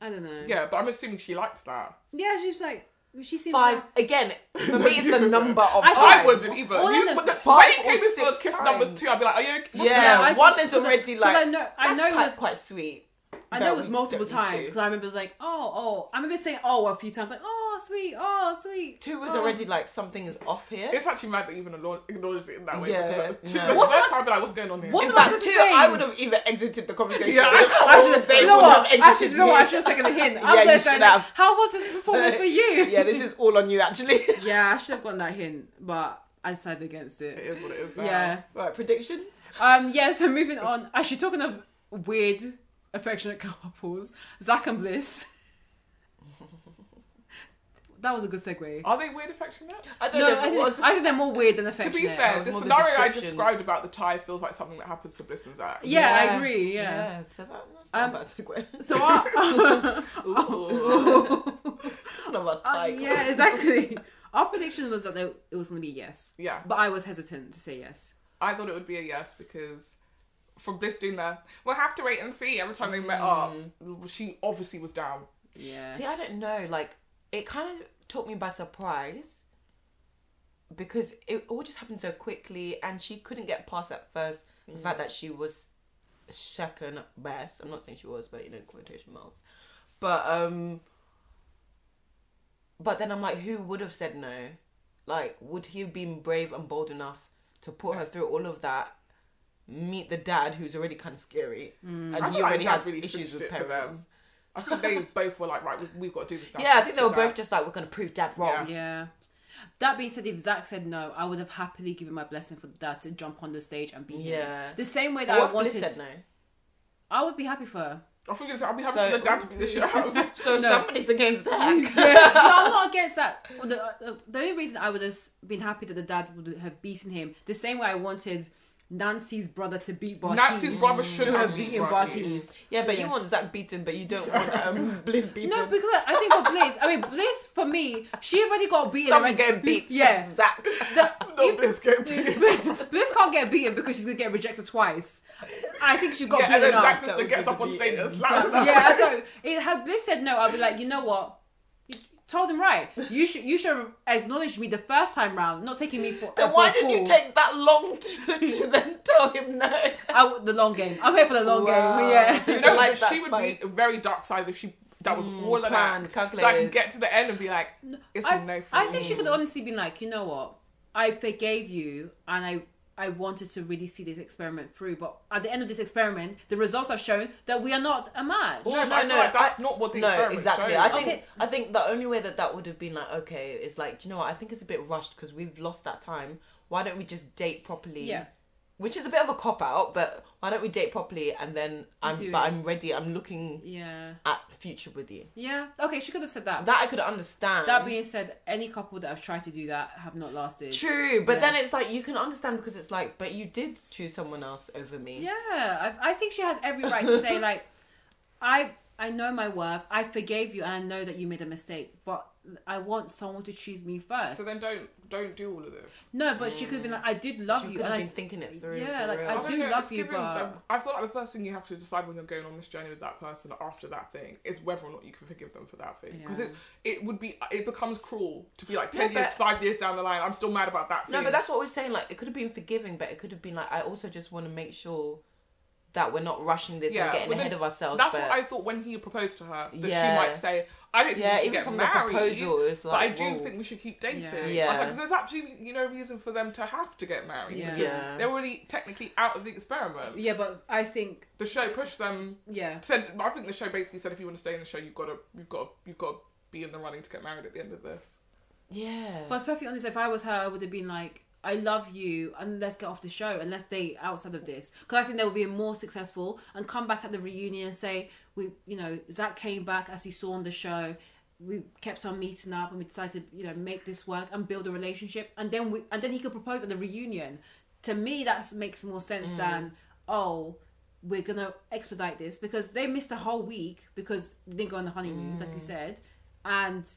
A: I don't know.
B: Yeah, but I'm assuming she liked that.
A: yeah. She was like, she seemed
C: Five
A: like-
C: again. For me, it's the number of.
A: I
B: I
A: Five.
B: wouldn't either.
A: All in
B: You,
A: the
B: but the,
C: five
B: when he came
C: or
B: in for
C: six
B: kiss number
C: times.
B: two, I'd be like, "Are you?" what's
C: Yeah,
B: going on?"
A: I
C: one
A: thought-
C: is
A: 'cause I-
C: already
A: 'cause
C: like-
A: I know. I
C: That's
A: know. It
C: quite,
A: was,
C: quite sweet.
A: I
C: that
A: know it
C: we
A: was multiple
C: don't need
A: times
C: to.
A: because I remember it was like, oh, oh. I remember saying, oh, a few times, like, oh, sweet, oh, sweet.
C: Two was
A: oh.
C: already like something is off here.
B: It's actually mad that even acknowledge- acknowledged it in that way.
C: Yeah,
B: because, like, two,
C: no.
B: the
A: What's-
B: first
A: what's-
B: time, I'd be like, "What's going on here?"
A: what's
C: In
A: about
C: fact,
A: to
C: two,
A: say?
C: I would have either exited the conversation.
B: Yeah, I-
C: or
A: I should,
C: they
A: you know
C: would have
A: what? I should,
C: exited
A: you know what? I
C: me.
A: should have taken a hint.
C: Yeah,
A: I'm
C: you
A: there
C: should
A: going,
C: have.
A: How was this performance for you?
C: yeah, this is all on you actually.
A: Yeah, I should have gotten that hint, but I decided against
B: It
A: it.
B: is what it is. Now.
A: Yeah.
C: right, predictions.
A: Um. Yeah. So moving on. Actually, talking of weird, affectionate couples, Zach and Bliss. that was a good segue.
B: Are they weird affectionate?
C: I don't
A: No,
C: know.
A: I
C: if it was
A: think, I think they're more weird than
B: To
A: affectionate.
B: be fair,
C: was
B: the
C: more the
B: scenario I
C: descriptions.
B: described about the tie feels like something that happens to Bliss and Zach.
A: Yeah,
C: Yeah.
A: I agree. Yeah.
C: so that, that's not
A: Um,
C: a bad segue.
A: So our,
B: Ooh.
C: It's not about
A: uh,
C: tiger.
A: yeah, exactly. Our prediction was that they, it was going to be yes,
B: yeah,
A: but I was hesitant to say yes.
B: I thought it would be a yes because from Bliss doing that, we'll have to wait and see. Every time they met up,
C: Hmm.
B: she obviously was down.
A: Yeah.
C: See, I don't know. Like, it kind of took me by surprise because it all just happened so quickly, and she couldn't get past at first the fact
B: Mm.
C: that she was second best. I'm not saying she was, but you know, quotation marks. But um, but then I'm like, who would have said no? Like, would he have been brave and bold enough to put her through all of that? Meet the dad who's alady kind of scary,
B: Mm. I
C: and
B: feel
C: he
B: like
C: already
B: dad
C: has
B: really
C: issues
B: switched
C: with
B: it for them.
C: parents.
B: I think they both were like, right, we, we've got to do this now.
C: Yeah, I think they
B: To
C: were both
B: Dad.
C: just like, we're gonna prove dad wrong.
B: Yeah.
A: Yeah. That being said, if Zach said no, I would have happily given my blessing for dad to jump on the stage and be him.
C: Yeah.
A: The same way that
C: What
A: I
C: if
A: wanted.
C: Bliss said no?
A: I would be happy for her.
B: I think it's, I'll be happy
C: So-
B: for the dad to be in the shit house.
C: So somebody's against Zach.
A: no, I'm not against that. Well, The, uh, the only reason I would have s- been happy that the dad would have beaten him, the same way I wanted Nancy's brother to beat Bartiz.
B: Nancy's brother should
A: Her
B: have
A: beating
B: beaten Barty.
A: Bartiz.
C: yeah, but
A: Yeah.
C: you want Zach beaten, but you don't want um, Bliss beaten.
A: No, because I think for Bliss, I mean Bliss for me, she already got beaten.
C: somebody's
A: already.
C: getting beat.
A: Yeah,
C: Zach.
A: The-
B: No,
A: if-
B: Bliss can't be.
A: Bliss can't get beaten because she's gonna get rejected twice. I think she got
B: Yeah, and
A: beaten
B: then
A: up.
B: Zach's
C: That
B: sister
C: would
B: gets
C: be
B: up on
C: the
B: stage and
C: end.
B: slaps her.
A: yeah, I don't. It had Bliss said no, I'd be like, you know what? You told him right. You should you should acknowledge me the first time round, not taking me for.
C: Then
A: for
C: why
A: a
C: didn't you
A: fool.
C: take that long to, to then tell him no?
A: I w the long game? I'm here for the long
C: Wow.
A: game. Yeah.
B: No,
C: Like
B: but
C: that
B: she would
C: spice.
B: be a very dark side if she that was all an
C: planned,
B: act. So I can
C: calculated.
B: get to the end and be like, it's
A: I,
B: a no for
A: I
B: me.
A: think she could honestly be like, you know what? I forgave you, and I I wanted to really see this experiment through. But at the end of this experiment, the results have shown that we are not a match.
B: No, but I feel like that's not what the
C: no,
B: experiment
C: exactly.
B: showed.
C: I think
A: Okay.
C: I think the only way that that would have been like okay is like do you know what I think it's a bit rushed because we've lost that time. Why don't we just date properly?
A: Yeah.
C: Which is a bit of a cop out, but why don't we date properly and then I'm
A: do
C: but
A: it.
C: I'm ready. I'm looking
A: Yeah.
C: at the future with you.
A: Yeah. Okay, she could have said that.
C: That I could understand.
A: That being said, any couple that have tried to do that have not lasted.
C: true, but
A: Yeah.
C: then it's like you can understand because it's like, but you did choose someone else over me.
A: Yeah, I, I think she has every right to say like, I I know my worth. I forgave you, and I know that you made a mistake, but I want someone to choose me first.
B: So then don't don't do all of this.
A: no, but she could have been like, I did love
C: She
A: you,
C: could
A: and
C: have
A: I
C: been
A: s-
C: thinking it through.
A: yeah,
C: for
A: like,
C: real.
A: I
B: don't
A: do
B: know,
A: love
B: it's
A: you,
B: given
A: but-
B: that- I feel like the first thing you have to decide when you're going on this journey with that person after that thing is whether or not you can forgive them for that thing. Because
A: Yeah.
B: it's it would be it becomes cruel to be like
C: No,
B: ten years,
C: but-
B: five years down the line, I'm still mad about that thing.
C: No, but that's what we're saying. Like, it could have been forgiving, but it could have been like, I also just want to make sure that we're not rushing this and getting
B: well, then
C: ahead of ourselves.
B: That's
C: but
B: what I thought when he proposed to her that
C: Yeah.
B: she might say, "I don't think
C: Yeah,
B: we should
C: even
B: get
C: from the
B: married."
C: proposal, it's
B: but I
C: like,
B: do
C: whoa.
B: think we should keep dating.
A: Yeah.
B: I was
C: Yeah.
B: like, 'cause there's absolutely no reason for them to have to get married.
A: Yeah.
B: because
C: Yeah.
B: they're already technically out of the experiment.
A: yeah, but I think
B: The show pushed them.
A: yeah,
B: Said, I think the show basically said, if you want to stay in the show, you've got to, you've got, to, you've got to be in the running to get married at the end of this.
C: Yeah.
A: But perfectly honest, if I was her, I would have been like, I love you and let's get off the show and let's date outside of this. Because I think they will be more successful and come back at the reunion and say, we, you know, Zach came back as you saw on the show. We kept on meeting up and we decided to, you know, make this work and build a relationship. And then we, and then he could propose at the reunion. To me, that makes more sense than, oh, we're gonna expedite this because they missed a whole week because they didn't go on the honeymoons, like you said, and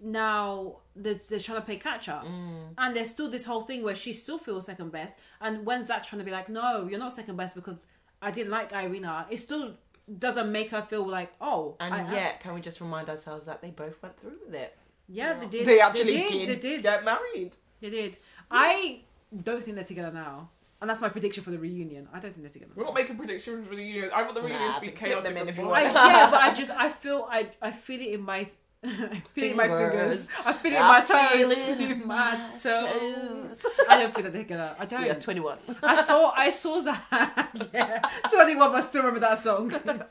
A: now they're, they're trying to play catch up, and there's still this whole thing where she still feels second best, and when Zach's trying to be like, no, you're not second best because I didn't like Irina, it still doesn't make her feel like, oh,
C: And
A: I am."
C: yet, can we just remind ourselves that they both went through with it?
A: yeah, they did,
C: They actually
A: they
C: did,
A: did, they did,
C: get married.
A: they did. I don't think they're together now, and that's my prediction for the reunion. I don't think they're together.
B: We're not making predictions for the union. I want the reunion
C: Nah,
B: to be
C: but slip them
B: chaotic.
C: in
B: as
C: if you
B: well.
A: I,
C: want.
A: yeah, but I just I feel I I feel it in my I feel it in my
C: Fingers.
A: fingers. I feel it in
C: I
A: my
C: feel
A: toes.
C: it in my
A: toes.
C: toes.
A: I don't feel that they're gonna. I don't.
C: We are 21.
A: I saw I saw Zach. yeah, twenty one. But I still remember that song.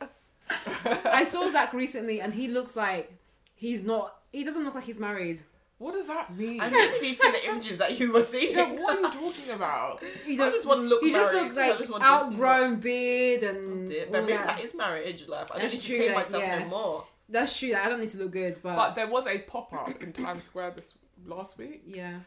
A: I saw Zach recently, and he looks like he's not. He doesn't look like he's married.
B: What does that mean?
C: I mean, if you see the images that you were seeing,
B: yeah, what are you talking about?
A: He
C: I
A: don't-
C: just want to look
A: He just
C: married.
A: looked
C: I
A: like
C: just want to look
A: outgrown beard and
C: Dear,
A: all
C: but maybe
A: that.
C: that is marriage life. I don't
A: That's
C: need to
A: true,
C: take
A: like,
C: myself
A: yeah.
C: no more.
A: That's true. Like, I don't need to look good, but,
B: But there was a pop up in Times Square this last week,
A: yeah.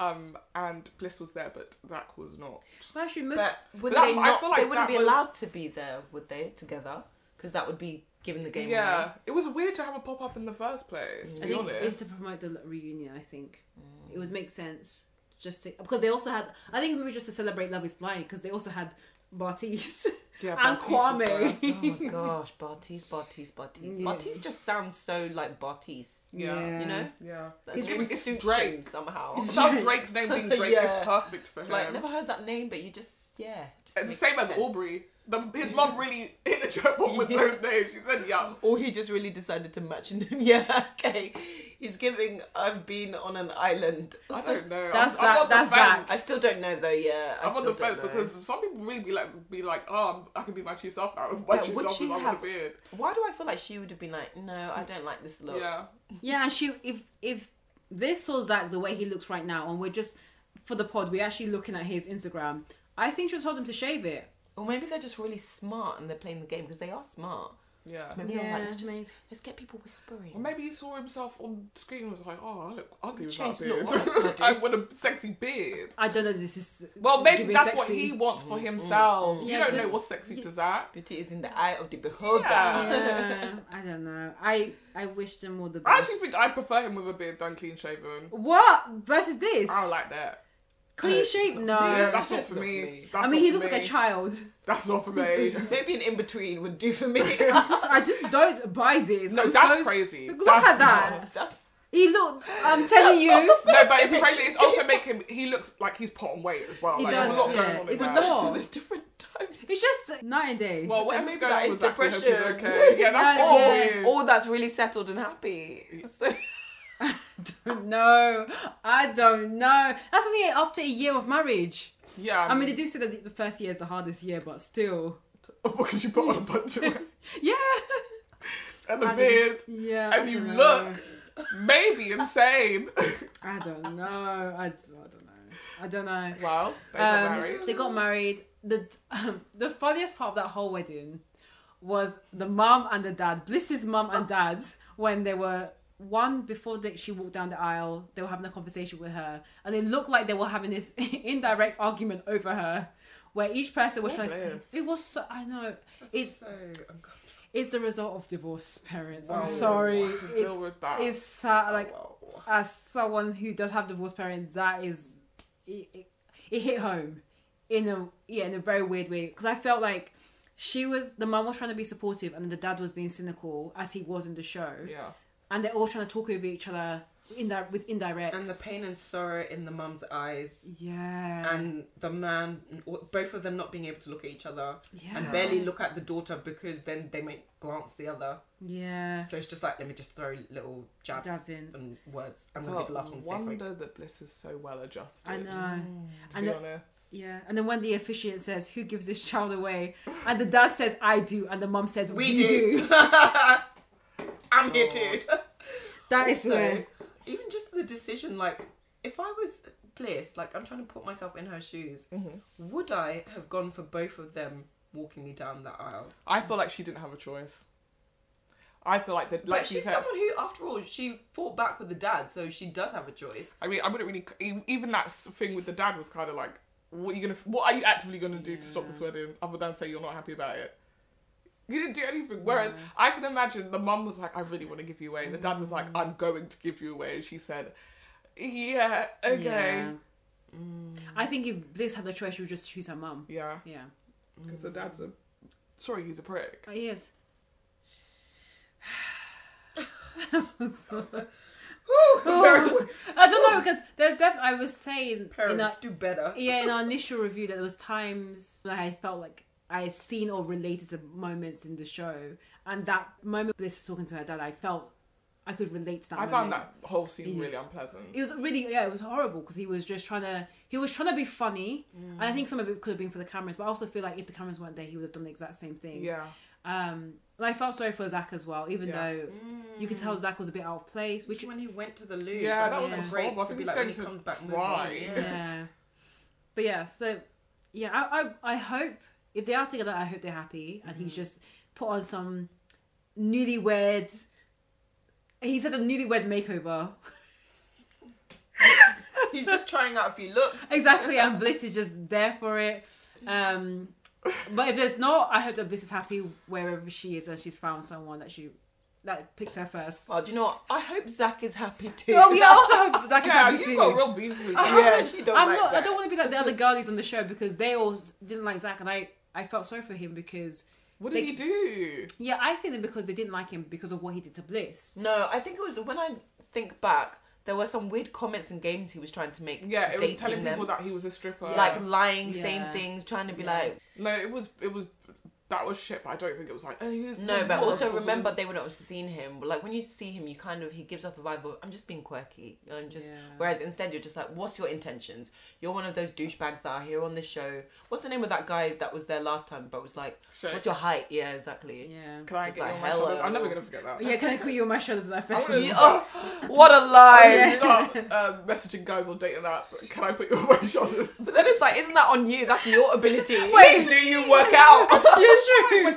B: um, and Bliss was there, but Zach was not.
A: But actually, most
C: But would
B: But that-
C: they
B: I
C: not?
B: feel like
C: they wouldn't
B: that
C: be
B: was-
C: allowed to be there, would they? Together, because that would be giving the game
B: yeah,
C: away.
B: it was weird to have a pop up in the first place. To
A: I
B: be
A: think it's
B: honest,
A: to promote the reunion. I think it would make sense just to because they also had. I think maybe just to celebrate Love Is Blind because they also had Bartiz
B: yeah,
A: and
B: Baptiste was there.
A: Kwame.
C: Oh my gosh, Bartiz, Bartiz, Bartiz.
A: Yeah.
C: Bartiz just sounds so like Bartiz.
B: Yeah.
C: You know,
B: Yeah,
C: That's
A: It's-
C: it would
B: it's
C: suit
B: Drake.
C: him somehow.
A: It's-
C: It's,
B: Some Drake's name being Drake
C: Yeah.
B: is perfect for
C: like
B: him.
C: never heard that name, but you just yeah. it just
B: it's the
C: makes
B: same as
C: sense.
B: Aubrey. The, his mum really hit the jackpot with
C: Yeah.
B: those names. She said, "Young."
C: Or he just really decided to match him. yeah, okay. He's giving. I've been on an island.
B: I don't know.
A: That's
B: I'm, I'm
A: Zach-
B: on the
A: that's
B: fence.
C: I still don't know though. Yeah, I
B: I'm on
C: still
B: the fence
C: don't know.
B: because some people really be like, be like, "Oh, I'm, I can be my true self now. My
C: Yeah,
B: true
C: would
B: self
C: she
B: is I'm
C: have-
B: with a beard."
C: why do I feel like she would have been like, no, I don't like this look.
B: Yeah.
A: yeah, and she if if this saw Zach the way he looks right now, and we're just for the pod, we're actually looking at his Instagram. I think she told him to shave it.
C: Or maybe they're just really smart and they're playing the game because they are smart.
B: Yeah.
C: So maybe they're
A: Yeah,
C: like, let's just
A: maybe.
C: let's get people whispering.
B: Or maybe he saw himself on screen and was like, "Oh, I look ugly without
C: Change
B: a beard.
C: look, what else can I
B: I
C: do?"
B: want a sexy beard."
A: I don't know. if This is
B: Well, maybe
A: giving
B: that's what
A: sexy.
B: he wants
C: Mm,
B: for himself.
A: Yeah,
B: you don't
A: good-
B: know what's sexy to Zach.
C: Beauty is in the eye of the beholder.
B: Yeah.
A: Yeah, I don't know. I I wish them all the best.
B: I actually think I prefer him with a beard than clean shaven.
A: what versus this?
B: I don't like that.
A: clean shape. No,
B: Yeah, that's not for
C: not
B: me.
C: for me.
B: That's
A: I
B: not
A: mean he
B: for
A: looks like a
B: me.
A: child.
B: That's not for me.
C: Maybe an in between would do for me.
A: It's just- I just don't buy this.
B: No,
A: I'm
B: that's
A: so-
B: crazy.
A: Look
B: That's
A: at that.
C: That's
A: He look. I'm telling you,
B: No, but it's crazy. It's also making him. He looks like he's put on weight as well.
A: He
B: like,
A: does,
B: There's a lot
A: yeah.
B: going on in
A: It's a
B: that.
A: lot.
C: so there's different types.
A: it's just night and day.
B: Well, whatever's
C: maybe
B: going
C: that
B: on
C: is
B: with Zach, we hope he's
C: depression.
B: okay. Yeah, that's
A: Yeah,
B: all
A: yeah.
B: weird.
C: All that's really settled and happy. So
A: no, I don't know. That's only after a year of marriage.
B: Yeah,
A: I mean, they do say that the first year is the hardest year, but still,
B: because you put on a bunch of and
A: yeah,
B: a beard,
A: yeah. I
B: and you
A: don't know.
B: look maybe insane.
A: I don't know. I, d- I don't know. I don't know.
B: well, they got married.
A: Um, they got married. The um, the funniest part of that whole wedding was the mum and the dad, Bliss's mum and dad, when they were one before that she walked down the aisle, they were having a conversation with her, and it looked like they were having this indirect argument over her, where each person was
B: Oh,
A: trying to.
B: Bliss.
A: Say, it was so I know it's
B: so
A: it's the result of divorce, parents.
B: Wow.
A: I'm sorry.
B: Oh, To deal
A: It's,
B: with that.
A: it's sad. Like
B: Wow.
A: as someone who does have divorced parents, that is, it, it, it hit home in a yeah in a very weird way because I felt like she was the mum was trying to be supportive and the dad was being cynical as he was in the show,
B: yeah,
A: and they're all trying to talk over each other in that with indirects.
D: and the pain and sorrow in the mum's eyes
A: yeah,
D: and the man both of them not being able to look at each other
A: yeah,
D: and barely look at the daughter because then they might glance the other
A: yeah.
D: so it's just like let me just throw little jabs
A: Dabs in.
D: and words i'm
B: so
D: gonna be the last one to say something
B: wonder that Bliss is so well adjusted.
A: I know.
B: Mm, To
A: And
B: be
A: the-
B: honest,
A: yeah, and then when the officiant says, "Who gives this child away?" and the dad says, "I do," and the mum says, "We, do.
D: i'm here too
A: That is
D: also,
A: where-
D: even just the decision like if i was place, like I'm trying to put myself in her shoes,
B: Mhm.
D: would I have gone for both of them walking me down that aisle?
B: I feel like she didn't have a choice. I feel like that, like
D: but she's
B: said,
D: someone who, after all, she fought back with the dad, so she does have a choice.
B: I mean, I wouldn't really. e- Even that s- thing with the dad was kind of like, what are you gonna? What are you actively gonna do to stop this wedding other than say you're not happy about it? You didn't do anything. Whereas I can imagine the mum was like, I really want to give you away, and the dad was like, I'm going to give you away, and she said, Yeah, okay, yeah, Mm.
A: Yeah. I think if Bliss had the choice, she would just choose her mum.
B: because
A: Yeah.
B: the dad's a. Sorry, he's a prick.
A: But yes. I don't know because there's definitely I was saying in our,
D: Parents do better.
A: yeah in our initial review that there was times that I felt like I had seen or related to moments in the show, and that moment Bliss is talking to her dad, I felt I could relate to that.
B: I
A: moment.
B: found that whole scene
A: Yeah.
B: really unpleasant.
A: it was really yeah it was horrible because he was just trying to he was trying to be funny and i think some of it could have been for the cameras but i also feel like if the cameras weren't there he would have done the exact same thing
B: Yeah,
A: um and i felt sorry for zach as well even
B: Yeah.
A: though you could tell zach was a bit out of place which
D: Which when he Mm. went to the loo,
B: yeah, that was
A: yeah.
B: horrible. I
D: to
B: think
D: be
B: he's
D: like when
B: going
D: he
B: to
D: comes back, move on,
B: cry.
D: yeah.
A: yeah but yeah so yeah I, I i hope if they are together i hope they're happy and
B: Mm-hmm.
A: he's just put on some newlywed he's had a newlywed makeover
D: he's just trying out a few looks.
A: exactly and bliss is just there for it um but if there's not i hope that bliss is happy wherever she is and she's found someone that she that picked her first
C: Well, do you know what? I hope Zach is happy too.
A: oh yeah I also hope zach is
B: Yeah,
A: happy
B: you
A: too
B: got real beef with
C: I
B: that.
C: hope
B: Yeah.
C: that she don't
A: i'm
C: like
A: not i
C: Zach.
A: don't want to be like the other girlies on the show because they all s- didn't like zach and i i felt sorry for him because
B: What did
A: They-
B: he do?
A: yeah i think that because they didn't like him because of what he did to bliss
C: No, I think it was when I think back, there were some weird comments and games he was trying to make.
B: Yeah, it was
C: dating
B: telling
C: them.
B: people that he was a stripper.
C: like lying, saying
A: Yeah.
C: things, trying to be
A: Yeah.
C: like
B: no, it was it was that was shit. But I don't think it was like oh, he was
C: no. But
B: more
C: also
B: possible.
C: remember they would not have seen him. Like when you see him, you kind of he gives off the vibe of I'm just being quirky. I'm just.
A: Yeah.
C: Whereas instead you're just like, what's your intentions? You're one of those douchebags that are here on this show. What's the name of that guy that was there last time but was like,
B: Shay,
C: what's your height? Yeah, exactly.
A: yeah
B: Can I
C: It's
B: get you
C: like,
B: on my
C: hello.
B: shoulders? I'm never gonna forget that.
A: yeah can i put you on my shoulders in that first
B: wanna-
A: one?
B: Yeah.
C: Oh, what a lie!
A: Yeah.
B: Stop uh, messaging guys on dating apps. Can I put you on my shoulders?
C: But then it's like, isn't that on you? That's your ability.
A: Wait.
C: do you work out?
B: when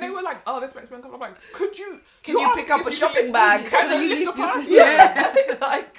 B: they were like, "Oh, this makes me uncomfortable," I'm like, "Could you?
C: Can you
B: asked
C: pick
B: me
C: up
B: if
C: a
B: you
C: shopping
B: could-
C: bag?
B: Can
A: Can
B: you
A: you
B: lift a
A: lift
B: person?
A: this-
C: yeah. like,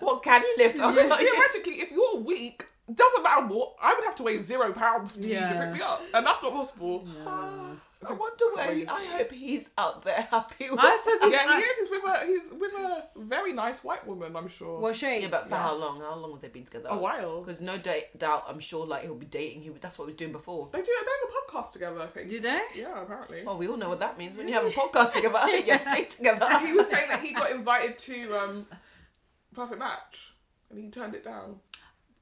C: what can you lift? I was
A: Yeah.
C: like,
B: Theoretically, if you're weak, doesn't matter what. I would have to weigh zero pounds for you to
A: Yeah.
B: pick me up, and that's not possible.
C: "Ah,
B: It's
C: I
B: a
C: wonder where. he-
B: crazy-
C: I hope he's out there happy with.
A: I also think-
B: Yeah, he is. He's with a he's with a very nice white woman. I'm sure.
A: well Shay,
C: yeah, Oh, but for how long? How long have they been together?
B: a while.
C: Because no da- doubt, I'm sure like he'll be dating. He that's what he was doing before.
B: They do. They have a podcast together. I think.
A: do they Oh.
B: Yeah, apparently.
C: Well, we all know what that means when you have a podcast together. You stay together.
B: he was saying that he got invited to um, Perfect Match, and he turned it down.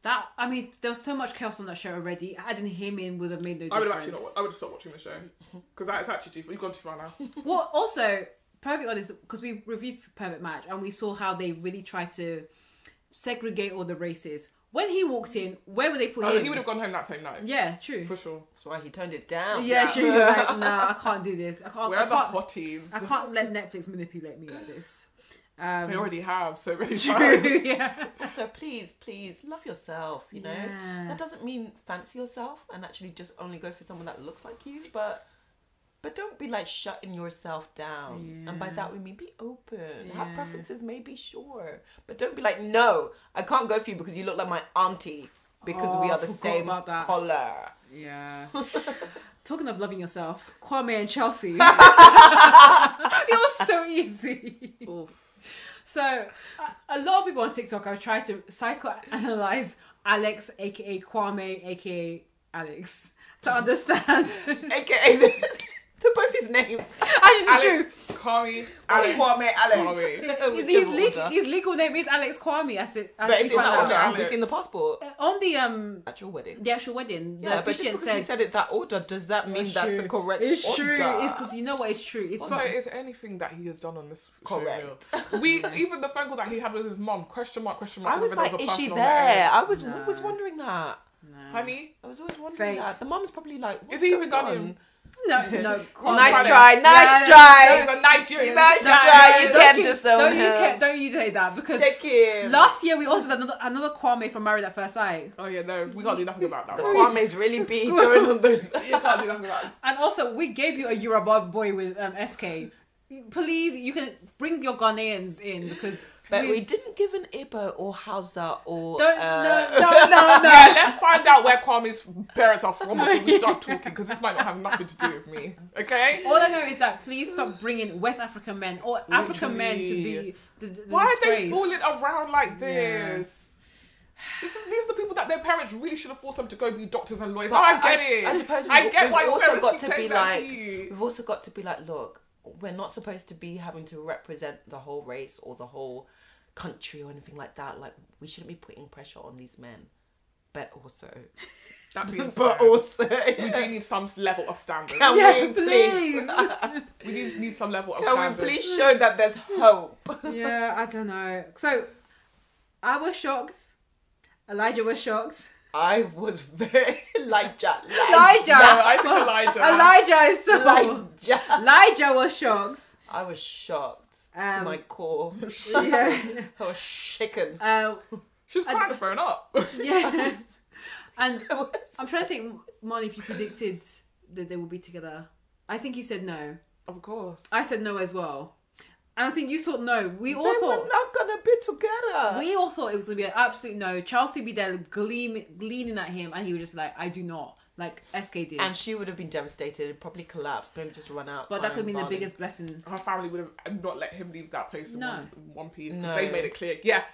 A: That I mean, there was so much chaos on that show already. Adding him in would have made no difference.
B: I would have actually not. I would have stopped watching the show because that's actually too. You've gone too far now.
A: Well, also, perfect honest, because we reviewed Perfect Match and we saw how they really tried to segregate all the races. When he walked in, where would they put
B: Oh,
A: him?
B: he would have gone home that same night
A: Yeah, true.
B: for sure.
C: That's why he turned it down.
A: Yeah, true. He was like, nah, I can't do this. I can't. Oh,
B: Where
A: I
B: are the
A: can't,
B: hotties?
A: I can't let Netflix manipulate me like this. Um,
B: They already have so many times.
A: true. Yeah.
C: So please, please love yourself. You know
A: Yeah.
C: that doesn't mean fancy yourself and actually just only go for someone that looks like you, but but don't be like shutting yourself down. And by
A: Yeah.
C: that we mean be open, have
A: Yeah.
C: preferences, maybe sure, but don't be like no, I can't go for you because you look like my auntie because we
A: Oh,
C: are the
A: forgot
C: same
A: about that.
C: color.
A: Yeah. Talking of loving yourself, Kwame and Chelsea. it was so easy. So, a, a lot of people on TikTok have tried to psychoanalyze Alex, aka Kwame, aka Alex, to understand.
C: AKA the, the both his names.
A: Actually, it's
B: Alex, Kami,
C: Alex. Kwame Alex.
B: Kami.
A: true.
C: Whichever
A: His, legal,
C: order.
A: his legal name is Alex Kwame. As it, as
C: but
A: we
C: it's in
A: found
C: that
A: out.
C: order. Have you
B: Alex.
C: seen the passport
A: Uh, On the um
C: at your wedding?
A: the actual wedding,
C: Yeah,
A: the
C: but just
A: officiant
C: because he
A: says
C: said it that order, does that mean
A: It's
C: that's
A: true.
C: the correct
A: It's
C: order?
A: true. It's because you know what? It's true. It's
B: Also,
A: not-
B: is anything that he has done on this show real?
C: correct.
B: We even the phone call that he had with his mom. Question mark? Question mark.
C: I was
B: whether there
C: like, is
B: a
C: she
B: person
C: there?
B: on the end.
C: I was always
A: No.
C: wondering that.
A: No.
B: Honey,
C: I was always wondering
A: Fake.
C: that. The mum's probably like,
B: Is
C: What's
B: he even
C: going
B: gone in?
C: on?
A: No, no. God.
C: nice
B: Friday.
C: try, nice
A: Yeah,
B: That
C: try.
B: was a Nigerian.
C: Nice
A: No, no,
C: try, you
A: don't
C: can disown
A: don't You,
C: her.
A: ca- don't you say that because
C: Take him.
A: last year we also had another, another Kwame from Married at First Sight.
B: Oh yeah, no, we can't do nothing about that. Right?
C: Kwame's really being throwing on those.
B: you can't do nothing about that.
A: And also, we gave you a Yoruba boy with um, SK. Please, you can bring your Ghanaians in because
C: But we didn't give an Igbo or Hausa or.
A: don't.
C: uh,
A: no, no, no,
B: Yeah,
A: no.
B: let's find out where Kwame's parents are from before we start talking, because this might not have nothing to do with me. Okay?
A: All I know is that please stop bringing West African men or African men to be the, the
B: Why are they
A: disgrace.
B: fooling around like this? This is, these are the people that their parents really should have forced them to go be doctors and lawyers. Oh, I get it.
C: I suppose
B: I
C: we've-
B: get
C: we've
B: why your
C: also
B: parents
C: got
B: keep
C: to
B: saying
C: be
B: that to
C: like,
B: you.
C: we've also got to be like, look, we're not supposed to be having to represent the whole race or the whole country or anything like that. Like, we shouldn't be putting pressure on these men. But also,
B: That being
C: but
B: said,
C: also,
B: we do need some level of standards.
C: Can
A: Yeah,
C: we
A: please.
B: We do need some level of
C: Can
B: standards.
C: we please show that there's hope?
A: yeah, I don't know. So, I was shocked. Elijah was shocked.
C: I was very Elijah.
B: No,
A: Elijah,
B: I think Elijah.
A: Elijah is so.
C: Elijah.
A: Elijah was shocked.
C: I was shocked to
A: Um,
C: my core.
A: Yeah.
C: I was shaken.
A: Uh,
B: She was
A: I-
B: crying thrown up.
A: yeah. And
C: I was-
A: I'm trying to think, Mon, if you predicted that they would be together. I think you said no.
B: Of course.
A: I said no as well. And I think you thought no. We all
C: They were
A: thought
C: not gonna be together.
A: we all thought it was gonna be an absolute no. Chelsea would be there gleam, gleaning at him, and he would just be like, "I do not." Like SK did.
C: and she would have been devastated, probably collapsed, maybe just run out.
A: but that could have
C: be
A: been the biggest blessing.
B: Her family would have not let him leave that place in
A: No.
B: one, in one piece. 'cause
C: No.
B: They made it clear, yeah,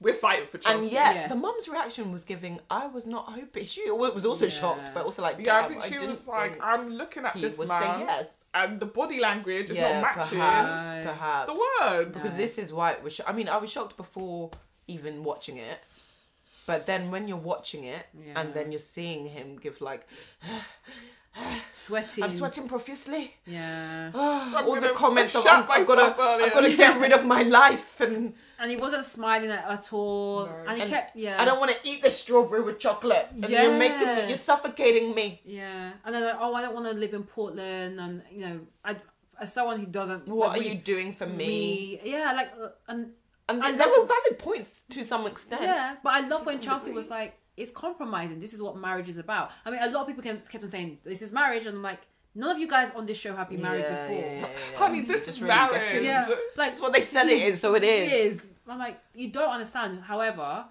B: we're fighting for Chelsea.
C: And yet,
A: Yeah.
C: the mum's reaction was giving. I was not hoping. She was also
A: Yeah.
C: shocked, but also like,
B: Yeah, I
C: damn,
B: think she
C: didn't
B: was like,
C: think
B: I'm looking at
C: he
B: this
C: would
B: man,
C: say yes.
B: and the body language is
C: yeah,
B: not matching
C: perhaps,
A: Right.
C: perhaps.
B: the words.
C: because this is why it was. Sho- I mean, I was shocked before even watching it, but then when you're watching it
A: Yeah.
C: and then you're seeing him give like,
A: Sweating.
C: I'm Uh, sweating profusely.
A: Yeah.
C: All the
B: gonna
C: comments of
B: shut
C: I'm, I've got
B: myself
C: to, I've
B: earlier."
C: got to get rid of my life, and
A: And he wasn't smiling at, at all.
B: No.
A: And he
C: And
A: kept. Yeah.
C: I don't want to eat the strawberry with chocolate. And you're making
A: Yeah.
C: me, you're suffocating me.
A: Yeah, and then like, oh, I don't want to live in Portland, and you know, I as someone who doesn't.
C: What
A: like,
C: are you
A: we-
C: doing for me?
A: we- yeah, like uh, and
C: And,
A: And
C: th- there
A: that-
C: were valid points to some extent.
A: yeah, but I love when
C: Different
A: Chelsea
C: degree.
A: was like, "It's compromising. This is what marriage is about." I mean, a lot of people kept, kept on saying, "This is marriage," and I'm like, "None of you guys on this show have been married
C: Yeah,
A: before."
C: yeah, yeah, yeah.
B: Honey,
C: It
B: this
C: just
B: is
C: really gets
B: marriage.
C: in.
A: Yeah, like
C: That's what they said it is, so it
A: it
C: is.
A: is. I'm like, you don't understand. However,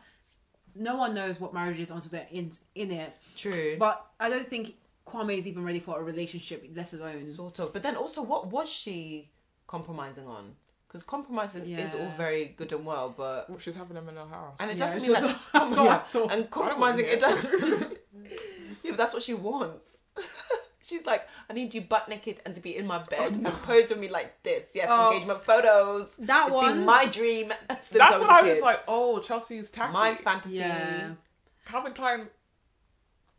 A: no one knows what marriage is until they're in in it.
C: True.
A: But I don't think Kwame is even ready for a relationship, let alone.
C: sort of. But then also, what was she compromising on? Because compromise is, is all
A: Yeah.
C: very good and well, but
B: Well, she's having him in her house.
C: and it
A: Yeah,
C: doesn't
A: it's
C: mean
A: just-
C: that
A: that's what I thought.
C: and compromising it doesn't. yeah, but that's what she wants. She's like, I need you butt naked and to be in my bed and pose with me like this. Yes,
A: Oh.
C: engagement photos.
A: That
C: It's
A: one.
C: been my dream. Since
B: That's
C: I was
B: what
C: a
B: I was
C: kid.
B: like, oh, Chelsea's tacky.
C: My fantasy.
A: yeah.
B: Calvin Klein.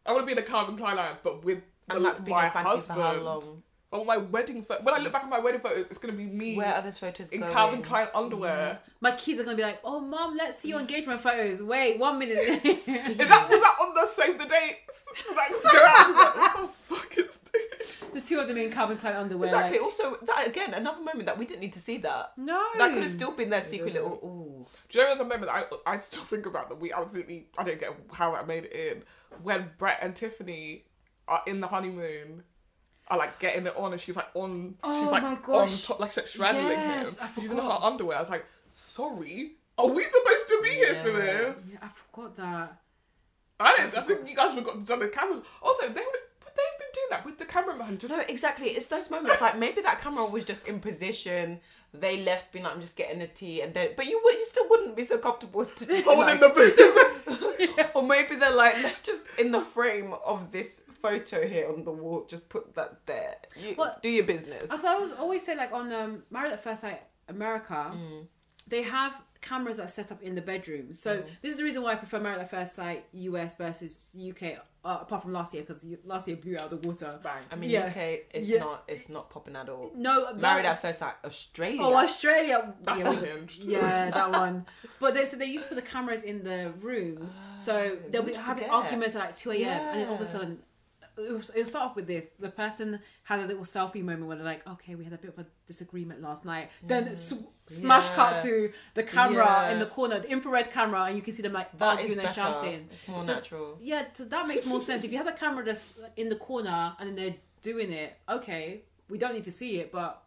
B: I want to be in a Calvin Klein line, but with the,
C: And that's been
B: my
C: a fantasy
B: husband.
C: for how long?
B: I want my wedding photo. When I look back at my wedding photos, it's going to be me
C: Where are those photos
B: in
C: going?
B: Calvin Klein underwear.
A: My kids are gonna be like, "Oh, mom, let's see your engagement photos." Wait, one minute.
C: Mm-hmm.
B: Is that was that on the save the dates? Was that just go out? Like, what the fuck is this?
A: the two of them in Calvin Klein underwear.
C: Exactly.
A: Like,
C: Also, that again, another moment that we didn't need to see that.
A: no,
C: That could have still been their secret little. Ooh.
B: Do you know there's a moment that I, I still think about that we absolutely I don't get how that made it in when Brett and Tiffany are in the honeymoon are like getting it on and she's like on
A: Oh
B: she's like
A: my
B: on
A: gosh.
B: top like she's like, straddling
A: Yes,
B: him
A: I
B: she's in her
A: forgot.
B: underwear I was like sorry are we supposed to be here for
C: Yeah.
B: this
A: Yeah, I forgot that.
B: I don't I think you guys forgot to turn the cameras also they would would they've been doing that with the cameraman just
C: No, exactly. It's those moments like maybe that camera was just in position. They left, being like, "I'm just getting a tea," and then, but you would, you still wouldn't be so comfortable as to just be like,
B: holding the boot
C: Or maybe they're like, "Let's just in the frame of this photo here on the wall, just put that there. You,
A: Well-
C: do your business."
A: Because I was always saying, like on um, Married at First Sight America,
C: Mm.
A: they have cameras that are set up in the bedroom. So
C: Mm.
A: this is the reason why I prefer Married at First Sight US versus UK, uh, apart from last year because last year blew out of the water.
C: I mean,
A: Yeah.
C: UK, it's
A: Yeah.
C: not, it's not popping at all.
A: No,
C: Married at first sight, Australia.
A: Oh, Australia.
B: that's
A: Yeah, we-
B: unhinged
A: Yeah, that one. But they, so they used to put the cameras in the rooms, so they'll be
C: which Oh, we
A: having
C: get.
A: arguments at like two a.m. and then all of
C: Yeah.
A: a sudden, it'll, it'll start off with this. The person had a little selfie moment where they're like, okay, we had a bit of a disagreement last night. Then sw- smash cut
C: Yeah.
A: to the camera
C: Mm. Yeah.
A: in the corner, the infrared camera, and you can see them like
C: That is
A: arguing and
C: better.
A: shouting.
C: It's more
A: So-
C: natural.
A: Yeah, so that makes more sense. If you have a camera that's in the corner and they're doing it, okay, we don't need to see it, but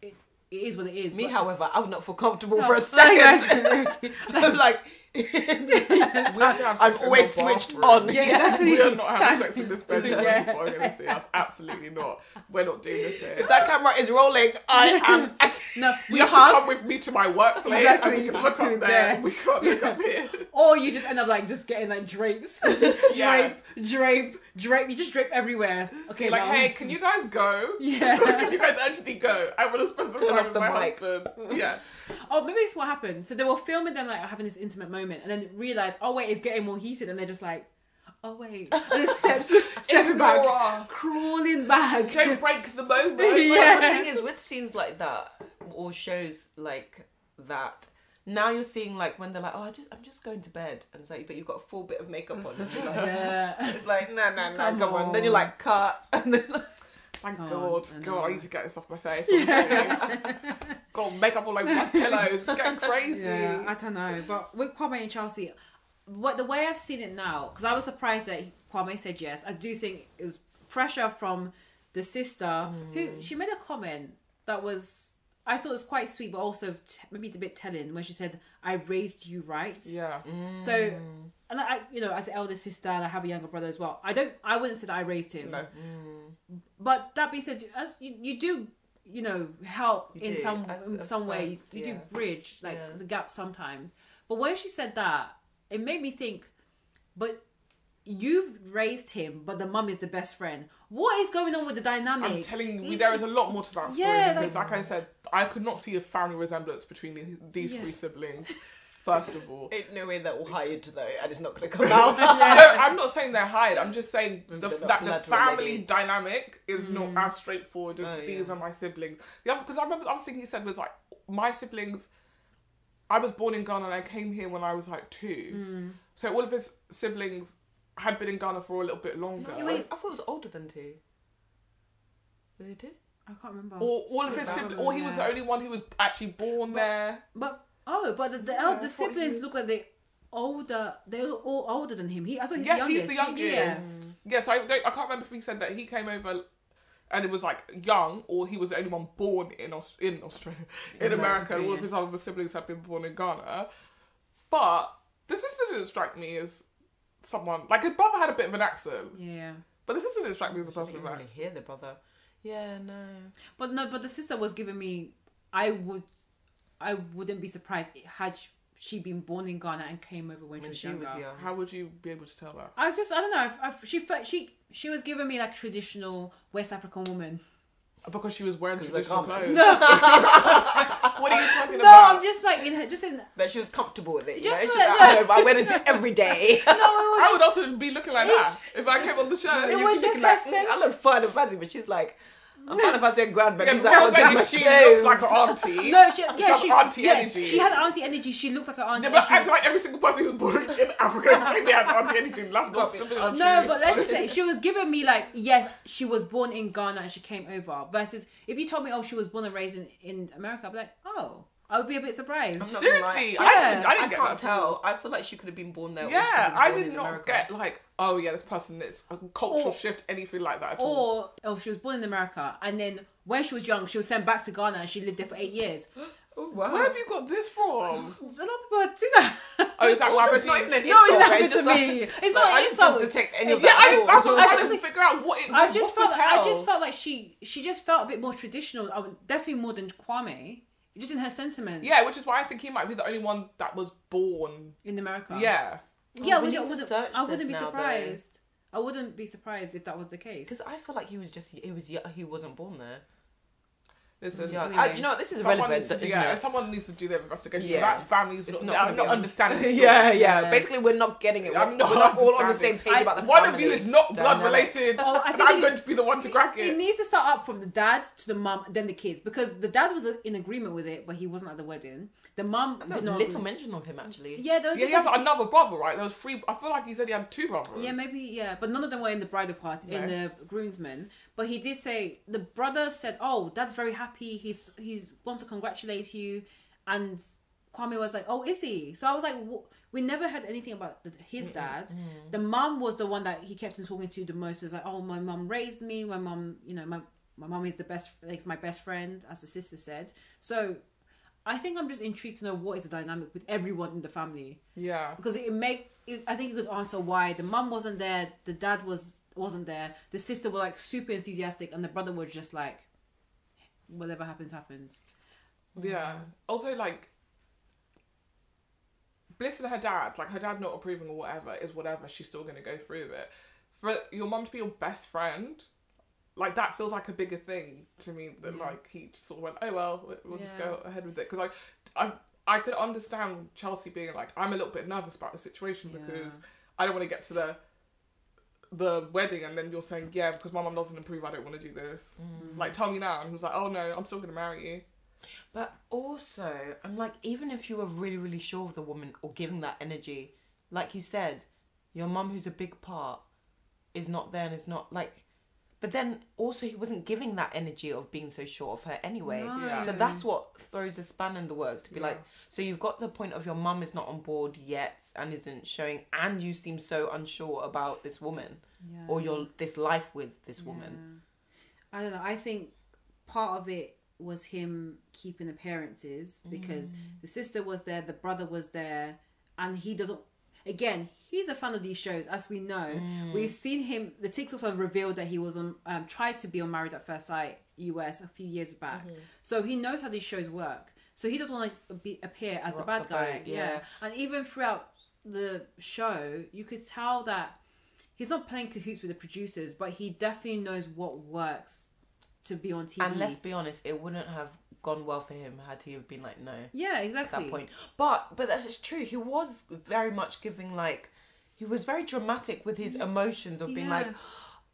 A: it, it is what it is.
C: Me,
A: but-
C: however, I would not feel comfortable for
A: No.
C: a second. I'm like,
B: We have to have
C: I'm
B: sex in
C: always
B: the
C: switched
B: bathroom.
C: on.
A: Yeah, exactly.
B: We are not having
A: Time-
B: sex in this bedroom.
A: Yeah.
B: That's what I'm going to say. That's absolutely not. We're not doing this here.
C: If that camera is rolling, I am.
A: no, we
B: You have
A: hug,
B: to come with me to my workplace
A: Exactly.
B: and we can look
A: There.
B: up there. We can't look up here.
A: or you just end up like just getting like drapes,
B: Yeah.
A: drape, drape, drape. You just drape everywhere. Okay,
B: Like,
A: now
B: hey,
A: let's-
B: can you guys go?
A: Yeah.
B: can you guys actually go? I want to spend some
C: Turn
B: time
C: off
B: with
C: the
B: my
C: mic.
B: husband. Yeah.
A: Oh, maybe it's what happened. So they were filming them like having this intimate moment, and then realize, oh wait, it's getting more heated, and they're just like, oh wait, and then steps, stepping
B: Ignore
A: back,
B: us.
A: crawling back.
B: Don't break the moment.
A: Yeah.
C: But the thing is, with scenes like that or shows like that, now you're seeing like when they're like, "Oh, I just, I'm just going to bed," and it's like, "But you've got a full bit of makeup on." And you're like,
A: Yeah.
C: It's like, "No, no, no,
B: Come
C: come on." Then you're
B: on.
C: like, "Cut," and then like,
B: Thank
A: Oh,
B: God.
A: I know.
B: God, I need to get this off my face. Yeah. Got makeup all over my pillows. It's getting crazy.
A: Yeah, I don't know, but with Kwame and Chelsea, what the way I've seen it now, because I was surprised that Kwame said yes. I do think it was pressure from the sister
B: Hmm.
A: who she made a comment that was I thought was quite sweet, but also t- maybe it's a bit telling when she said, "I raised you right."
B: Yeah. Mm,
A: So, and I, you know, as an elder sister, and I have a younger brother as well. I don't, I wouldn't say that I raised him.
B: No.
A: But that being said, as you, you do, you know, help
C: You
A: in
C: do,
A: some
C: as
A: in
C: a
A: some way. You,
C: first,
A: you do
C: yeah.
A: bridge like
C: Yeah.
A: the gap sometimes. But when she said that, it made me think. But you've raised him, but the mum is the best friend. What is going on with the dynamic?
B: I'm telling you,
A: It-
B: there is a lot more to that story
A: Yeah,
B: because, like, I said, I could not see a family resemblance between the- these
A: Yeah.
B: three siblings. First of all,
C: "Ain't no way that will hide though, and it's not gonna come out."
B: no, I'm not saying they're hired. I'm just saying the,
C: They're not
B: that the
C: blood
B: family
C: related.
B: dynamic is
A: Mm.
B: not as straightforward as
C: Oh, yeah.
B: these are my siblings. The other because I remember the other thing he said was like my siblings. I was born in Ghana and I came here when I was like two,
A: Mm.
B: so all of his siblings had been in Ghana for a little bit longer.
A: No, wait.
C: I thought it was older than two. Was he two?
A: I can't remember.
B: Or all of his
A: That
B: siblings,
A: one,
B: or he was
A: yeah.
B: the only one who was actually born there.
A: But oh, but the the,
B: Yeah,
A: el-
B: I
A: the
B: thought
A: siblings
B: he
A: look like they older. They're all older than him. He, I thought he's
B: yes,
A: the youngest.
B: he's the youngest. Yes, I don't, I can't remember if he said that he came over and it was like young, or he was the only one born in Aus- in Australia, in
A: America,
B: America, and all of
A: yeah.
B: his other siblings had been born in Ghana. But the sister didn't strike me as someone like his brother had a bit of an accent,
A: Yeah. yeah.
B: but the sister didn't strike me as a
C: I
B: person
C: didn't
B: with an
C: really
B: accent.
C: hear the brother. Yeah, no.
A: But no, but the sister was giving me. I would, I wouldn't be surprised it- had sh- she been born in Ghana and came over when,
C: When
A: she
C: she was
A: younger.
C: young.
B: How would you be able to tell that?
A: I just I don't know. I, I, she felt she she was giving me like traditional West African woman.
B: Because she was wearing
C: 'Cause they
B: traditional
C: can't.
B: clothes.
A: No,
B: What are you talking
A: no,
B: about?
A: I'm just like in her, just in.
C: That she was comfortable with it. You
A: Just
C: know? She's
A: like-
C: like, "Oh, I wear this every day.
A: No, it was
B: I would also be looking like that if I came on the show.
A: It
C: You
A: was
C: could
A: just
C: be like,
A: her
C: "Mm,
A: sense-
C: I look fun and fuzzy, but she's like, I'm fun and fuzzy and grand, but
B: Yeah,
C: he's
B: but
C: like, oh,
B: I was
C: just
B: like,
C: my
B: she
C: clothes.
B: looks like her auntie.
A: No, she, yeah,
B: got
A: she,
B: auntie
A: yeah,
B: energy.
A: she had auntie energy. She looked like her auntie.
B: Yeah, but
A: She-
B: actually, like every single person who was born in Africa clearly has auntie energy and laughs
C: Copy.
B: similar.
A: No, but let's just say she was giving me like, yes, she was born in Ghana and she came over. Versus if you told me, oh, she was born and raised in, in America, I'd be like, oh, I would be a bit surprised.
C: I'm not gonna lie.
B: seriously,
A: Yeah.
B: I didn't, I didn't
C: I
B: get
C: can't
B: that.
C: tell. I feel like she could have been born there. or she could have
B: Yeah,
C: been
B: I
C: born
B: did
C: in
B: not
C: America.
B: get like, oh yeah, this person it's a cultural
A: Or-
B: shift, anything like that at all.
A: Or oh, she was born in America and then when she was young, she was sent back to Ghana and she lived there for eight years.
C: Oh, wow.
B: Where have you got this from?
A: A lot of people do that.
B: Oh, is that what
C: Also,
B: happened
C: it's
B: to
C: not
B: you?
C: even an
A: No,
C: insult.
A: it's happened
C: it's
A: to
C: just like-
A: me. It's
C: like,
A: not
C: I
A: an
C: just didn't
A: insult.
C: detect any of
B: Yeah,
C: that.
B: I,
C: at
B: that's
C: all.
B: what I couldn't
A: Honestly,
B: figure out what it
A: I
B: was.
A: just
B: what's
A: felt
B: the
A: like, I
B: tell?
A: just felt like she she just felt a bit more traditional. I would- Definitely more than Kwame, just in her sentiments.
B: Yeah, which is why I think he might be the only one that was born.
A: in America.
B: Yeah.
A: Yeah,
C: Oh, we
A: which I
C: need to
A: wouldn't.
C: search
A: I wouldn't
C: this
A: be
C: now, though.
A: surprised. I wouldn't be surprised if that was the case.
C: Because I feel like he was just, he was, he wasn't born there.
B: Listen,
C: Yeah.
A: Anyway.
C: Uh, do you know what? This is
B: someone
C: irrelevant,
B: needs to,
C: isn't
B: yeah,
C: it?
B: someone needs to do their investigation.
C: Yeah.
B: That family's
C: It's
B: not,
C: not
B: I'm
C: gonna
B: not
C: be us.
B: understanding. this story.
C: yeah, yeah.
A: Yes.
C: Basically, we're not getting it. We're,
B: I'm not
C: we're not all on the same
B: understanding.
C: page
A: I-
C: about the
B: One of
C: family
B: you is not blood
C: dynamic.
B: related,
A: Oh, I
B: and
A: think
B: I'm
A: it-
B: going to be the one to crack
A: It
B: it.
A: needs to start up from the dad to the mum, then the kids, because the dad was in agreement with it, but he wasn't at the wedding. The mum
C: There was
A: did not
C: little
A: agree.
C: mention of him actually.
A: Yeah, there was
B: Yeah,
A: just
B: he has another brother, right? There was three. I feel like he said he had two brothers.
A: Yeah, maybe yeah, but none of them were in the bridal party in the groomsmen. But he did say the brother said, "Oh, dad's very happy. He's he's wants to congratulate you," and Kwame was like, "Oh, is he?" So I was like, wh- "We never heard anything about the, his dad. The mum was the one that he kept on talking to the most. Was like, "Oh, my mum raised me. My mum, you know, my my mum is the best. Like my best friend," as the sister said. So. I think I'm just intrigued to know what is the dynamic with everyone in the family
B: Yeah.
A: because it make it, I think you could answer why the mum wasn't there, the dad was wasn't there, the sister were like super enthusiastic, and the brother was just like, whatever happens happens.
B: Yeah. Also, Um, like, Bliss and her dad, like her dad not approving or whatever, is whatever. She's still gonna go through with it. For your mum to be your best friend, like that feels like a bigger thing to me than like he just sort of went, oh well, we- we'll just
A: Yeah.
B: go ahead with it. Because like I, I could understand Chelsea being like, I'm a little bit nervous about the situation because I don't want to get to the the wedding and then you're saying yeah because my mum doesn't approve I don't want to do this like tell me now and he was like oh no I'm still gonna marry you
C: But also, I'm like, even if you were really, really sure of the woman or giving that energy, like you said, your mum, who's a big part, is not there and is not like. But then also, he wasn't giving that energy of being so sure of her anyway.
A: No.
C: So that's what throws a span in the works to be like, so you've got the point of your mum is not on board yet and isn't showing, and you seem so unsure about this woman
A: Yeah.
C: or your this life with this woman.
A: I don't know. I think part of it was him keeping appearances because
C: Mm.
A: the sister was there, the brother was there, and he doesn't. Again, he's a fan of these shows, as we know.
C: Mm.
A: We've seen him. The TikToks have revealed that he was on um, tried to be on Married at First Sight US a few years back,
C: Mm-hmm.
A: so he knows how these shows work. So he doesn't want to be, appear as a
C: Rock
A: bad
C: the
A: guy.
C: boat,
A: yeah,
C: yeah.
A: and even throughout the show, you could tell that he's not playing cahoots with the producers, but he definitely knows what works to be on TV.
C: And let's be honest, it wouldn't have gone well for him had he have been like, no.
A: yeah,
C: at
A: exactly.
C: that point. But but that's just true. He was very much giving like he was very dramatic with his emotions of being like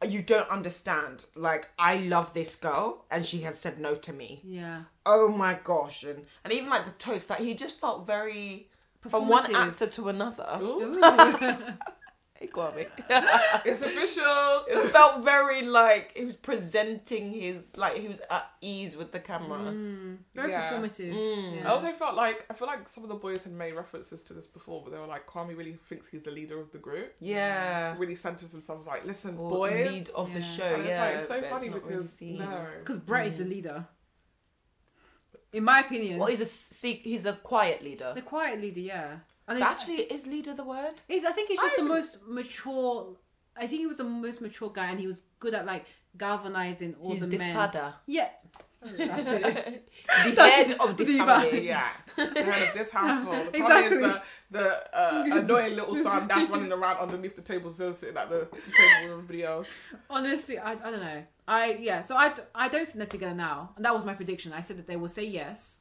A: Yeah.
C: you don't understand. Like I love this girl and she has said no to me.
A: Yeah,
C: Oh my gosh. And and even like the toast, like he just felt very from one
A: Performative.
C: actor to another. Hey, Kwame.
B: it's official
C: it felt very like he was presenting his like he was at ease with the camera.
B: Mm.
A: very
B: Yeah.
A: performative.
C: Mm.
B: I
A: Yeah.
B: also felt like I feel like some of the boys had made references to this before, but they were like, Kwame really thinks he's the leader of the group.
C: Yeah.
B: Really centers himself. was like, listen,
C: Or
B: boys.
C: lead of the
A: Yeah.
C: show.
B: and it's
C: yeah,
B: like it's so
C: but
B: funny
C: not really
B: because
C: seen.
B: no,
A: Because Brett is the
C: Mm.
A: leader, in my opinion.
C: Well, he's a se- he's a quiet leader.
A: the quiet leader, yeah. And
C: But
A: it-
C: Actually, is leader the word?
A: He's, I think he's just
B: I-
A: the most mature. I think he was the most mature guy, and he was good at like galvanizing all
C: He's
A: the,
C: the
A: men.
C: father,
A: Yeah, that's it.
C: the head of the
A: Diva.
C: family. Yeah.
B: the head of this household.
A: Exactly.
B: Kwame is the, the uh, annoying little son that's running around underneath the table, still sitting at the table with everybody else.
A: Honestly, I, I don't know. I yeah. So I, d- I don't think they're together now, and that was my prediction. I said that they will say yes.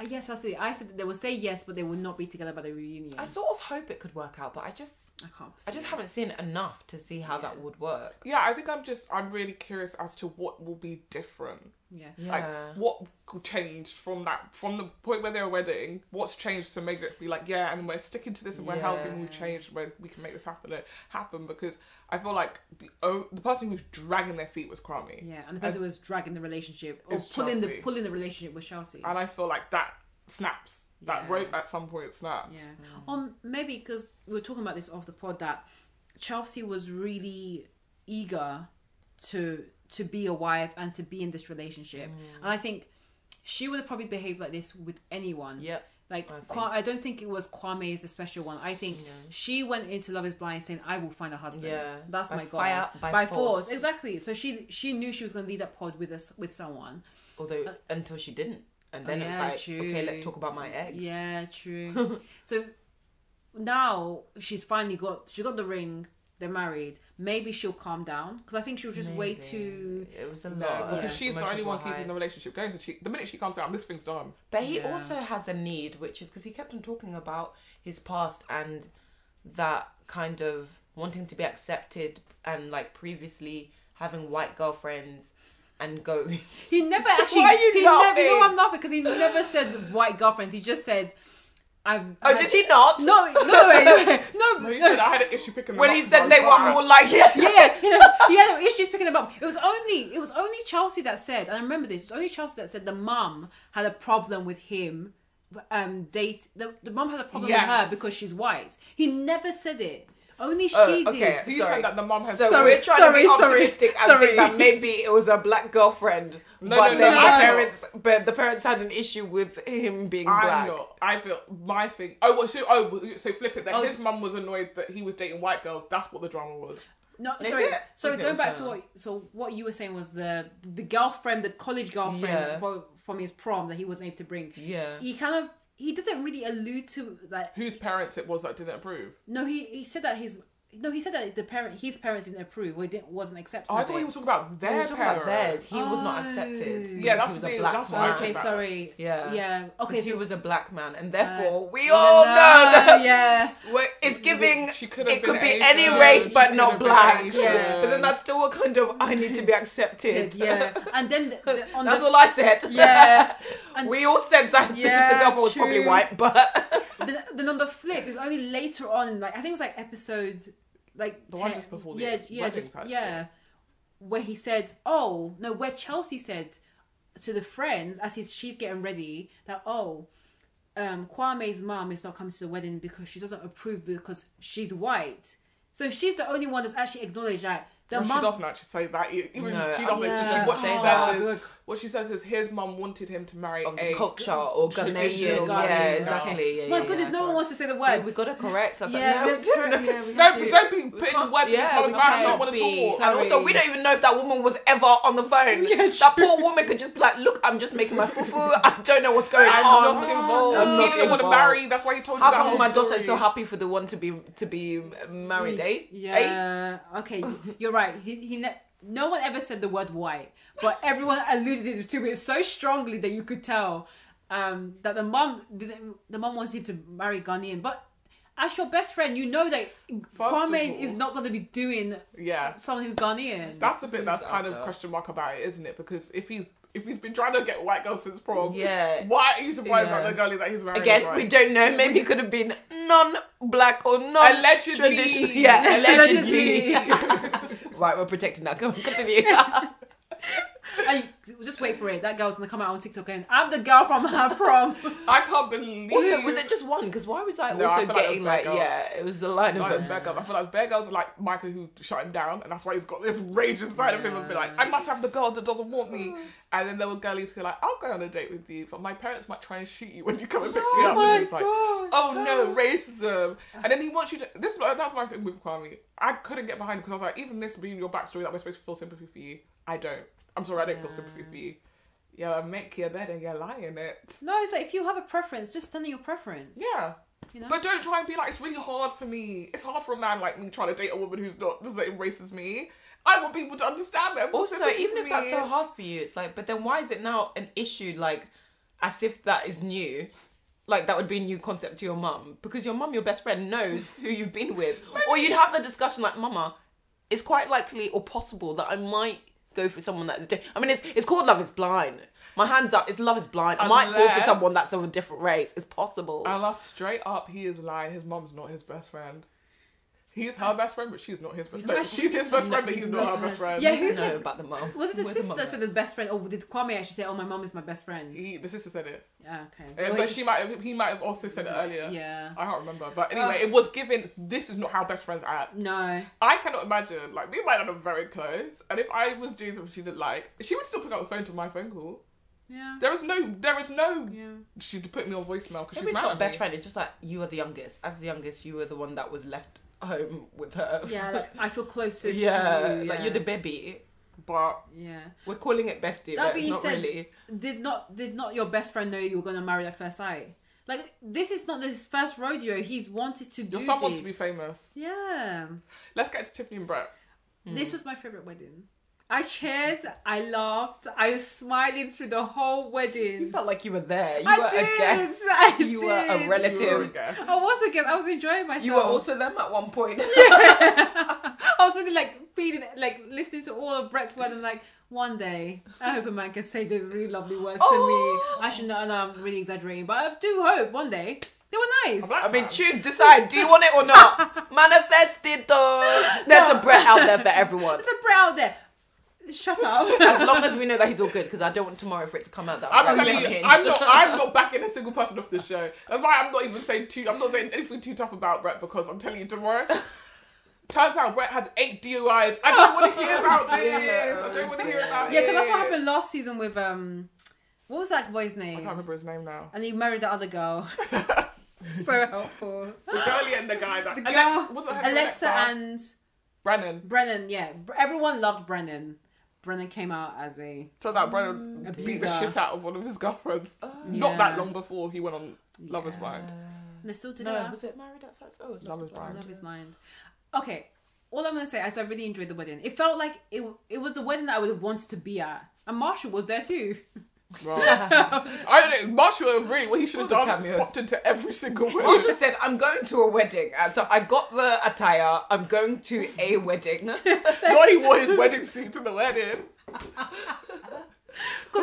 A: Uh, yes, that's it. I said that they will say yes, but they will not be together by the reunion.
C: I
A: I,
C: sort of hope it could work out, but I just
A: can't.
C: I just haven't seen enough to see how that would work.
B: Yeah, I think I'm just I'm really curious as to what will be different.
A: Yeah.
C: Yeah.
B: Like what changed from that from the point where they were wedding? What's changed to make it be like yeah, and we're sticking to this and we're healthy and we've
C: Yeah.
B: changed where we can make this happen happen because I feel like the o- the person who's dragging their feet was Kwame,
A: Yeah, and the person who was dragging the relationship or
B: It's
A: pulling the
B: Chelsea.
A: pulling the relationship with Chelsea.
B: and I feel like that snaps that
A: Yeah.
B: rope at some point snaps.
A: Yeah. Or maybe because we were talking about this off the pod that Chelsea was really eager to to be a wife and to be in this relationship, and I think she would have probably behaved like this with anyone.
C: Yep.
A: Like
C: I
A: I,
C: think-
A: I don't think it was Kwame is the special one. I think she went into Love Is Blind saying, "I will find a husband."
C: Yeah.
A: that's
C: By
A: my goal.
C: fire- by force.
A: exactly. So she she knew she was going to lead that pod with us with someone.
C: Although until she didn't, and then
A: yeah,
C: it's like,
A: true.
C: okay, let's talk about my ex.
A: Yeah, true. so now she's finally got she got the ring. they're married, maybe she'll calm down because I think she was just way
C: Maybe.
A: too.
C: It was a
B: No,
C: lot.
B: Uh, because
A: yeah.
B: she's the
C: Emotions
B: only one
C: were
B: keeping
C: high.
B: the relationship going. So she, the minute she comes out, this thing's done.
C: But he
A: Yeah.
C: also has a need, which is because he kept on talking about his past and that kind of wanting to be accepted and like previously having white girlfriends and going.
A: He never
C: Why
A: actually.
C: are you
A: he never, you know
C: laughing?
A: I'm laughing because he never said white girlfriends. He just said, "I've."
C: oh,
A: had-
C: did he not?
A: No, no, no, no, no,
B: No,
A: no,
B: he said I had an issue picking them
C: When
B: up
C: he
B: from
C: said
B: my
C: they were
B: car."
C: more like yeah.
A: yeah, yeah, you know, he had issues picking them up. It was only it was only Chelsea that said, and I remember this. It was only Chelsea that said the mum had a problem with him. Um, date the the mum had a problem with
B: Yes.
A: her because she's white. He never said it. Only she
C: Oh,
A: did.
C: okay.
B: He
C: Sorry.
B: said that the mum had.
C: So
A: Sorry,
C: we're trying
A: sorry,
C: to be
A: sorry,
C: optimistic and
A: sorry.
C: think that maybe it was a black girlfriend,
B: No,
C: but
B: no,
C: then
B: no,
C: the
A: no.
C: parents, but the parents had an issue with him being
B: I'm
C: black.
B: not. I feel my thing. Oh, well, so oh, well, so flip it. That
A: Oh,
B: his
A: it's-
B: mum was annoyed that he was dating white girls. That's what the drama was.
A: No, sorry,
C: it?
A: sorry.
C: Okay,
A: going back to
C: sorry.
A: what so what you were saying was the the girlfriend, the college girlfriend
C: Yeah.
A: for, from his prom that he wasn't able to bring.
C: Yeah.
A: He kind of he doesn't really allude to that.
B: Whose parents it was that didn't approve?
A: No, he he said that his no he said that the parent his parents didn't approve or didn't wasn't accepting.
B: Oh, I
A: of
B: thought
A: it.
B: he was talking about
C: He
B: their
C: was talking
B: parents.
C: about theirs. He was not
A: Yeah,
C: accepted. because
B: Oh. that's
C: he was
B: the-
C: a black
B: that's what I
C: man.
B: was
A: Okay,
B: about.
A: sorry.
C: Yeah.
A: Yeah. Okay.
C: Because he
A: So
C: was a black man, and therefore we
A: Uh, Yeah,
C: all
A: no,
C: know
A: yeah.
C: that it's giving.
B: She could have
C: It could
B: been
C: be
B: Asian,
C: any
B: she
C: race,
B: could
C: but
B: have
C: not
B: been
C: black.
B: Asian.
A: Yeah.
C: But then that's still a kind of I need to be accepted.
A: Yeah. And then the, the, on
C: that's
A: the
C: all I said.
A: yeah. And
C: we all said that the
A: Yeah,
C: girlfriend was probably
A: true.
C: white, but
A: then, then on the flip is only later on. Like I think it's like episodes like
B: The one just before the
A: yeah yeah
B: wedding
A: just,
B: type
A: yeah where he said oh no where Chelsea said to the friends as he's, she's getting ready that oh um Kwame's mom is not coming to the wedding because she doesn't approve because she's white. So she's the only one that's actually acknowledged that the
B: Well,
A: mum
B: she doesn't actually say that. e- Even
C: No,
B: she doesn't.
A: I-
B: It's
A: yeah.
B: just what she
C: Say
B: says
C: that.
B: is what she says is his mum wanted him to marry
C: of
B: a
C: the culture or Ghanaian.
B: traditional
C: Yeah,
B: Ghanaian
C: exactly. Yeah,
A: My
C: yeah,
A: goodness,
C: yeah,
A: no
C: sorry.
A: one wants to say the
C: So
A: word.
C: we gotta correct. us.
A: yeah,
C: Like, no,
A: that's
C: we
A: correct.
C: didn't.
A: Yeah, we
B: No,
A: have to-
B: because don't be putting
C: can't-
B: words in his
C: yeah,
B: mouth.
C: we
B: Man, I
A: can't
B: don't want to
C: be.
B: talk.
C: And also, we don't even know if that woman was ever on the phone. that poor woman could just be like, "Look, I'm just making my fufu. I don't know what's going
B: I'm
C: on.
B: not involved.
C: I'm
B: he
C: not
B: didn't want to
C: involved.
B: marry. That's why he told you
C: How
B: that.
C: come
B: whole
C: my daughter is
B: story.
C: so happy for the one to be to be married? Eh? Eh?
A: Yeah. Okay, you're right. He, he ne- no one ever said the word white, but everyone alluded to it so strongly that you could tell um, that the mom didn't- the mom wants him to marry Ghanaian. But as your best friend, you know that
B: of
A: Kwame
B: all-
A: is not going to be doing
B: Yeah.
A: someone who's Ghanaian.
B: That's the bit that's
C: Who's
B: kind
C: out
B: of
C: there?
B: question mark about it, isn't it? Because if he's if he's been trying to get white girls since prom,
C: Yeah.
B: why are you surprised
C: Yeah.
B: that the girl that he's marrying?
C: Again,
B: is white?
C: we don't know. Maybe it could have been non-black or non
B: Allegedly,
C: traditional. Yeah, allegedly.
A: Allegedly.
C: right, we're protecting that. Go on, continue.
A: I, just wait for it. That girl's gonna come out on TikTok and I'm the girl from her prom.
B: I can't believe.
C: also, was it just one? Because why was I
B: No, I
C: also
B: feel like
C: getting
B: it was
C: like,
B: black girls.
C: yeah, it was the line
B: No,
C: of
B: it was Bear Girls. I feel like Bear Girls are like Micah who shut him down, and that's why he's got this rage inside of him and be like, I must have the girl that doesn't want me. And then there were girlies who are like, I'll go on a date with you, but my parents might try and shoot you when you come and pick me up. and he's like, oh no, racism. And then he wants you to. This that's my thing with Kwame. I couldn't get behind because I was like, even this being your backstory that we're supposed to feel sympathy for you, I don't. I'm sorry, I don't feel sympathy for you. Yeah, make your bed and you're lying it.
A: No, it's like if you have a preference, just tell me your preference.
B: Yeah.
A: You know?
B: But don't try and be like, it's really hard for me. It's hard for a man like me trying to date a woman who's not the same race as me. I want people to understand them.
C: Also,
B: Sympathy
C: even
B: for
C: if that's
B: me.
C: so hard for you, it's like, but then why is it now an issue? Like, as if that is new. Like that would be a new concept to your mum because your mum, your best friend, knows who you've been with, or you'd have the discussion like, "Mama, it's quite likely or possible that I might go for someone that is different." I mean, it's it's called love is blind. My hands up, it's love is blind. I might fall for
B: Unless-
C: someone that's of a different race. It's possible.
B: Unless straight up, he is lying. His mom's not his best friend. He's her best friend, but she's not his best friend. She's his best friend, but he's not her best friend.
A: Yeah,
C: I
A: who
C: don't know
A: said
C: about the mum.
A: Was it the
C: Where's
A: sister
C: mum
A: that said the best friend, or did Kwame actually say, "Oh, my mom is my best friend"?
B: He, the sister said it,
A: Yeah, okay.
B: Uh,
A: Well,
B: but she might have, he might have also said it earlier.
A: Yeah.
B: I can't remember. But anyway, it was given. This is not how best friends act.
A: No.
B: I cannot imagine. Like me and my dad are very close, and if I was doing something she didn't like, she would still pick up the phone to my phone call.
A: Yeah.
B: There is no, there is no.
A: Yeah.
B: She'd put me on voicemail because
C: Maybe
B: she's
C: it's
B: mad
C: not
B: at
C: best
B: me.
C: friend. It's just like you were the youngest. As the youngest, you were the one that was left home with her.
A: Yeah. Like I feel closest.
C: yeah,
A: To you,
C: like you're the baby.
B: But
A: Yeah.
C: We're calling it bestie,
A: That
C: but it's
A: being
C: not
A: said,
C: really.
A: Did not did not your best friend know you were gonna marry at first sight? Like this is not his first rodeo. He's wanted to do
B: You're someone
A: this.
B: to be famous.
A: Yeah.
B: Let's get to Tiffany and Brett.
A: This was my favorite wedding. I cheered, I laughed, I was smiling through the whole
C: You
A: wedding.
C: felt like you were there. You
A: I
C: were
A: did.
C: a guest.
A: I
C: You were a
A: did.
C: relative.
B: You were a guest.
A: I was again. I was enjoying myself.
C: You were also them at one point.
A: I was really like feeding, like listening to all of Brett's words. I'm like, one day, I hope a man can say those really lovely words
C: Oh.
A: to me. I should not, and I'm really exaggerating, but I do hope one day they were nice.
B: About-
C: I mean, choose, decide. Do you want it or not? Manifest it though. There's
A: No.
C: a Brett out there for everyone.
A: There's a Brett out there. Shut
C: As
A: up.
C: long as we know that he's all good, because I don't want tomorrow for it to come out that
B: I'm
C: Brett's
B: telling you,
C: unhinged.
B: I'm not. I'm not backing a single person off this show. That's why I'm not even saying too. I'm not saying anything too tough about Brett because I'm telling you tomorrow. Turns out Brett has eight DUIs. I don't want to hear about this. I don't want to hear about
A: yeah,
B: it.
A: because that's what happened last season with um, what was that boy's
B: I
A: name?
B: can't remember his name now.
A: And he married the other girl. so helpful.
B: The girlie and the guy. That,
A: The
B: Alex-
A: girl,
B: what's her name?
A: Alexa and
B: Brennan.
A: Brennan. Yeah, Br- everyone loved Brennan. Brennan came out as a
B: So that Brennan beat the
A: abuser.
B: shit out of one of his girlfriends.
A: Yeah.
B: Not that long before he went on Love Is Blind.
A: And they still did
C: No,
A: it.
C: was it married at first? Oh, it was
B: Love
C: Love
B: is Blind.
A: Love is mind. Okay, all I'm gonna say is I really enjoyed the wedding. It felt like it it was the wedding that I would have wanted to be at, and Marshall was there too.
B: Bro. I don't know. Marshall and Ree, what he should have
C: All the
B: done is
C: cameos.
B: popped into every single one.
C: Marsha said, "I'm going to a wedding, and so I got the attire. I'm going to a wedding."
B: Not he wore his wedding suit to the wedding.
A: Because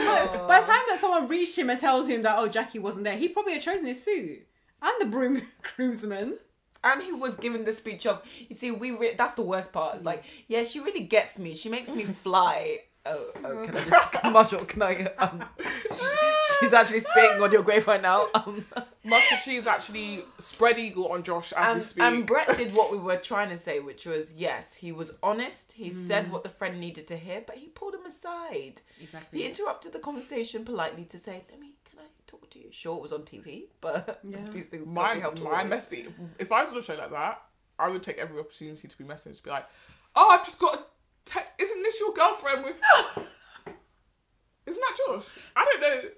A: by, by the time that someone reached him and tells him that oh Jackie wasn't there, he probably had chosen his suit and the broom groomsman.
C: and he was giving the speech of, "You see, we re- that's the worst part. It's like, yeah, she really gets me. She makes me fly." Oh, oh can I just Marshall? Can I? Um, she- she's actually spitting on your grave right now. Um,
B: Master She's actually spread eagle on Josh as we
C: and,
B: speak.
C: and Brett did what we were trying to say, which was yes, he was honest.
A: Mm.
C: He said what the friend needed to hear, but he pulled him aside.
A: Exactly.
C: He interrupted the conversation politely to say, "Let me, can I talk to you?" Sure, it was on TV, but
A: Yeah.
C: these things can't
B: my
C: be helped.
B: my
C: always.
B: messy. If I was on a show like that, I would take every opportunity to be messaged. Be like, oh, I've just got a text. Isn't this your girlfriend with? Isn't that Josh? I don't know.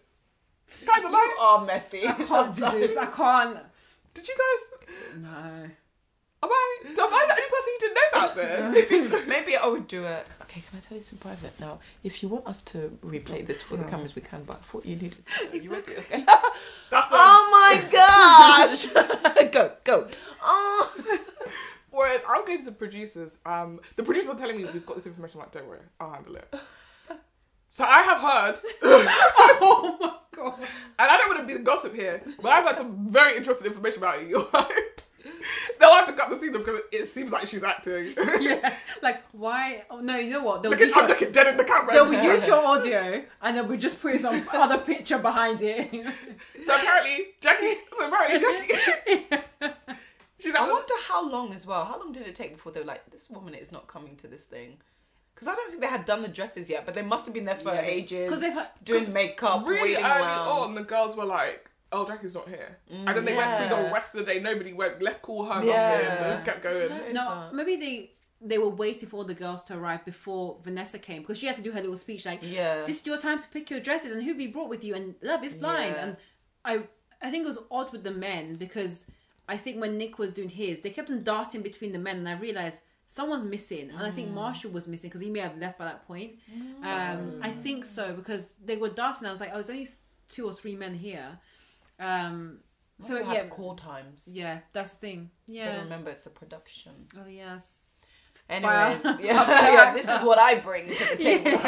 B: Guys, am
C: You
B: I?
C: are messy.
A: I can't do this. I can't.
B: Did you guys?
A: No.
B: Am I? Am I the only person you didn't know about then?
C: Maybe I would do it. Okay, can I tell you some private now? If you want us to replay this for the cameras, we can. But I thought you needed. You would do, okay.
B: That's the.
A: Um,
C: oh my gosh! go go. Oh.
B: Whereas I'm going to the producers. Um, the producers are telling me we've got this information. I'm like, don't worry, I'll handle it. So I have heard,
A: Oh my god.
B: and I don't want to be the gossip here, but I've heard some very interesting information about you. They'll have to cut the scene because it seems like she's acting.
A: Yeah. Like why? Oh no. You know what? They'll
B: Look at,
A: use
B: I'm
A: your-
B: looking dead in the camera.
A: they'll use your audio and then we just put some other picture behind it.
B: So apparently, Jackie. So apparently, Jackie. She's
C: I
B: like,
C: wonder how long as well. How long did it take before they were like, "This woman is not coming to this thing"? Because I don't think they had done the dresses yet, but they must have been there for ages.
A: 'Cause they've had-
C: doing makeup,
B: really early
C: waiting around.
B: on, the girls were like, "Oh, Jackie's not here," and then they went through the
C: yeah.
B: rest of the day. Nobody went. Let's call her. Yeah,
C: Mm, Yeah.
B: not here. They just kept going.
A: No, maybe they they were waiting for all the girls to arrive before Vanessa came because she had to do her little speech like,
C: Yeah.
A: this is your time to pick your dresses and who we brought with you and love is blind."
C: Yeah.
A: And I I think it was odd with the men because I think when Nick was doing his, they kept on darting between the men, and I realized someone's missing, and I think
C: Mm.
A: Marshall was missing because he may have left by that point. Um, I think so because they were darting. I was like, "Oh, there's only two or three men here." Um, so
C: so
A: yeah,
C: had call times.
A: yeah, that's the thing.
C: But
A: Yeah.
C: remember, it's a production.
A: Oh yes.
C: Anyways, yeah, yeah, this is what I bring to the table.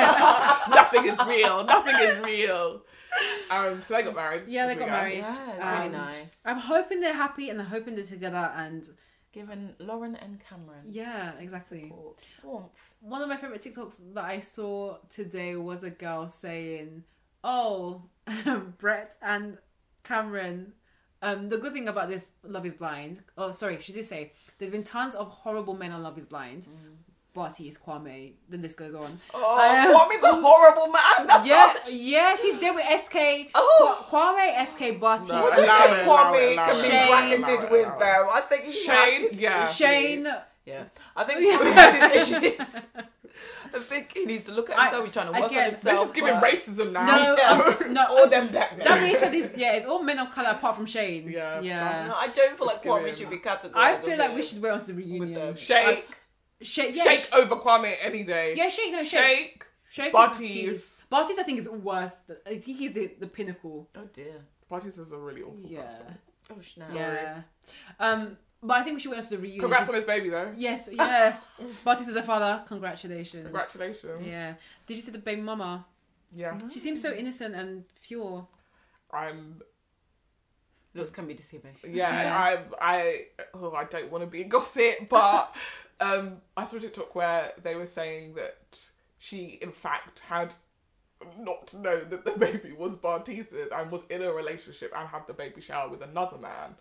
B: Nothing is real. Nothing is real. Um, so they got married.
A: Yeah, they
B: this
A: got
B: weekend.
A: married.
C: Yeah, really
A: Um,
C: nice.
A: I'm hoping they're happy and I'm hoping they're together and
C: Given Lauren and Cameron.
A: yeah, exactly.
C: support. Warmth.
A: One of my favorite TikToks that I saw today was a girl saying, "Oh, Brett and Cameron." Um, the good thing about this Love Is Blind, oh sorry, she did say there's been tons of horrible men on Love Is Blind. Barty is Kwame. The list goes on.
C: Mm.
A: Um,
C: Oh, Kwame's a horrible man. That's
A: yeah,
C: not.
A: yes, he's there with SK.
C: Oh.
A: Kwa- Kwame, SK, Barty.
B: No,
C: I just
B: Allow
C: think
B: it, allow
C: Kwame
B: it, allow
C: can be
A: it.
B: Allow it,
C: bracketed with
B: allow it.
C: them. I think he has
B: Shane,
C: his-
B: yeah.
A: Shane.
C: Yeah, I think Kwame has his issues. I think he needs to look at
A: I-
C: himself. He's trying to work
A: again,
C: on
A: this
C: himself.
B: This is giving
C: but-
B: racism now.
A: No, um,
C: Yeah.
A: no.
B: All them black men.
A: That being said, is yeah, it's all men of color apart from Shane.
B: Yeah,
A: yeah.
C: No, I don't feel
B: Let's
C: like
B: give
C: what we
B: him-
C: should be categorized.
A: I feel like we
C: with
A: should wait onto the
C: the- with
A: reunion.
C: the
B: Shake,
A: Shake, yeah,
B: shake over Kwame any day.
A: yeah, shake, no, shake,
B: shake.
A: shake. is-
B: Barties.
A: Barties, I think is worse. I think he's the, the pinnacle.
C: Oh dear.
B: Barties is a really awful
A: Yeah,
B: person.
C: Oh snap.
A: yeah. Um, but I think we should wait onto the reunion.
B: Congrats on
A: Just-
B: his baby though.
A: Yes, yeah. Barties is the father. Congratulations.
B: Congratulations.
A: Yeah. Did you see the baby mama?
B: Yes.
C: Mm.
A: She seems so innocent and pure.
B: I'm
C: Looks can be deceiving.
B: yeah, I I oh, I don't want to be a gossip, but um, I saw a TikTok where they were saying that she in fact had not known that the baby was Bartiza's and was in a relationship and had the baby shower with another man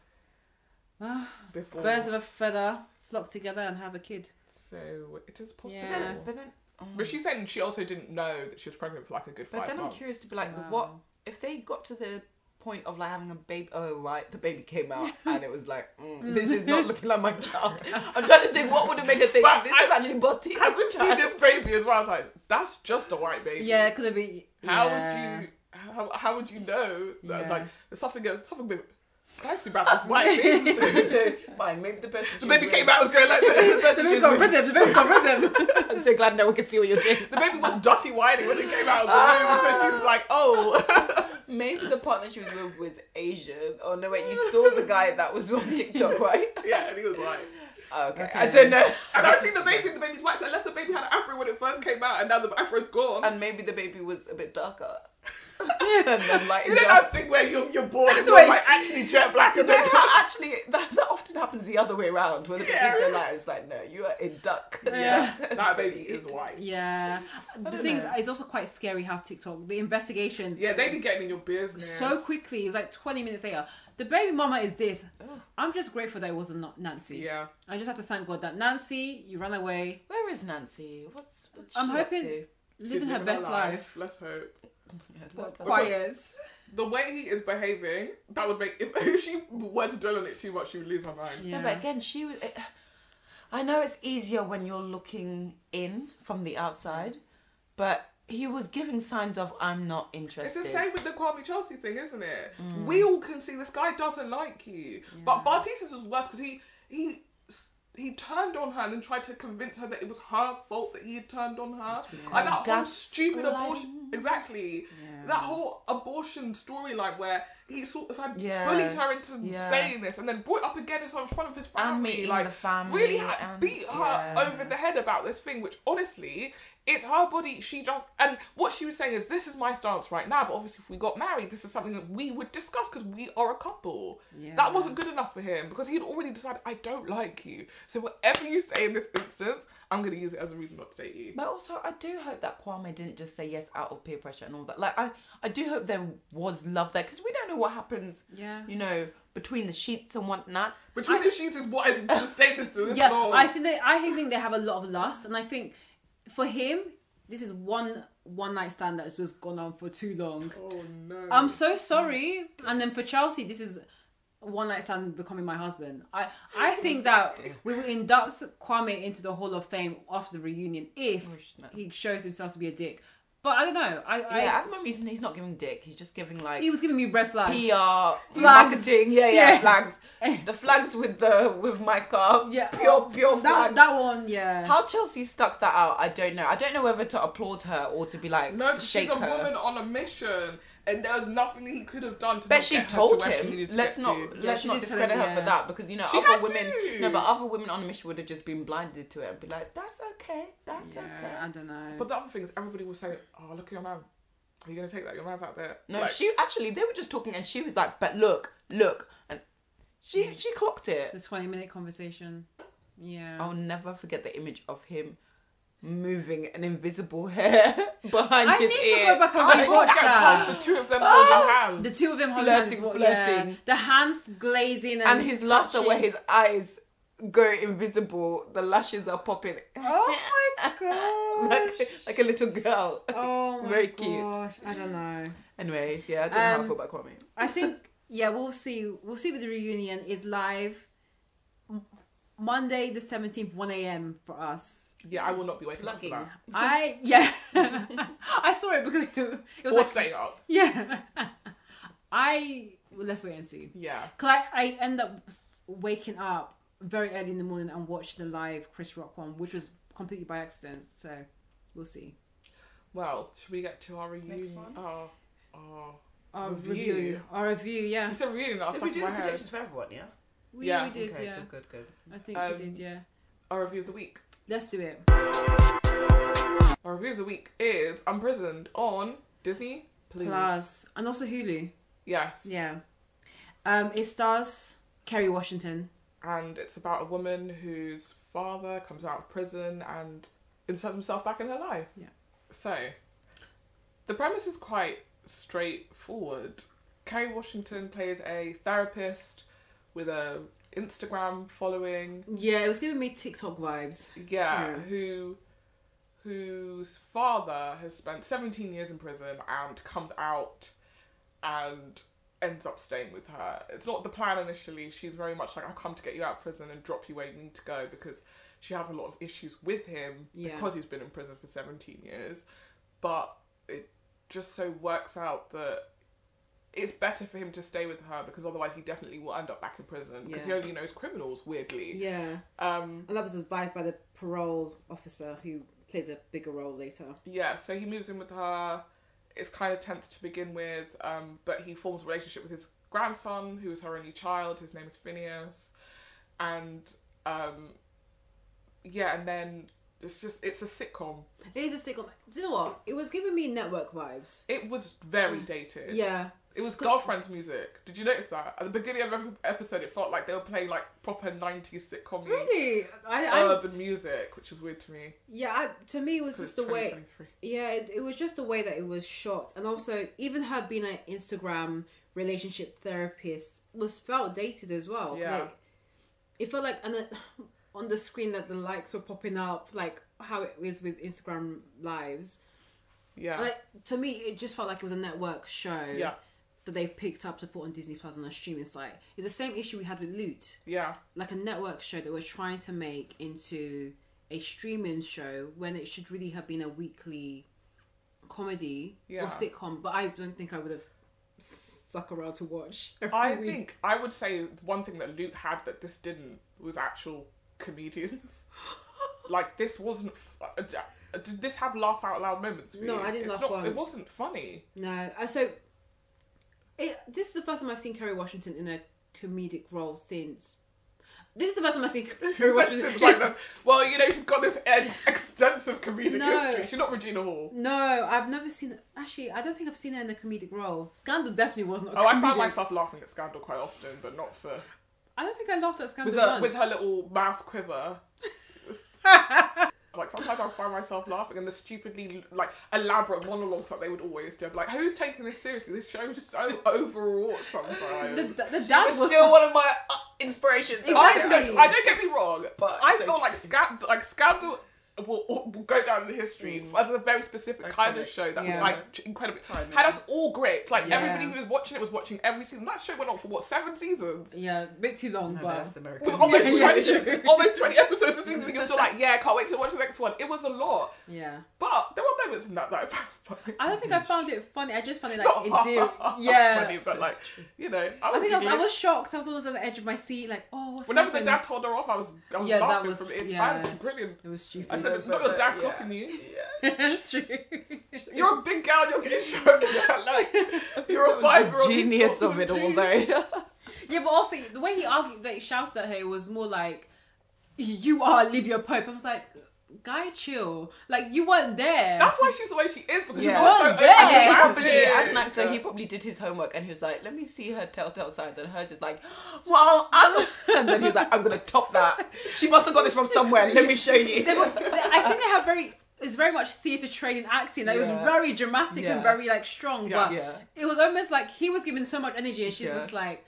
B: before.
A: Birds of a feather flock together and have a kid.
B: so it is possible.
C: But
A: Yeah.
C: then, but then, oh.
B: But she's saying she also didn't know that she was pregnant for like a good
C: But
B: five
C: then I'm
B: months.
C: curious to be like, the
A: Wow.
C: what if they got to the point of like having a baby? Oh right, the baby came out and it was like, mm, this is not looking like my child. I'm trying to think what would have made her think
B: But
C: this
B: I-
C: is actually Bartiza's
B: I could see
C: child.
B: this baby as well. I was like, that's just a white baby.
A: Yeah, it could have been.
B: How
A: yeah.
B: would you? How, how would you know that
A: Yeah.
B: like there's something something a bit spicy about this white baby?
C: so, fine, maybe the person.
B: The baby came out was going like
C: The
B: this.
A: The
C: person she
A: baby's
C: was
A: got
C: with-
A: rhythm. The baby's got rhythm.
C: I'm so glad no one could see what you're doing.
B: The baby was dotty whining when it came out of the womb, so she was like, "Oh,
C: Maybe the partner she was with was Asian. Oh no, wait, you saw the guy that was on TikTok, right? Ah,
B: yeah." And he was like,
C: Okay, I
A: Okay.
C: don't know.
B: "And I've seen the baby. The baby's white. So unless the baby had an afro when it first came out, and now the afro's gone."
C: And maybe the baby was a bit darker. and then
B: you
C: lightened
B: know
C: up.
B: that thing where you're, you're born
A: Wait.
B: and you're like actually jet black and
C: No,
B: then
C: that actually, that, that often happens the other way around, where the baby's
B: Yeah.
C: yeah. alive. It's like, no, you are a duck.
A: Yeah.
B: that baby is white.
A: Yeah. The
C: don't
A: thing is,
C: know.
A: it's also quite scary how TikTok, the investigations.
B: Yeah, they be getting in your business
A: So quickly, it was like 20 minutes later. The baby mama is this. I'm just grateful that it wasn't not Nancy.
B: Yeah,
A: I just have to thank God that Nancy, you ran away,
C: Where is Nancy? What's, what's
A: I'm
C: she up
A: hoping-
C: to?
A: living
B: She's
A: her best life.
B: Let's hope.
C: Yeah,
A: but
C: that's-
A: quiet.
B: the way he is behaving, that would make if, if she were to dwell on it too much, she would lose her mind.
A: Yeah.
C: No, but again, she was. I know it's easier when you're looking in from the outside, but he was giving signs of I'm not
B: It's
C: interested.
B: the same with the Kwame Chelsea thing, isn't it?
C: Mm.
B: We all can see this guy doesn't like you, but Bartista's was worse because he he he turned on her and then tried to convince her that it was her fault that he had turned on her, and that whole
C: Gas
B: stupid abortion
C: lighting.
B: exactly that whole abortion storyline where he sort of had
C: Yeah.
B: bullied her into
C: Yeah.
B: saying this and then brought it up again in front of his family,
C: meeting
B: like
C: the family
B: really had
C: and-
B: beat her
C: yeah.
B: over the head about this thing, which honestly, it's her body. She just and what she was saying is, this is my stance right now. But obviously, if we got married, this is something that we would discuss because we are a couple.
A: Yeah.
B: That wasn't good enough for him because he'd already decided, I don't like you. So whatever you say in this instance, I'm gonna use it as a reason not to date you.
C: But also, I do hope that Kwame didn't just say yes out of peer pressure and all that. Like, I, I do hope there was love there because we don't know what happens,
A: Yeah.
C: you know, between the sheets and whatnot.
B: Between the sheets is what has sustained this to this
A: yeah,
B: long.
A: I think they, I think they have a lot of lust, and I think for him, this is one one night stand that's just gone on for too long.
B: oh no.
C: Um,
A: I'm so sorry. And then for Chelsea, this is one night stand becoming my husband. I I think that we will induct Kwame into the Hall of Fame after the reunion if
C: snap.
A: he shows himself to be a dick. But I don't know. I, I
C: yeah, at the moment, he's, he's not giving dick. He's just giving, like,
A: he was giving me red flags.
C: PR,
A: Flags.
C: marketing. Yeah, yeah,
A: Yeah.
C: flags. The flags with the with my car.
A: Yeah.
C: pure, pure
A: that
C: flags.
A: that one, yeah.
C: How Chelsea stuck that out, I don't know. I don't know whether to applaud her or to be like
B: no, 'cause
C: shake
B: she's a
C: her.
B: woman on a mission, and there was nothing he could have done to.
C: But
B: not
C: she
B: get her
C: told
B: to where she
C: him.
B: needed to
C: Let's
B: get
C: not
B: to.
C: let's
A: she
C: not
A: did tell him,
C: discredit her for
A: yeah.
C: that because you know
B: She
C: other
B: had
C: women.
B: to.
C: No, but other women on the mission would have just been blinded to it and be like, "That's okay, that's
A: yeah,
C: okay."
A: I don't know.
B: But the other thing is, everybody was saying, "Oh, look at your man. Are you gonna take that? Your man's out there."
C: No,
B: Like,
C: she actually they were just talking and she was like, "But look, look," and
A: Mm.
C: she she clocked it.
A: the twenty minute conversation. Yeah.
C: I'll never forget the image of him moving an invisible hair behind
A: I
C: his
A: need
C: ear.
A: to go back and
B: I
A: rewatch
B: can't get
A: that.
B: past the two of them
D: Oh!
B: holding
A: The
B: hands.
A: two of them holding
C: Flirting,
A: hands, yeah.
C: flirting.
A: The hands glazing and,
C: and his laughter
A: touching.
C: where his eyes go invisible, the lashes are popping.
A: Oh my god!
C: like, like a little girl.
A: Oh my
C: Very cute.
A: gosh! I don't know.
C: Anyway, yeah, I don't know how I
A: Um,
C: feel about Kwame.
A: I think yeah, we'll see. We'll see with the reunion is live. M- Monday the 17th, 1 a.m. for us.
B: Yeah, I will not be waking
D: Plugging.
B: up for
A: I, yeah. I saw it because it
B: that.
A: was
B: Or
A: like,
B: staying up.
A: yeah. I, well, let's wait and see.
B: Yeah.
A: Cause I, I end up s- waking up very early in the morning and watch the live Chris Rock one, which was completely by accident. So we'll see.
B: Well, should we get to our reunion?
D: Next one.
B: Oh, oh.
A: Our review.
B: Review.
A: Our review, yeah.
B: You said reunion, I was
D: Did we
B: stuck
D: do
B: in
D: the
B: my head.
D: predictions for everyone? Yeah.
A: We,
B: Yeah,
A: we did,
B: okay,
A: yeah.
D: Good, good, good.
A: I think
B: Um,
A: we did, yeah.
B: Our review of the week.
A: Let's do it.
B: Our review of the week is Imprisoned on Disney Plus.
A: Plus, and also Hulu.
B: Yes.
A: Yeah. Um, it stars Kerry Washington.
B: And it's about a woman whose father comes out of prison and inserts himself back in her life.
A: Yeah.
B: So, the premise is quite straightforward. Carrie Washington plays a therapist with a Instagram following
A: Yeah, it was giving me TikTok vibes.
B: yeah,
A: Yeah.
B: who whose father has spent 17 years in prison and comes out and ends up staying with her. It's not the plan initially. She's very much like I'll come to get you out of prison and drop you where you need to go because she has a lot of issues with him
A: Yeah.
B: because he's been in prison for 17 years. But it just so works out that it's better for him to stay with her because otherwise he definitely will end up back in prison because
A: Yeah.
B: he only knows criminals weirdly.
A: Yeah,
B: Um
A: and that was advised by the parole officer who plays a bigger role later.
B: yeah, so he moves in with her. It's kind of tense to begin with, um, but he forms a relationship with his grandson, who is her only child. His name is Phineas, and um, yeah, and then it's just it's a sitcom.
A: It is a sitcom. Do you know what? It was giving me network vibes.
B: It was very dated.
A: Mm. Yeah,
B: it was girlfriend's music. Did you notice that at the beginning of every episode? It felt like they were playing like proper nineties sitcom
A: really. I, I
B: urban music, which is weird to me.
A: yeah. I, to me, it was
B: 'cause
A: just the
B: it's
A: way.
B: 2023.
A: Yeah, it, it was just the way that it was shot, and also even her being an Instagram relationship therapist was felt dated as well.
B: Yeah.
A: Like, it felt like and uh, on the screen that the likes were popping up, like how it is with Instagram lives.
B: Yeah,
A: Like to me, it just felt like it was a network show.
B: yeah,
A: That they picked up to put on Disney Plus on a streaming site. It's the same issue we had with Loot
B: yeah,
A: like a network show that we're trying to make into a streaming show when it should really have been a weekly comedy
B: Yeah.
A: or sitcom. But I don't think I would have stuck around to watch. Every
B: I
A: week.
B: think I would say one thing that Luke had that this didn't was actual comedians. like this wasn't. Fu- uh, did this have laugh out loud moments? For
A: No,
B: you?
A: I didn't
B: It's
A: laugh
B: not-
A: once.
B: It wasn't funny.
A: no. Uh, So it, this is the first time I've seen Kerry Washington in a comedic role since. This is the first time I've seen Kerry Washington.
B: It's like that. Well, you know, she's got this ex- extensive comedic
A: No.
B: history. She's not Regina Hall.
A: no, I've never seen. Actually, I don't think I've seen her in a comedic role. Scandal definitely was not.
B: Oh, I
A: comedic.
B: find myself laughing at Scandal quite often, but not for
A: I don't think I laughed at Scandal
B: with her
A: once.
B: with her little mouth quiver. like sometimes I'll find myself laughing and the stupidly like elaborate monologues that they would always do. I'm like, who's taking this seriously? This show's so overwrought sometimes.
A: the, the dad
D: It's
A: was
D: still one of my uh, inspirations.
B: I,
A: Exactly.
B: don't, I don't get me wrong,
D: But
B: I
D: so
B: feel like Scandal, like Scandal will, will go down in history as a very specific kind of
D: Iconic.
B: show that was
A: Mm. Yeah.
B: like incredible.
D: Timing.
B: Had us all gripped. Like
D: Yeah.
B: everybody who was watching it was watching every season. That show went on for what seven seasons.
A: yeah, a bit too long,
D: No,
A: but
D: that's American.
B: With almost,
A: Yeah, yeah,
B: 20,
A: true.
B: almost 20 episodes a season, you're still like, yeah, can't wait to watch the next one. It was a lot.
A: yeah.
B: But there were moments in that that I found funny.
A: I don't think I found it funny. I just found it like
B: Not
A: endearing.
B: funny,
A: Yeah.
B: but like, you know, I was,
A: I think I was, I was shocked. I was always on the edge of my seat, like, oh, what's
B: whenever
A: happened?
B: the dad told her off, I was, I was
A: Yeah, that
B: laughing
A: was-
B: from it.
A: yeah.
B: I was brilliant.
A: It was
B: I
A: stupid.
B: said, it's not your dad clocking you.
A: It's true.
B: You're a big girl, you're getting shown that. Like, you're a five year old.
C: Genius of it all, though.
A: yeah, but also the way he argued, that he shouts at her, it was more like, "You are leave your pope." I was like, "Guy, chill. Like you weren't there."
B: That's why she's the way she is because
C: Yeah.
B: yeah. was so
A: Well, there.
B: open-minded.
A: Yeah.
C: Probably, as an actor, he probably did his homework and he was like, let me see her telltale signs. And hers is like, well, I'm... And then he's like, I'm going to top that. She must have got this from somewhere. Let me show you.
A: They were, they- I think they have very. It's very much theatre training acting. Like, It
C: Yeah.
A: was very dramatic
C: Yeah.
A: and very like strong,
B: Yeah.
A: but
C: Yeah.
A: it was almost like he was giving so much energy, and she's
C: Yeah.
A: just like,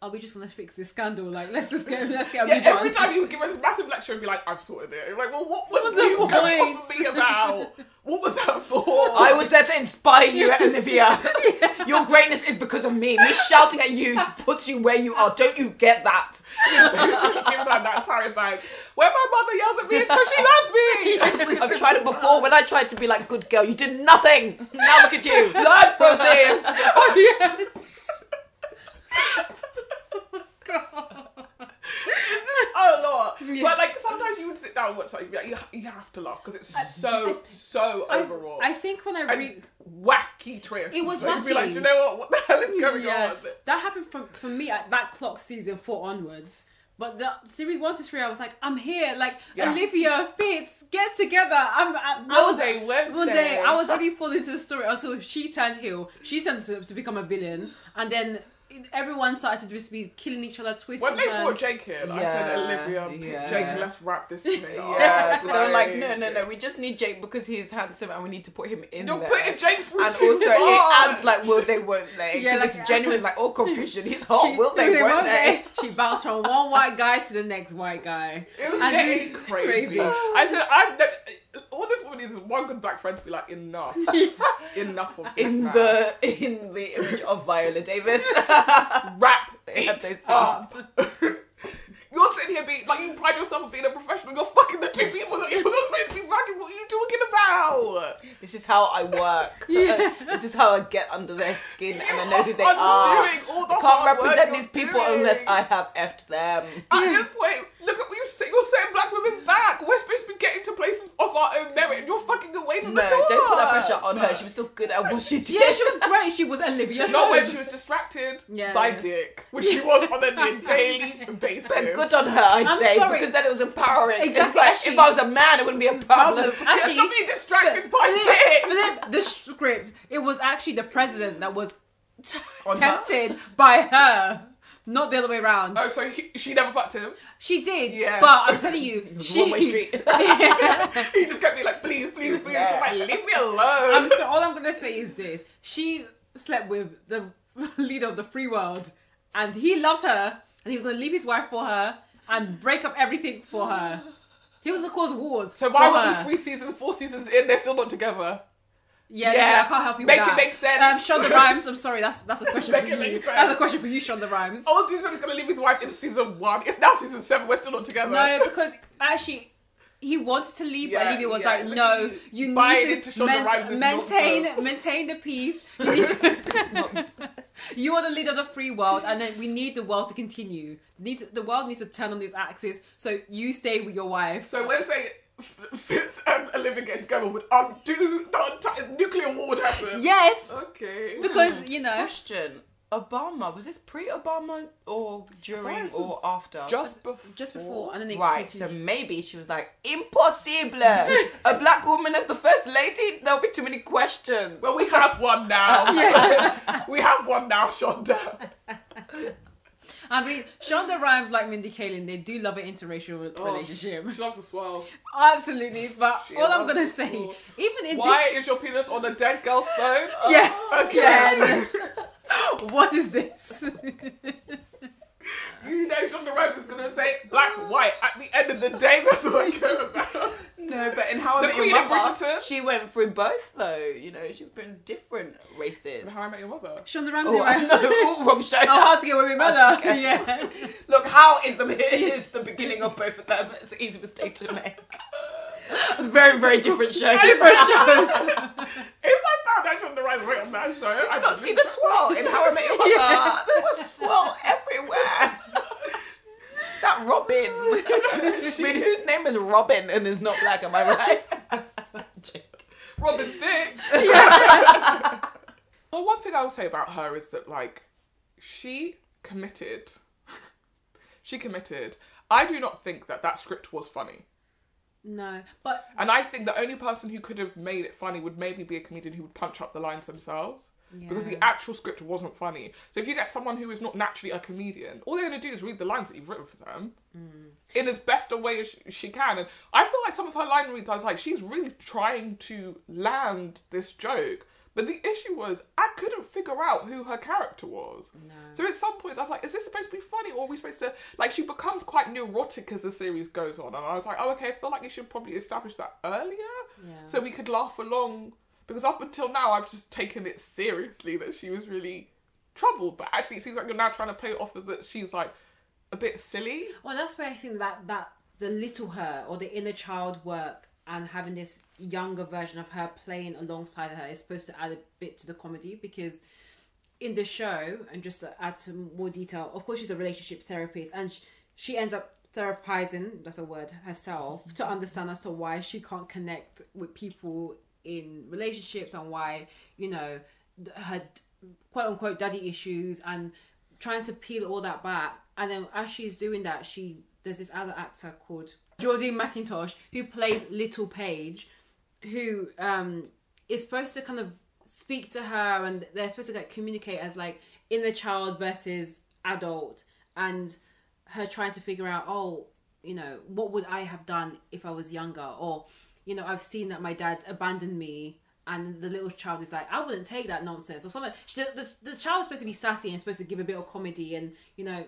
A: "Are we just gonna fix this scandal? Like, let's just get let's get a
B: Yeah, every
A: refund."
B: time he would give us a massive lecture and be like, I've sorted it. You're like, well, what was,
A: was the
B: you
A: point?
B: possibly about? What was that for?
C: I was there to inspire you, Olivia. Your greatness is because of me. Me shouting at you puts you where you are. Don't you get that?
B: giving her that Tyra Banks. When my mother yells at me, it's because she loves me. Every
C: I've tried it before when I tried to be like, good girl, you did nothing. Now look at you.
B: learn from this.
A: yes.
B: a lot. But like sometimes you would sit down and watch like you, you have to laugh because it's so so
A: I,
B: overall
A: I think when I
B: And
A: read,
B: wacky twist.
A: It was
B: You'd be like,
A: wacky.
B: do you know what? What the hell is going
A: yeah,
B: on?
A: that happened from for me at that clock season four onwards. But the series one to three, I was like, I'm here, like
B: Yeah.
A: Olivia Fitz, get together. I'm at
B: How they went
A: One day,
B: there.
A: I was really falling into the story until she turned heel. She turned to, to become a villain, and then it- everyone started to just be killing each other, twisting.
B: When they brought
A: turns.
B: Jake in, I said,
C: Yeah,
B: Olivia, pick
C: yeah.
B: Jake, let's wrap this thing up.
C: Yeah, they were like, no, no, no. We just need Jake because he is handsome, and we need to put him in
B: You're
C: there.
B: putting Jake through
C: and
B: too
C: also,
B: hard.
C: it adds like, will they, won't they?
A: Yeah,
C: Yeah,
A: like-
C: like, it's genuine, like all confusion. He's
B: Oh,
C: hot.
A: She-
C: will they, won't, they?
A: She bounced from one white guy to the next white guy.
B: It was
A: And-
B: getting crazy.
A: crazy.
B: I said, I've never, all this woman needs is one good black friend to be like, enough, enough of this.
C: In
B: now.
C: the in the image of Viola Davis,
B: rap
C: They had
B: it
C: those
B: up. You're sitting here being like you pride yourself on being a professional. You're fucking the two people that you're not supposed to be fucking. What are you talking about?
C: this is how I work.
A: Yeah.
C: this is how I get under their skin, and I know who they
B: I'm
C: are.
B: doing all the
C: I can't
B: hard work
C: represent
B: you're
C: these people
B: doing.
C: unless I have effed them.
B: At this point, look at what you say. You're setting black women back. We're supposed to be getting to places of our own merit, and you're fucking away from
C: No,
B: the door.
C: don't put that pressure on her. She was still good at what she did.
A: Yeah, she was great. She was Olivia.
B: Not when she was distracted
A: Yeah.
B: by dick, which she was on a near daily basis.
C: But good on her, I
A: I'm
C: say,
A: sorry.
C: because then it was empowering. It's
A: Exactly,
C: like,
A: actually-
C: if I was a man, it wouldn't be a problem.
B: Yeah,
A: Actually,
B: stop being distracted by
A: Philip,
B: dick.
A: Philip, the script, it was actually the president that was t-
C: On her?
A: tempted by her, not the other way around.
B: Oh, so he, she never fucked him.
A: She did,
B: Yeah.
A: but I'm telling you,
C: was
A: she.
C: one-way street.
B: He just kept being like, please, please,
C: was
B: please.
C: there.
B: She's like, leave me alone.
A: I'm so all I'm gonna say is this: she slept with the leader of the free world, and he loved her, and he was gonna leave his wife for her and break up everything for her. He was gonna cause wars.
B: So why
A: for
B: would
A: her.
B: be three seasons, four seasons in, they're still not together?
A: Yeah,
B: Yeah.
A: yeah, I can't help you.
B: Make
A: with
B: it
A: that.
B: make sense.
A: Um, Shonda Rhimes. I'm sorry, that's that's a question
B: Make
A: for
B: it make
A: you.
B: sense.
A: That's a question for you, Shonda Rhimes.
B: Old dude's only gonna leave his wife in season one. It's now season seven. We're still not together.
A: No, because actually. He wanted to leave,
B: Yeah,
A: but Olivia was
B: yeah,
A: like,
B: look
A: "No,
B: at you.
A: you
B: Buying
A: need
B: into
A: to
B: Shonda
A: men-
B: Rhimes'
A: maintain
B: nonsense.
A: maintain the peace. You, need to- You are the leader of the free world, and then we need the world to continue. Need the world needs to turn on its axis. So you stay with your wife.
B: So we're saying F- Fitz and Olivia getting together would undo the entire nuclear war would happen.
A: yes,
B: Okay.
A: because you know
C: Question Obama, was this pre Obama or during
B: This was
C: or after?
B: just before.
A: just before, and then it
C: Right, so
A: continued.
C: maybe she was like, impossible! a black woman as the first lady? There'll be too many questions.
B: Well, we have one now. we have one now, Shonda.
A: I mean, Shonda Rhimes, like Mindy Kaling, they do love an interracial relationship.
B: She loves to swirl.
A: Absolutely, but
B: Oh, She
A: all I'm
B: loves
A: gonna
B: to
A: say,
B: swirl.
A: even in
B: Why is your penis on a dead girl's phone?
A: this, yeah,
B: Okay.
A: yeah, what is this?
B: You know, Shonda Rhimes is gonna say black, white. At the end of the day, that's what I care about.
C: No, but in How I
B: The
C: Met
B: Queen
C: Your
B: of
C: Mother,
B: Bridgerton?
C: she went through both, though. You know, she experienced different races.
B: How I Met Your Mother.
A: Shonda Rhimes,
C: Oh,
A: oh,
C: I know, wrong show.
A: oh, hard to get away with murder.
C: Okay.
A: Yeah,
C: Look, how is the is the beginning of both of them? It's an easy mistake to make. Very, very different shows.
A: different shows.
B: If I found out on the right way on that show,
C: Did
B: I'd
C: you not see the swirl in How I Met Your Mother?
A: Yeah.
C: There was swirl everywhere. that Robin. I mean, whose name is Robin and is not black? Am I right?
B: Robin Thicke. well, one thing I will say about her is that like she committed. she committed. I do not think that that script was funny.
A: No, but
B: And I think the only person who could have made it funny would maybe be a comedian who would punch up the lines themselves. Because the
A: Yeah.
B: actual script wasn't funny. So if you get someone who is not naturally a comedian, all they're going to do is read the lines that you've written for them in as best a way as she, she can. And I feel like some of her line reads, I was like, she's really trying to land this joke, But the issue was, I couldn't figure out who her character was.
A: No.
B: So at some points, I was like, is this supposed to be funny or are we supposed to. Like, she becomes quite neurotic as the series goes on. And I was like, oh, okay, I feel like you should probably establish that earlier
A: Yeah.
B: so we could laugh along. Because up until now, I've just taken it seriously that she was really troubled. But actually, it seems like you're now trying to play it off as that she's like a bit silly.
A: Well, that's where I think that that the little her or the inner child work and having this younger version of her playing alongside her is supposed to add a bit to the comedy because in the show and just to add some more detail of course she's a relationship therapist and she, she ends up therapizing that's a word herself to understand as to why she can't connect with people in relationships and why you know th- her quote unquote daddy issues and trying to peel all that back and then as she's doing that she there's this other actor called Jodie McIntosh who plays Little Paige who um is supposed to kind of speak to her and they're supposed to like communicate as like inner child versus adult and her trying to figure out oh you know what would i have done if i was younger or you know i've seen that my dad abandoned me and the little child is like i wouldn't take that nonsense or something She- the, the, the child's supposed to be sassy and supposed to give a bit of comedy and you know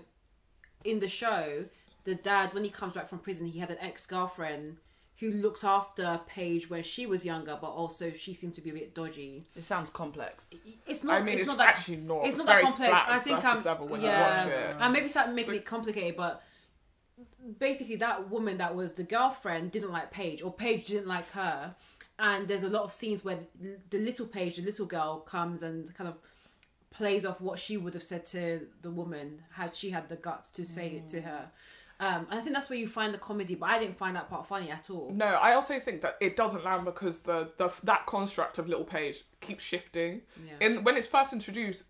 A: in the show, the dad, when he comes back from prison, he had an ex girlfriend who looks after Paige when she was younger, but also she seemed to be a bit dodgy.
C: It sounds complex.
A: It's not.
B: I mean,
A: it's,
B: it's
A: not that,
B: actually not.
A: It's not
B: Very
A: that complex.
B: flat
A: I
B: and
A: think
B: surface
A: I'm.
B: level when you
A: yeah,
B: watch it.
A: and maybe start making it complicated, but basically, that woman that was the girlfriend didn't like Paige, or Paige didn't like her. And there's a lot of scenes where the- the little Paige, the little girl, comes and kind of plays off what she would have said to the woman had she had the guts to say it to her. Um, and I think that's where you find the comedy, but I didn't find that part funny at all.
B: No, I also think that it doesn't land because the, the that construct of Little Page keeps shifting.
A: Yeah.
B: And when it's first introduced,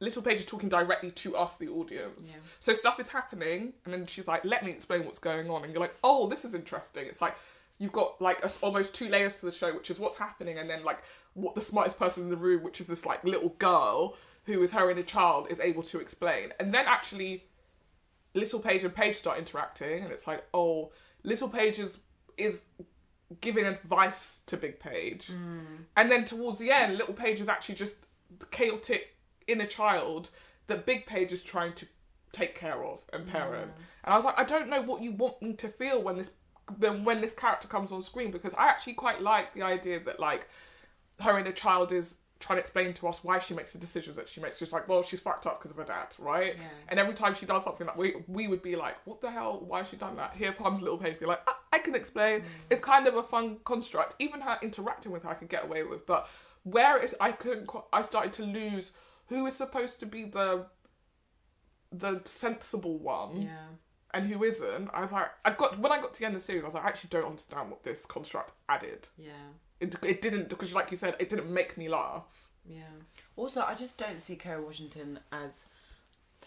B: Little Page is talking directly to us, the audience.
A: Yeah.
B: So stuff is happening, and then she's like, "Let me explain what's going on," and you're like, "Oh, this is interesting." It's like you've got like us almost two layers to the show, which is what's happening, and then like what the smartest person in the room, which is this like little girl who is her inner child, is able to explain, and then actually Little Page and Page start interacting, and it's like, oh, Little Page is is giving advice to Big Page,
A: Mm.
B: and then towards the end, Little Page is actually just the chaotic inner child that Big Page is trying to take care of and parent. And I was like, I don't know what you want me to feel when this then when this character comes on screen because I actually quite like the idea that like her inner child is trying to explain to us why she makes the decisions that she makes. She's like, well, she's fucked up because of her dad, right? And every time she does something like we we would be like, what the hell? Why has she done that? Here comes little Paige, be like, I, I can explain. It's kind of a fun construct. Even her interacting with her, I could get away with, but where is I couldn't. qu- I started to lose who is supposed to be the the sensible one
A: Yeah.
B: and who isn't. I was like, I got when I got to the end of the series, I was like, I actually don't understand what this construct added.
A: Yeah.
B: It, it didn't because, like you said, it didn't make me laugh.
A: Yeah.
C: Also, I just don't see Kerry Washington as.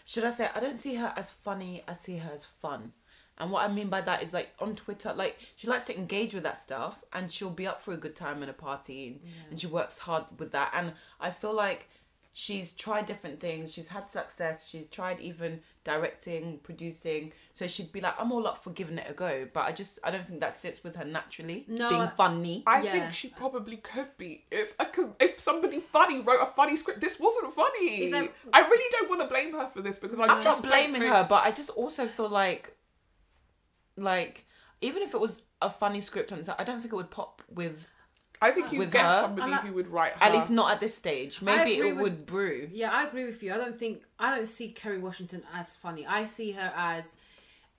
C: Should I say I don't see her as funny? I see her as fun, and what I mean by that is like on Twitter, like she likes to engage with that stuff, and she'll be up for a good time and a party, and, and she works hard with that. And I feel like she's tried different things. She's had success. She's tried even directing, producing. So she'd be like, I'm all up for giving it a go. But I just I don't think that sits with her naturally.
A: No,
C: being
A: I-
C: funny.
B: I
A: Yeah.
B: think she probably could be if I could, if somebody funny wrote a funny script. This wasn't funny.
A: It's like-
B: I really don't want to blame her for this because I
C: I'm not
B: just don't
C: blaming
B: think-
C: her, but I just also feel like, like even if it was a funny script on its own, I don't think it would pop with.
B: I think you
C: With
B: get
C: her.
B: somebody
A: And I-
B: who would write her.
C: At least not at this stage. Maybe
A: agree
C: it
A: with-
C: would brew.
A: Yeah, I agree with you. I don't think I don't see Kerry Washington as funny. I see her as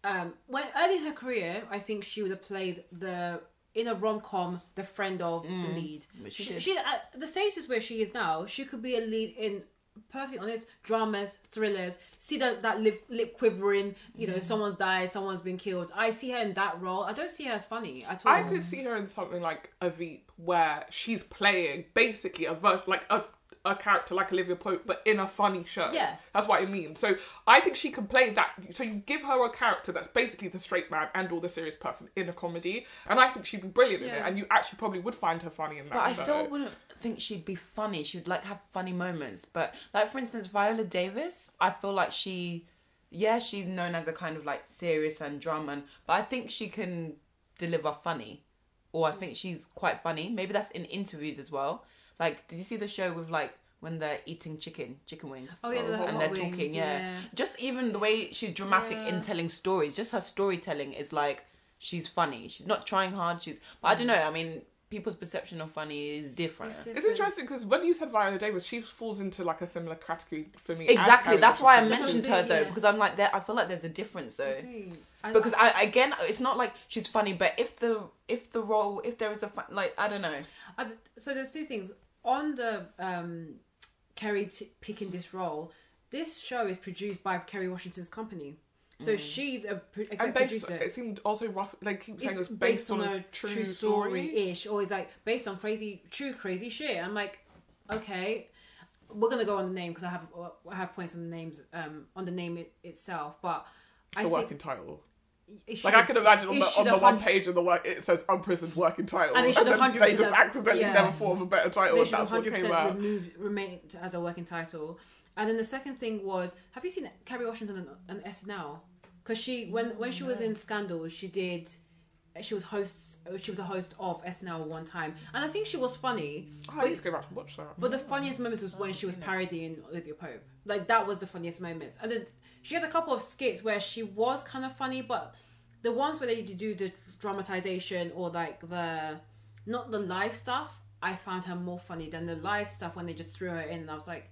A: um when early in her career, I think she would have played the in a rom com the friend of the lead.
C: she
A: she,
C: did.
A: she at the stages where she is now, she could be a lead in perfectly honest dramas, thrillers. See that that lip, lip quivering, you know, someone's died, someone's been killed. I see her in that role. I don't see her as funny at all.
B: I could see her in something like a Veep, where she's playing basically a ver- like a a character like Olivia Pope, but in a funny show.
A: Yeah.
B: that's what I mean. So I think she can play that. So you give her a character that's basically the straight man and all the serious person in a comedy, and I think she'd be brilliant in it.
A: Yeah.
B: And you actually probably would find her funny in that.
C: But I
B: show.
C: still wouldn't think she'd be funny. She'd like have funny moments. But like for instance, Viola Davis, I feel like she, yeah, she's known as a kind of like serious and drama, and, but I think she
A: Mm.
C: can deliver funny, or I think she's quite funny. Maybe that's in interviews as well. Like, did you see the show with like when they're eating chicken, chicken wings?
A: Oh yeah,
B: Oh,
A: the
B: and
A: hot
C: they're
A: wings,
C: talking, yeah. Just even the way she's dramatic
A: Yeah.
C: in telling stories, just her storytelling is like she's funny. She's not trying hard. She's, but I don't know. I mean, people's perception of funny is different.
A: Mm. It's
B: It's
A: different.
B: interesting because when you said Viola Davis, she falls into like a similar category for me. as
C: Exactly.
B: Harriet
C: That's why I
B: Tubman.
A: That's what I'm
C: mentioned her
A: saying,
C: though,
A: yeah.
C: because I'm like, there. I feel like there's a difference though.
A: Okay. I-
C: because I again, it's not like she's funny, but if the if the role, if there is a fun, like I don't know,
A: I, so there's two things on the um, Kerry t- picking this role. This show is produced by Kerry Washington's company, so she's a pro-
B: Mm. And
A: exec
B: based,
A: producer.
B: it seemed also rough. Like keep saying, it was
A: It's
B: based, on, a true, story.
A: ish, or it's like based on crazy, true crazy shit. I'm like, okay, we're gonna go on the name because I have uh, I have points on the names um on the name it, itself, but
B: It's a
A: I think
B: working title.
A: it should,
B: Like I could imagine on
A: it
B: the,
A: should
B: on the
A: have
B: one
A: hun-
B: page of the work it says unprisoned working title,
A: And they should have
B: then they
A: 100%
B: just accidentally
A: yeah.
B: never thought of a better title,
A: They
B: and
A: should have
B: that's what
A: hundred
B: came
A: percent
B: out.
A: remove remain as a working title. And then the second thing was, have you seen Kerry Washington on, on SNL? Because she when when she was in Scandal, she did. She was host. She was a host of SNL one time, and I think she was funny.
B: Oh, I need to go back and watch that.
A: But the funniest moments was when she was parodying Olivia Pope. Like that was the funniest moments. And then she had a couple of skits where she was kind of funny, but the ones where they do the dramatization or like the not the live stuff, I found her more funny than the live stuff when they just threw her in. And I was like,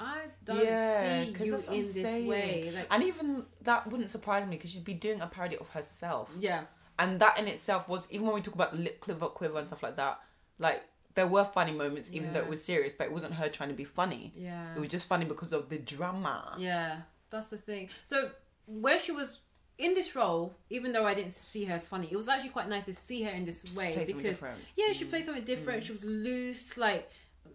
A: I don't
C: yeah,
A: see
C: 'cause
A: you
C: that's
A: in
C: what I'm
A: this
C: saying.
A: way. Like,
C: and even that wouldn't surprise me because she'd be doing a parody of herself,
A: yeah,
C: and that in itself was even when we talk about the lip quiver, quiver and stuff like that, like there were funny moments, even though it
A: Yeah.
C: was serious, but it wasn't her trying to be funny.
A: yeah.
C: It was just funny because of the drama.
A: Yeah, that's the thing. So where she was in this role, even though I didn't see her as funny, it was actually quite nice to see her in this way
C: play something
A: because
C: different. Mm.
A: yeah, she played something different. She was loose, like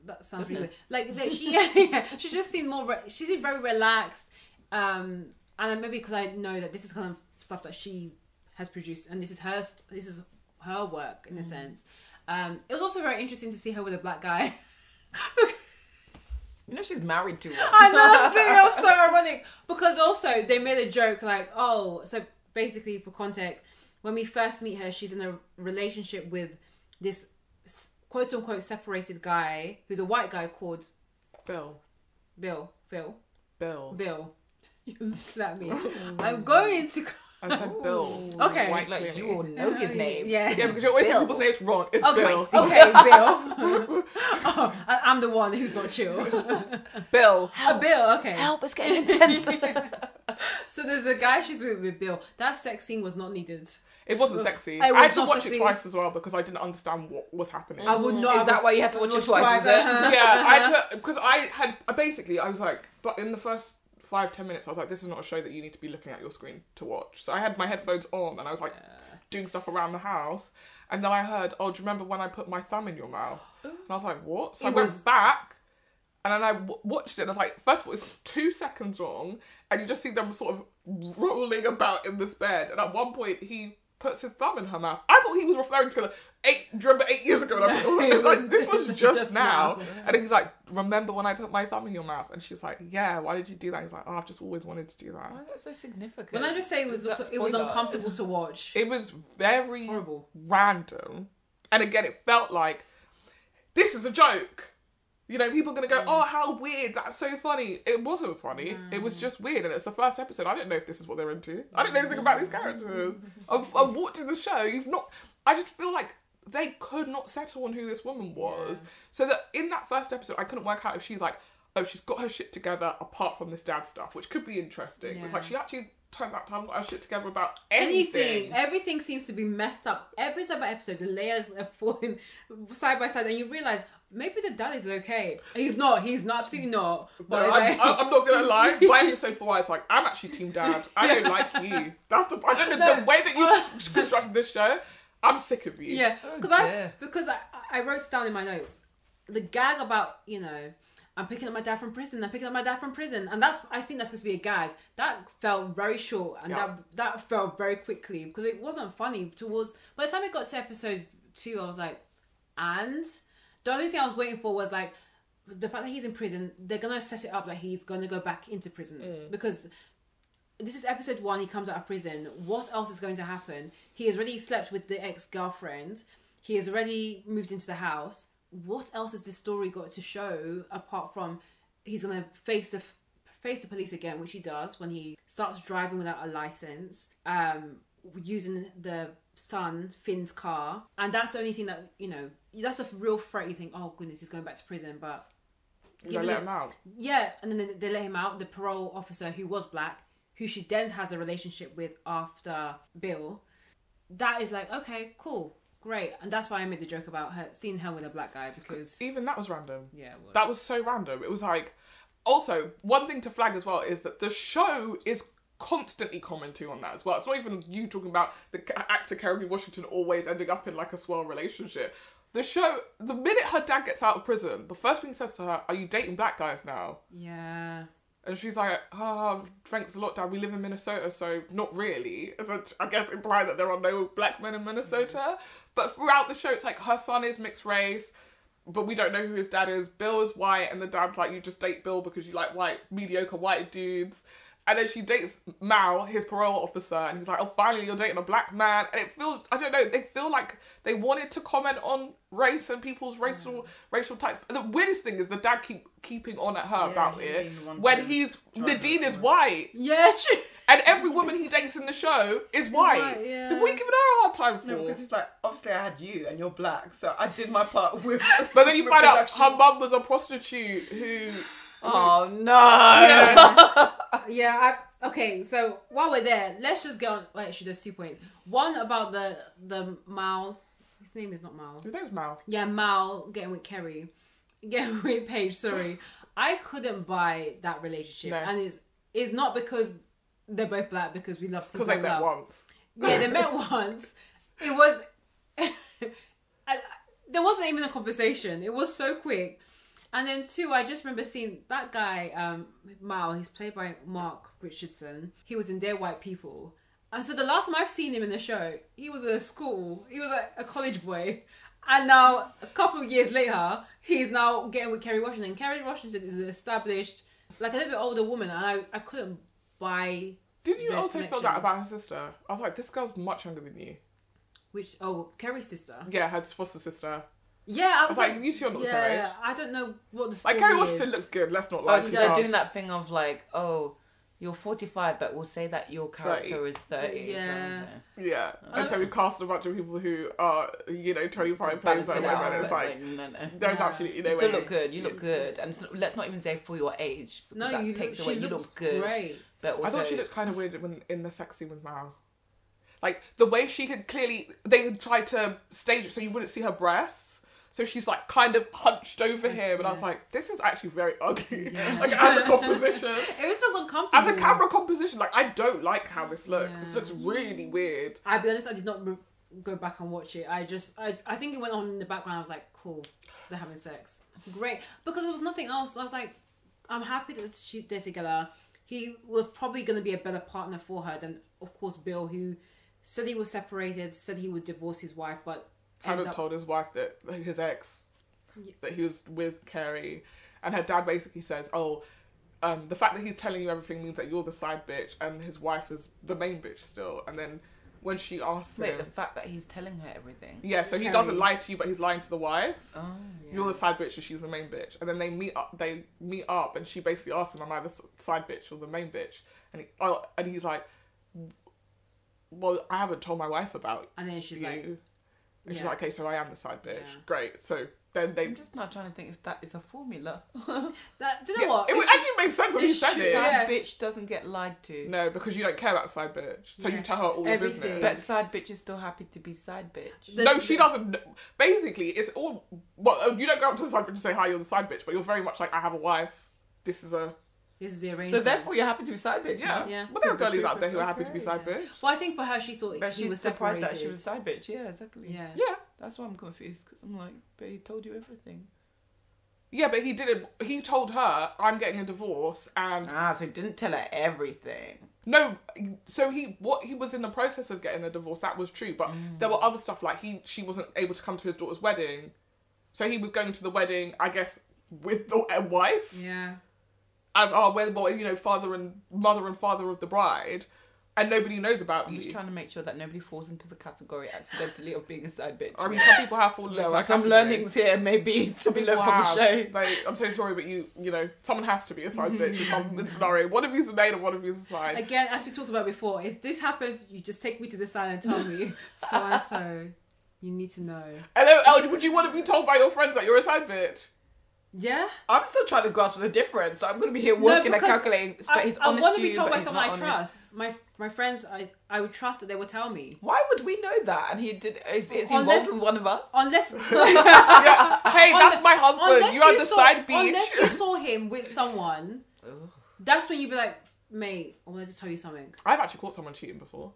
A: that sounds
C: Goodness.
A: really weird. Like that she yeah, yeah, she just seemed more re- she seemed very relaxed. Um, and maybe because I know that this is kind of stuff that she has produced and this is her st- this is her work
C: Mm.
A: in a sense. Um, it was also very interesting to see her with a black guy.
C: You know, she's married to one.
A: I know that's the thing that was so ironic because also they made a joke like, oh, so basically for context, when we first meet her, she's in a relationship with this quote unquote separated guy who's a white guy called
B: Bill,
A: Bill. Phil.
B: Bill.
A: Bill. that me. I'm going to.
B: I said Bill.
A: Okay.
B: White
C: like
B: clearly.
C: you all know his name.
A: Oh, Yeah. Oh,
B: Yeah, because you always hear
C: Bill.
B: people say it's wrong. It's
A: Okay,
B: Bill.
A: okay, Bill. oh, I- I'm the one who's not chill.
B: Bill.
A: A Bill, okay.
C: Help, it's getting intense.
A: So there's a guy she's with with Bill. That sex scene was not needed.
B: It wasn't sexy.
A: It was
B: I had to
A: not
B: watch
A: sexy.
B: it twice as well because I didn't understand what was happening.
A: I would not.
C: Is that why you had to watch it twice, is it?
A: uh-huh.
B: yeah, I had to because I had I basically I was like, but in the first five ten minutes, I was like, this is not a show that you need to be looking at your screen to watch. So I had my headphones on and I was like doing stuff around the house, and then I heard, oh, do you remember when I put my thumb in your mouth? And I was like, what? So I
A: It
B: went
A: was-
B: back. And then I w- watched it and I was like, first of all, it's two seconds long, and you just see them sort of rolling about in this bed. And at one point, he puts his thumb in her mouth. I thought he was referring to the eight, do you remember eight years ago? And I
A: No,
B: was
A: it
B: like,
A: was-
B: this was just,
A: just now.
B: now. And he's like, remember when I put my thumb in your mouth? And she's like, yeah, why did you do that? He's like, oh, I've just always wanted to do that.
C: that's so significant.
A: When I just say it was
C: Is that
A: it was
C: spoiler?
A: uncomfortable to watch.
B: It was very
A: horrible.
B: random. And again, it felt like this is a joke. You know, people are going to
A: Mm.
B: go, oh, how weird. That's so funny. It wasn't funny. It
A: Mm.
B: was just weird. And it's the first episode. I didn't know if this is what they're into. I didn't know anything about these
A: Mm.
B: characters. I've, I've walked in the show. You've not. I just feel like they could not settle on who this woman was. So that in that first episode, I couldn't work out if she's like, oh, she's got her shit together apart from this dad stuff, which could be interesting. It's like
A: Yeah.
B: she actually turned that time got her shit together about
A: Anything.
B: anything.
A: everything seems to be messed up. Episode by episode, the layers are falling side by side, and you realize maybe the dad is okay. He's not. He's not absolutely not. But
B: No,
A: it's
B: I'm,
A: like,
B: I- I'm not gonna lie. By episode four, it's like I'm actually Team Dad. I don't like you. That's the I don't know the
A: No.
B: way that you constructed this show. I'm sick of you. Oh,
A: yeah, because
C: dear.
A: I because I I wrote this down in my notes the gag about you know. I'm picking up my dad from prison. I'm picking up my dad from prison, and that's I think that's supposed to be a gag. That fell very short, and
B: Yeah.
A: that that fell very quickly because it wasn't funny. Towards by the time it got to episode two, I was like, and the only thing I was waiting for was like the fact that he's in prison. They're gonna set it up like he's gonna go back into prison
B: Mm.
A: because this is episode one. He comes out of prison. What else is going to happen? He has already slept with the ex girlfriend. He has already moved into the house. what else has this story got to show apart from he's gonna face the face the police again, which he does when he starts driving without a license, um, using the son Finn's car, and that's the only thing that you know. That's a real threat. You think, oh goodness, he's going back to prison, but
B: You gotta
A: Even
B: let
A: if-
B: him out.
A: yeah, and then they- they let him out. The parole officer, who was black, who she then has a relationship with after Bill, that is like okay, cool, great, and that's why I made the joke about her seeing her with a black guy because
B: Even that was random.
A: yeah, it was.
B: That was so random. It was like, also, one thing to flag as well is that the show is constantly commenting on that as well. It's not even you talking about the ca- actor Kerry Washington always ending up in like a swirl relationship. The show, the minute her dad gets out of prison, the first thing he says to her, Are you dating black guys now?
A: yeah,
B: And she's like, oh, thanks a lot, Dad. We live in Minnesota, so not really. So I guess implying that there are no black men in Minnesota. But throughout the show, it's like her son is mixed race, but we don't know who his dad is. Bill is white, and the dad's like, you just date Bill because you like white, mediocre white dudes. And then she dates Mal, his parole officer, and he's like, oh, finally, you're dating a black man. And it feels, I don't know, they feel like they wanted to comment on race and people's racial racial type. The weirdest thing is the dad keep keeping on at her about
D: he
B: it
D: being the one
B: when
D: who
B: he's
D: tried to
B: Nadine is
D: influence.
B: white
A: yeah, true.
B: and every woman he dates in the show is white.
A: white, yeah.
B: So what are you giving her a hard time for?
D: No, because it's like obviously I had you and you're black, so I did my part with.
B: but then you
D: with
B: find out
D: production.
B: her mum was a prostitute who
C: Oh no!
A: yeah I, okay so while we're there let's just go on wait actually there's two points one about the the mal his name is not mal
B: his name's Mal.
A: yeah mal getting with kerry getting with paige sorry i couldn't buy that relationship
B: No.
A: and it's it's not because they're both black because we love
B: Because they met once.
A: yeah they met once it was I, there wasn't even a conversation it was so quick and then two, I just remember seeing that guy, um, Mal, he's played by Mark Richardson. He was in Dear White People. And so the last time I've seen him in the show, he was at a school, he was a, a college boy. And now, a couple of years later, he's now getting with Kerry Washington. Kerry Washington is an established, like a little bit older woman, and I, I couldn't buy
B: Didn't you
A: Their
B: also feel
A: connection.
B: that about her sister? I was like, this girl's much younger than you.
A: which, oh, Kerry's sister.
B: Yeah, her foster sister.
A: Yeah, I was
B: It's
A: like,
B: like, you two are not the same
A: yeah,
B: age.
A: I don't know what the story
B: Like Carrie
A: is.
B: Washington looks good. Let's not
C: Oh,
B: lie.
C: because
B: She's
C: they're
B: ass.
C: doing that thing of like, oh, you're 45, but we'll say that your character is 30. It's like,
A: Yeah.
C: okay.
B: Yeah, and so we cast a bunch of people who are you know twenty five plays
C: Balance
B: by
C: it
B: whatever.
C: out,
B: And it's
C: but
B: like
C: no, no.
B: there's
A: Yeah.
B: absolutely no
C: You
B: way.
C: still look good. You look good, and it's not, let's not even say for your age. because
A: No,
C: that
A: you
C: takes
A: look,
C: away.
A: she
C: you
A: looks
C: look good,
A: great.
C: but also
B: I thought she looked kind of weird when in the sex scene with Mal. Like the way she could clearly, they would try to stage it so you wouldn't see her breasts. So she's like kind of hunched over him, and I was like, this is actually very ugly. like as a composition,
A: It was just uncomfortable.
B: as a camera composition, like I don't like how this looks. This
A: Yeah.
B: looks really weird.
A: I'll be honest, I did not re- go back and watch it. I just, I, I think it went on in the background. I was like, cool, they're having sex. Great. Because there was nothing else. I was like, I'm happy that she, they're together. He was probably going to be a better partner for her than, of course, Bill, who said he was separated, said he would divorce his wife, but ends
B: Hadn't
A: up.
B: told his wife that like, his ex that he was with Carrie, and her dad basically says, "Oh, um, the fact that he's telling you everything means that you're the side bitch, and his wife is the main bitch still." And then when she asks
C: wait,
B: him,
C: the fact that he's telling her everything.
B: yeah, so he
A: Carrie.
B: doesn't lie to you, but he's lying to the wife.
C: Oh,
B: You're the side bitch, and she's the main bitch. And then they meet up. They meet up, and she basically asks him, "Am I the s- side bitch or the main bitch?" And he, oh, and he's like, "Well, I haven't told my wife about
A: and then she's
B: you."
A: like,
B: and she's
A: yeah.
B: like, "Okay, so I am the side bitch.
A: Yeah.
B: Great." So then they
C: I'm just now trying to think if that is a formula.
A: that, do you know
B: Yeah,
A: what?
B: It
A: It's
B: would
A: just-
B: actually make sense when you
A: it's
B: said
A: true.
B: it.
A: Yeah.
C: Side bitch doesn't get lied to,
B: No, because you don't care about side bitch, so
A: Yeah.
B: you tell her all
A: Everything.
B: your
C: but
B: business.
C: side bitch is still happy to be side bitch.
A: the-
B: no, she doesn't. Basically, it's all. Well, oh, you don't go up to the side bitch and say hi. You're the side bitch, but you're very much like I have a wife. This is a
A: This is the
C: So
A: arrangement.
C: therefore, you're happy to be side bitch.
B: yeah.
C: huh?
A: Yeah.
B: But there are
C: Because the
B: girlies
C: truth
B: out there
C: is
B: who are happy to be
C: okay,
B: side
A: yeah.
B: bitch.
A: Well, I think for her, she thought
C: But
A: he
C: she's
A: was
C: surprised
A: separated.
C: that she was side bitch. Yeah, exactly.
A: yeah.
B: Yeah,
C: That's why I'm confused because I'm like, but he told you everything.
B: yeah, but he didn't. He told her, "I'm getting a divorce," and
C: Ah, so he didn't tell her everything.
B: No, so he what he was in the process of getting a divorce. That was true, but
C: Mm.
B: there were other stuff like he she wasn't able to come to his daughter's wedding, so he was going to the wedding, I guess, with the uh, wife
C: Mm.
B: oh,
A: Yeah.
B: as our well, well, you know, father and mother and father of the bride. and nobody knows about
C: I'm just
B: me.
C: trying to make sure that nobody falls into the category accidentally of being a side bitch.
B: I mean, some people have fallen
C: no,
B: into
C: like
B: that
C: some
B: category.
C: learnings here maybe to be
B: People
C: learned from the
B: have.
C: show.
B: Like, I'm so sorry, but you, you know, someone has to be a side bitch in some scenario. One of you's a maid and one of you's a side.
A: Again, as we talked about before, if this happens, you just take me to the side and tell me so and so. You need to know.
B: Hello, El, would you want to be told by your friends that you're a side bitch?
A: Yeah.
C: I'm still trying to grasp the difference. I'm going to be here working and
A: because
C: calculating. But
A: I,
C: he's
A: I
C: honest
A: want to
C: to
A: be
C: you,
A: told
C: but
A: by
C: he's
A: someone I
C: not honest.
A: trust. My my friends, I I would trust that they will tell me.
C: Why would we know that? And he did. Is, is he
A: Unless-
C: involved with one of us?
A: Unless
B: Yeah. Hey,
A: Unless-
B: that's my husband.
A: unless
B: You are the
A: saw,
B: side bitch.
A: Unless you saw him with someone, that's when you'd be like, mate, I wanted to tell you something.
B: I've actually caught someone cheating before.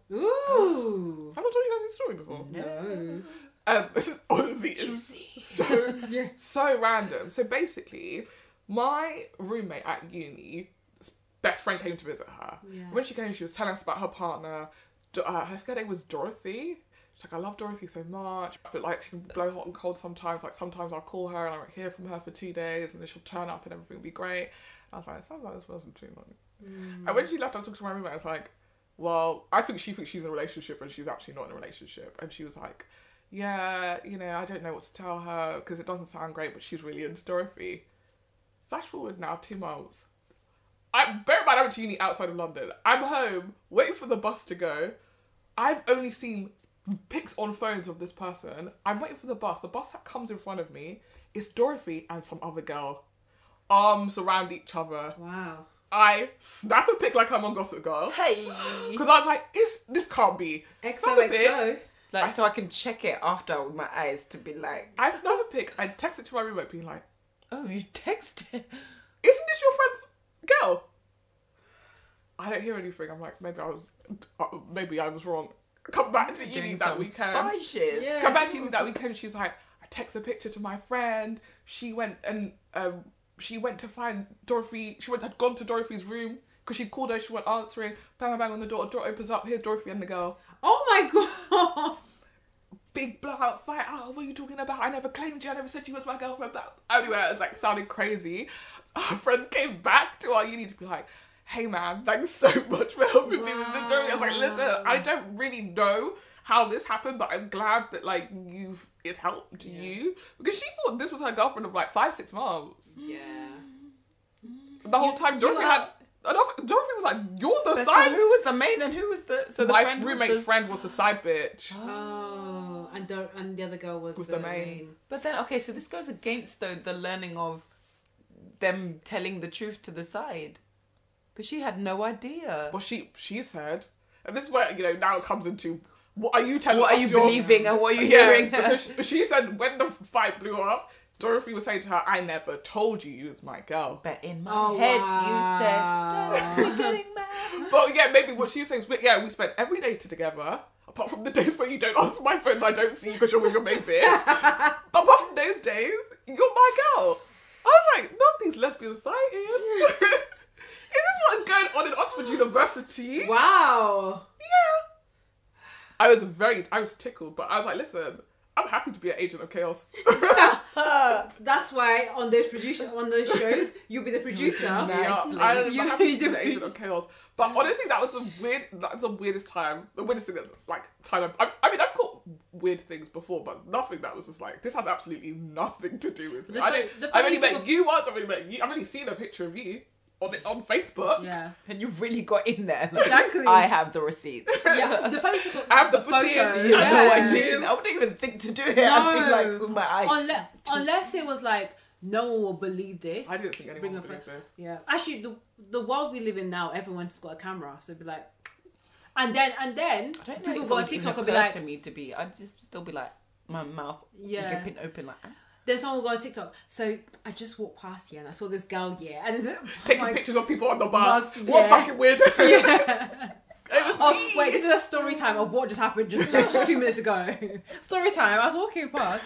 A: Ooh.
B: Have I told you guys this story before?
A: No.
B: Um, this is honestly it was so so random. So basically, my roommate at uni, best friend came to visit her.
A: Yeah.
B: When she came, she was telling us about her partner. Do- Uh, I forget it was Dorothy. She's like, I love Dorothy so much, but like she can blow hot and cold sometimes. Like sometimes I'll call her and I won't hear from her for two days, and then she'll turn up and everything will be great. I was like, it sounds like this person too much. And when she left, I talked to my roommate. I was like, well, I think she thinks she's in a relationship and she's actually not in a relationship. And she was like, yeah, you know, I don't know what to tell her because it doesn't sound great, but she's really into Dorothy. Flash forward now two months. I bear in mind I went to uni outside of London. I'm home, waiting for the bus to go. I've only seen pics on phones of this person. I'm waiting for the bus. The bus that comes in front of me is Dorothy and some other girl, arms around each other.
A: Wow.
B: I snap a pic like I'm on Gossip Girl
C: Hey,
B: because I was like, "Is this can't be?" Snap a pic.
A: XOXO.
C: like so I can check it after with my eyes to be like,
B: I snap a pic. I text it to my roommate, being like,
C: oh, you texted.
B: "Isn't this your friend's girl?" I don't hear anything. I'm like, maybe I was, uh, maybe I was wrong. Come back to uni
C: Doing
B: that
C: some
B: weekend.
C: spy shit.
A: Yeah.
B: Come back to uni that weekend. She's like, I text a picture to my friend. She went and um, she went to find Dorothy. She went had gone to Dorothy's room because she called her. She went answering. Bang bang bang on the door. Door opens up. Here's Dorothy and the girl.
A: Oh my god.
B: big blowout fight. Oh, what are you talking about? I never claimed you. I never said you was my girlfriend. But anyway, it was like sounding crazy. So our friend came back to our uni to be like, hey man, thanks so much for helping me with the story. I was like, listen, I don't really know how this happened, but I'm glad that like you've it's helped you. Because she thought this was her girlfriend of like five, six months.
D: Yeah.
B: The whole time Dorothy
A: are-
B: had Dorothy Dorothy was like, You're the
C: But so
B: side
C: who was the main and who was the so the
B: my
C: friend
B: roommate's
C: was-
B: friend was the side bitch.
A: Oh, and the, and the other girl was,
B: Was
A: the,
B: the main.
A: main.
C: But then okay, so this goes against though the learning of them telling the truth to the side, because she had no idea.
B: Well, she she said, and this is where you know now it comes into what are you telling?
C: What are
B: us
C: you
B: you're-
C: believing and what are you
B: Yeah,
C: hearing?
B: because she, she said when the fight blew up, Dorothy was saying to her, "I never told you you was my girl."
C: But in my
A: Oh,
C: head,
A: wow.
C: you said, "Daddy, we're getting married."
B: But yeah, maybe what she was saying is, we- yeah, we spent every day together. Apart from the days where you don't answer my phone, and I don't see you because you're with your main bitch. but apart from those days, you're my girl. I was like, not these lesbians fighting. is this what is going on in Oxford University?
A: Wow.
B: yeah. I was very, I was tickled, but I was like, listen, I'm happy to be an agent of chaos.
A: That's why on those producer on those shows, you'll be the producer.
B: Yeah,
C: Nicely.
B: I am
A: You-
B: happy to be
A: you
B: an
A: do-
B: agent of chaos. But honestly, that was the weird, that was the weirdest time, the weirdest thing that's like time. I've, I mean, I've caught weird things before, but nothing that was just like this has absolutely nothing to do with me.
A: The
B: I
A: funny-
B: don't.
A: the
B: I've
A: funny
B: only
A: thing
B: met
A: of-
B: you once. I've only met you. I've only seen a picture of you on on Facebook.
A: Yeah.
C: and you really got in there. Like,
A: Exactly.
C: I have the receipt.
A: Yeah. The funny thing of
B: I have the
A: photos. Oh
B: footage.
C: You
B: Yeah.
C: have no
B: Yeah.
C: idea. I wouldn't even think to do it.
A: No.
C: I'd be like, with my eyes.
A: Unle- unless it was like no one will believe this.
B: I didn't think anyone
A: Bring
B: would
A: a
B: believe
A: friend.
B: this.
A: Yeah. Actually, the the world we live in now, everyone's got a camera, so it'd be like, and then and then
C: I don't know
A: people
C: if
A: go on
C: it would
A: TikTok
C: even
A: and be
C: occur
A: like,
C: to me to be. I'd just still be like, my mouth
A: Yeah.
C: dripping open like. ah.
A: then someone will go on TikTok. So I just walked past here and I saw this girl here, and it's
B: Taking
A: like,
B: pictures of people on the bus.
A: Bus,
B: what
A: yeah.
B: fucking weird.
A: Oh wait, this is a story time of what just happened just like two minutes ago. story time. I was walking past.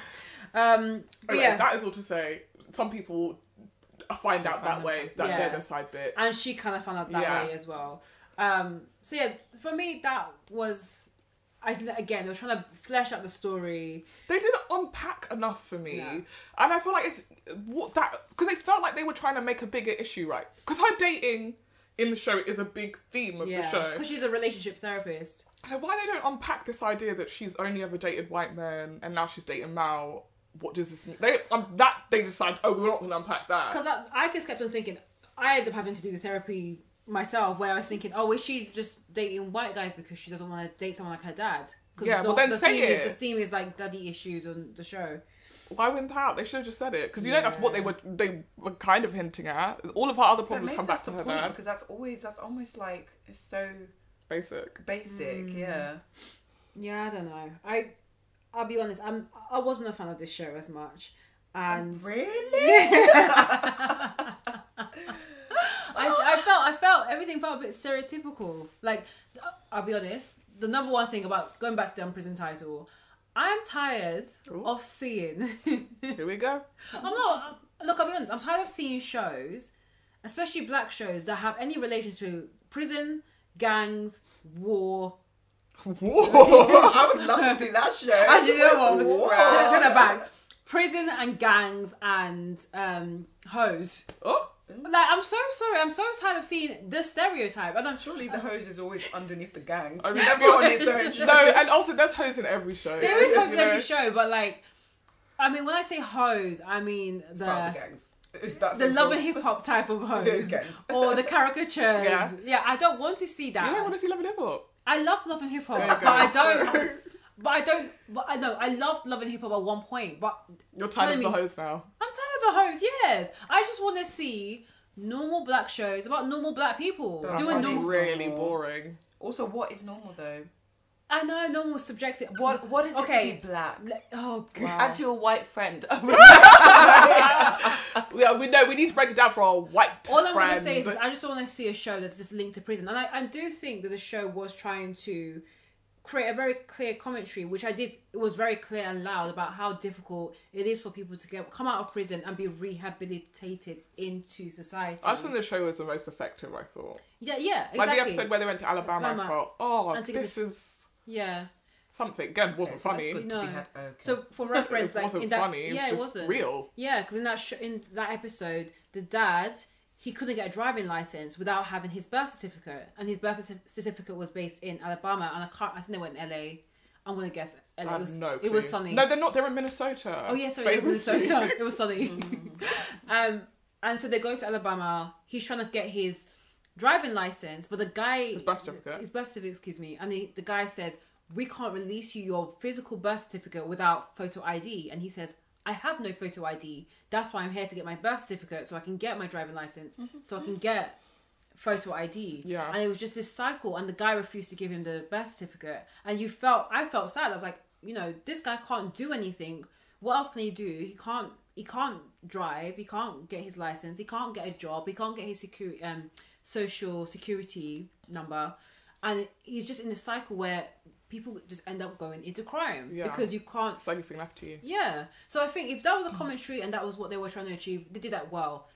A: Um, but
B: Anyway,
A: yeah,
B: that is all to say. Some people find out that way that
A: Yeah.
B: they're the side bitch.
A: and she kind of found out that
B: Yeah.
A: way as well. Um, so yeah, for me that was, I think that, again they were trying to flesh out the story.
B: they didn't unpack enough for me,
A: No.
B: and I feel like it's what that because they felt like they were trying to make a bigger issue, right? Because her dating in the show is a big theme of the show.
A: because she's a relationship therapist.
B: So why they don't unpack this idea that she's only ever dated white men and now she's dating Mao? What does this mean? They um, that they decide. Oh, we're not going to unpack that.
A: Because I, I just kept on thinking, I ended up having to do the therapy myself, where I was thinking, oh, is she just dating white guys because she doesn't want to date someone like her dad? 'Cause
B: Yeah,
A: the,
B: well, then
A: the
B: say
A: theme is-
B: it.
A: the theme is like daddy issues on the show.
B: Why wouldn't that? They should have just said it because you know that's what they
A: Yeah.
B: were they were kind of hinting at. All of her other
D: But
B: problems
D: maybe
B: come
D: that's
B: back to
D: the
B: her
D: point
B: dad.
D: because that's always that's almost like it's so
B: Basic.
A: Hmm.
D: basic. Yeah.
A: Yeah, I don't know. I, I'll be honest. I'm. I wasn't a fan of this show as much, and
D: Really?
A: I, I felt I felt everything felt a bit stereotypical. Like I'll be honest, the number one thing about going back to the unprison title, I'm tired of seeing. I'm
B: Here we go.
A: not. Look, I'll be honest. I'm tired of seeing shows, especially black shows that have any relation to prison, gangs, war.
B: Whoa.
D: I would love to see that show.
A: Actually, you know what?
D: Wow.
A: Turn it back. Prison and gangs and um, hoes.
B: oh.
A: Like I'm so sorry. I'm so tired of seeing this stereotype, and I'm sure.
D: Surely the hose is always underneath the gangs.
B: I
D: I
B: mean,
D: mean, let me be honest. so-
B: No, and also there's hoes in every show.
A: There is
B: You
A: hoes in every
B: know?
A: show, but like, I mean, when I say hoes, I mean
D: about
A: the
D: the gangs. It's that
A: the
D: simple.
A: love and hip hop type of hoes,
D: gangs.
A: or the caricatures.
B: Yeah.
A: Yeah. I don't want to see that.
B: You don't want to see Love and Hip Hop.
A: I love love and hip hop,
B: There you
A: but
B: go.
A: I don't.
B: So,
A: But I don't. But I know I loved love and hip hop at one point, but
B: you're tired of
A: Telling
B: the
A: me-
B: hoes now.
A: I'm tired of the hoes. Yes, I just want to see normal black shows about normal black people
D: That's
A: doing
D: funny.
A: normal.
B: really
D: normal.
B: boring.
D: Also, what is normal though?
A: I know normal is subjective.
C: What what is it
A: Okay.
C: to be black?
A: Le- Oh god.
C: As your white friend,
B: Yeah, we know we need to break it down for our white
A: All I'm going to
B: friends.
A: say is, this, I just want to see a show that's just linked to prison. And I, I do think that the show was trying to create a very clear commentary, which I did. It was very clear and loud about how difficult it is for people to get come out of prison and be rehabilitated into society.
B: I think the show was the most effective. I thought,
A: yeah, yeah, exactly.
B: like the episode where they went to Alabama, I
A: Alabama.
B: thought, oh,
A: And to get
B: this is
A: yeah.
B: something. Again, wasn't
D: Okay, so that's
B: funny.
D: good
A: No.
D: To be had. Okay.
A: So for reference,
B: it
A: like
B: wasn't
A: in that,
B: funny. It was
A: yeah,
B: just
A: it wasn't
B: real.
A: Yeah, because in that sh- in that episode, the dad he couldn't get a driving license without having his birth certificate, and his birth certi- certificate was based in Alabama, and I can't. I think they were in LA. I'm gonna guess LA.
B: I
A: it
B: have
A: was,
B: no. Clue.
A: It was sunny.
B: No, they're not. They're in Minnesota.
A: oh yeah, sorry,
B: But
A: it was Minnesota. it was sunny. um, and so they go to Alabama. He's trying to get his driving license, but the guy his
B: birth certificate.
A: His birth certificate, excuse me. And the, the guy says, "We can't release you your physical birth certificate without photo ID." And he says, "I have no photo ID. That's why I'm here to get my birth certificate so I can get my driving license,
B: Mm-hmm.
A: so I can get." Photo ID,
B: Yeah.
A: and it was just this cycle, and the guy refused to give him the birth certificate, and you felt, I felt sad. I was like, you know, this guy can't do anything. What else can he do? He can't, he can't drive. He can't get his license. He can't get a job. He can't get his security, um, social security number, and he's just in this cycle where people just end up going into crime
B: Yeah.
A: because you can't
B: It's like anything left to you.
A: yeah. So I think if that was a commentary and that was what they were trying to achieve, they did that well.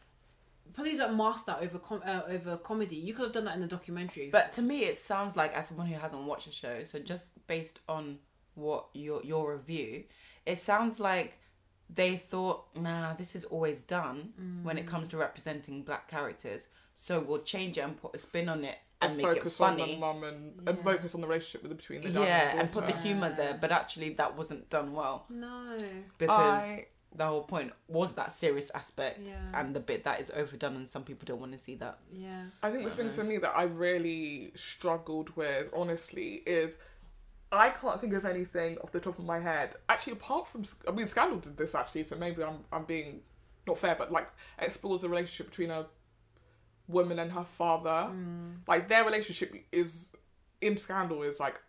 A: Police don't master that over com- uh, over comedy. You could have done that in the documentary.
C: but to me it sounds like as someone who hasn't watched the show. So just based on what your your review, it sounds like they thought, nah, this is always done when
A: Mm.
C: it comes to representing black characters. So we'll change it and put a spin on it and
B: And
C: make it
B: focus on the
C: funny.
B: mum and, and
A: Yeah.
B: focus on the relationship with- between the dad
C: yeah,
B: and
C: and
B: the
C: put
B: daughter.
C: the humor there, but actually that wasn't done well
A: no.
C: because
B: I-
C: the whole point was that serious aspect
A: Yeah.
C: and the bit that is overdone and some people don't want to see that.
A: Yeah.
B: I think the thing for me that I really struggled with, honestly, is I can't think of anything off the top of my head. Actually, apart from I mean, Scandal did this actually, so maybe I'm I'm being not fair, but like explores the relationship between a woman and her father.
C: Mm.
B: Like their relationship is in Scandal is like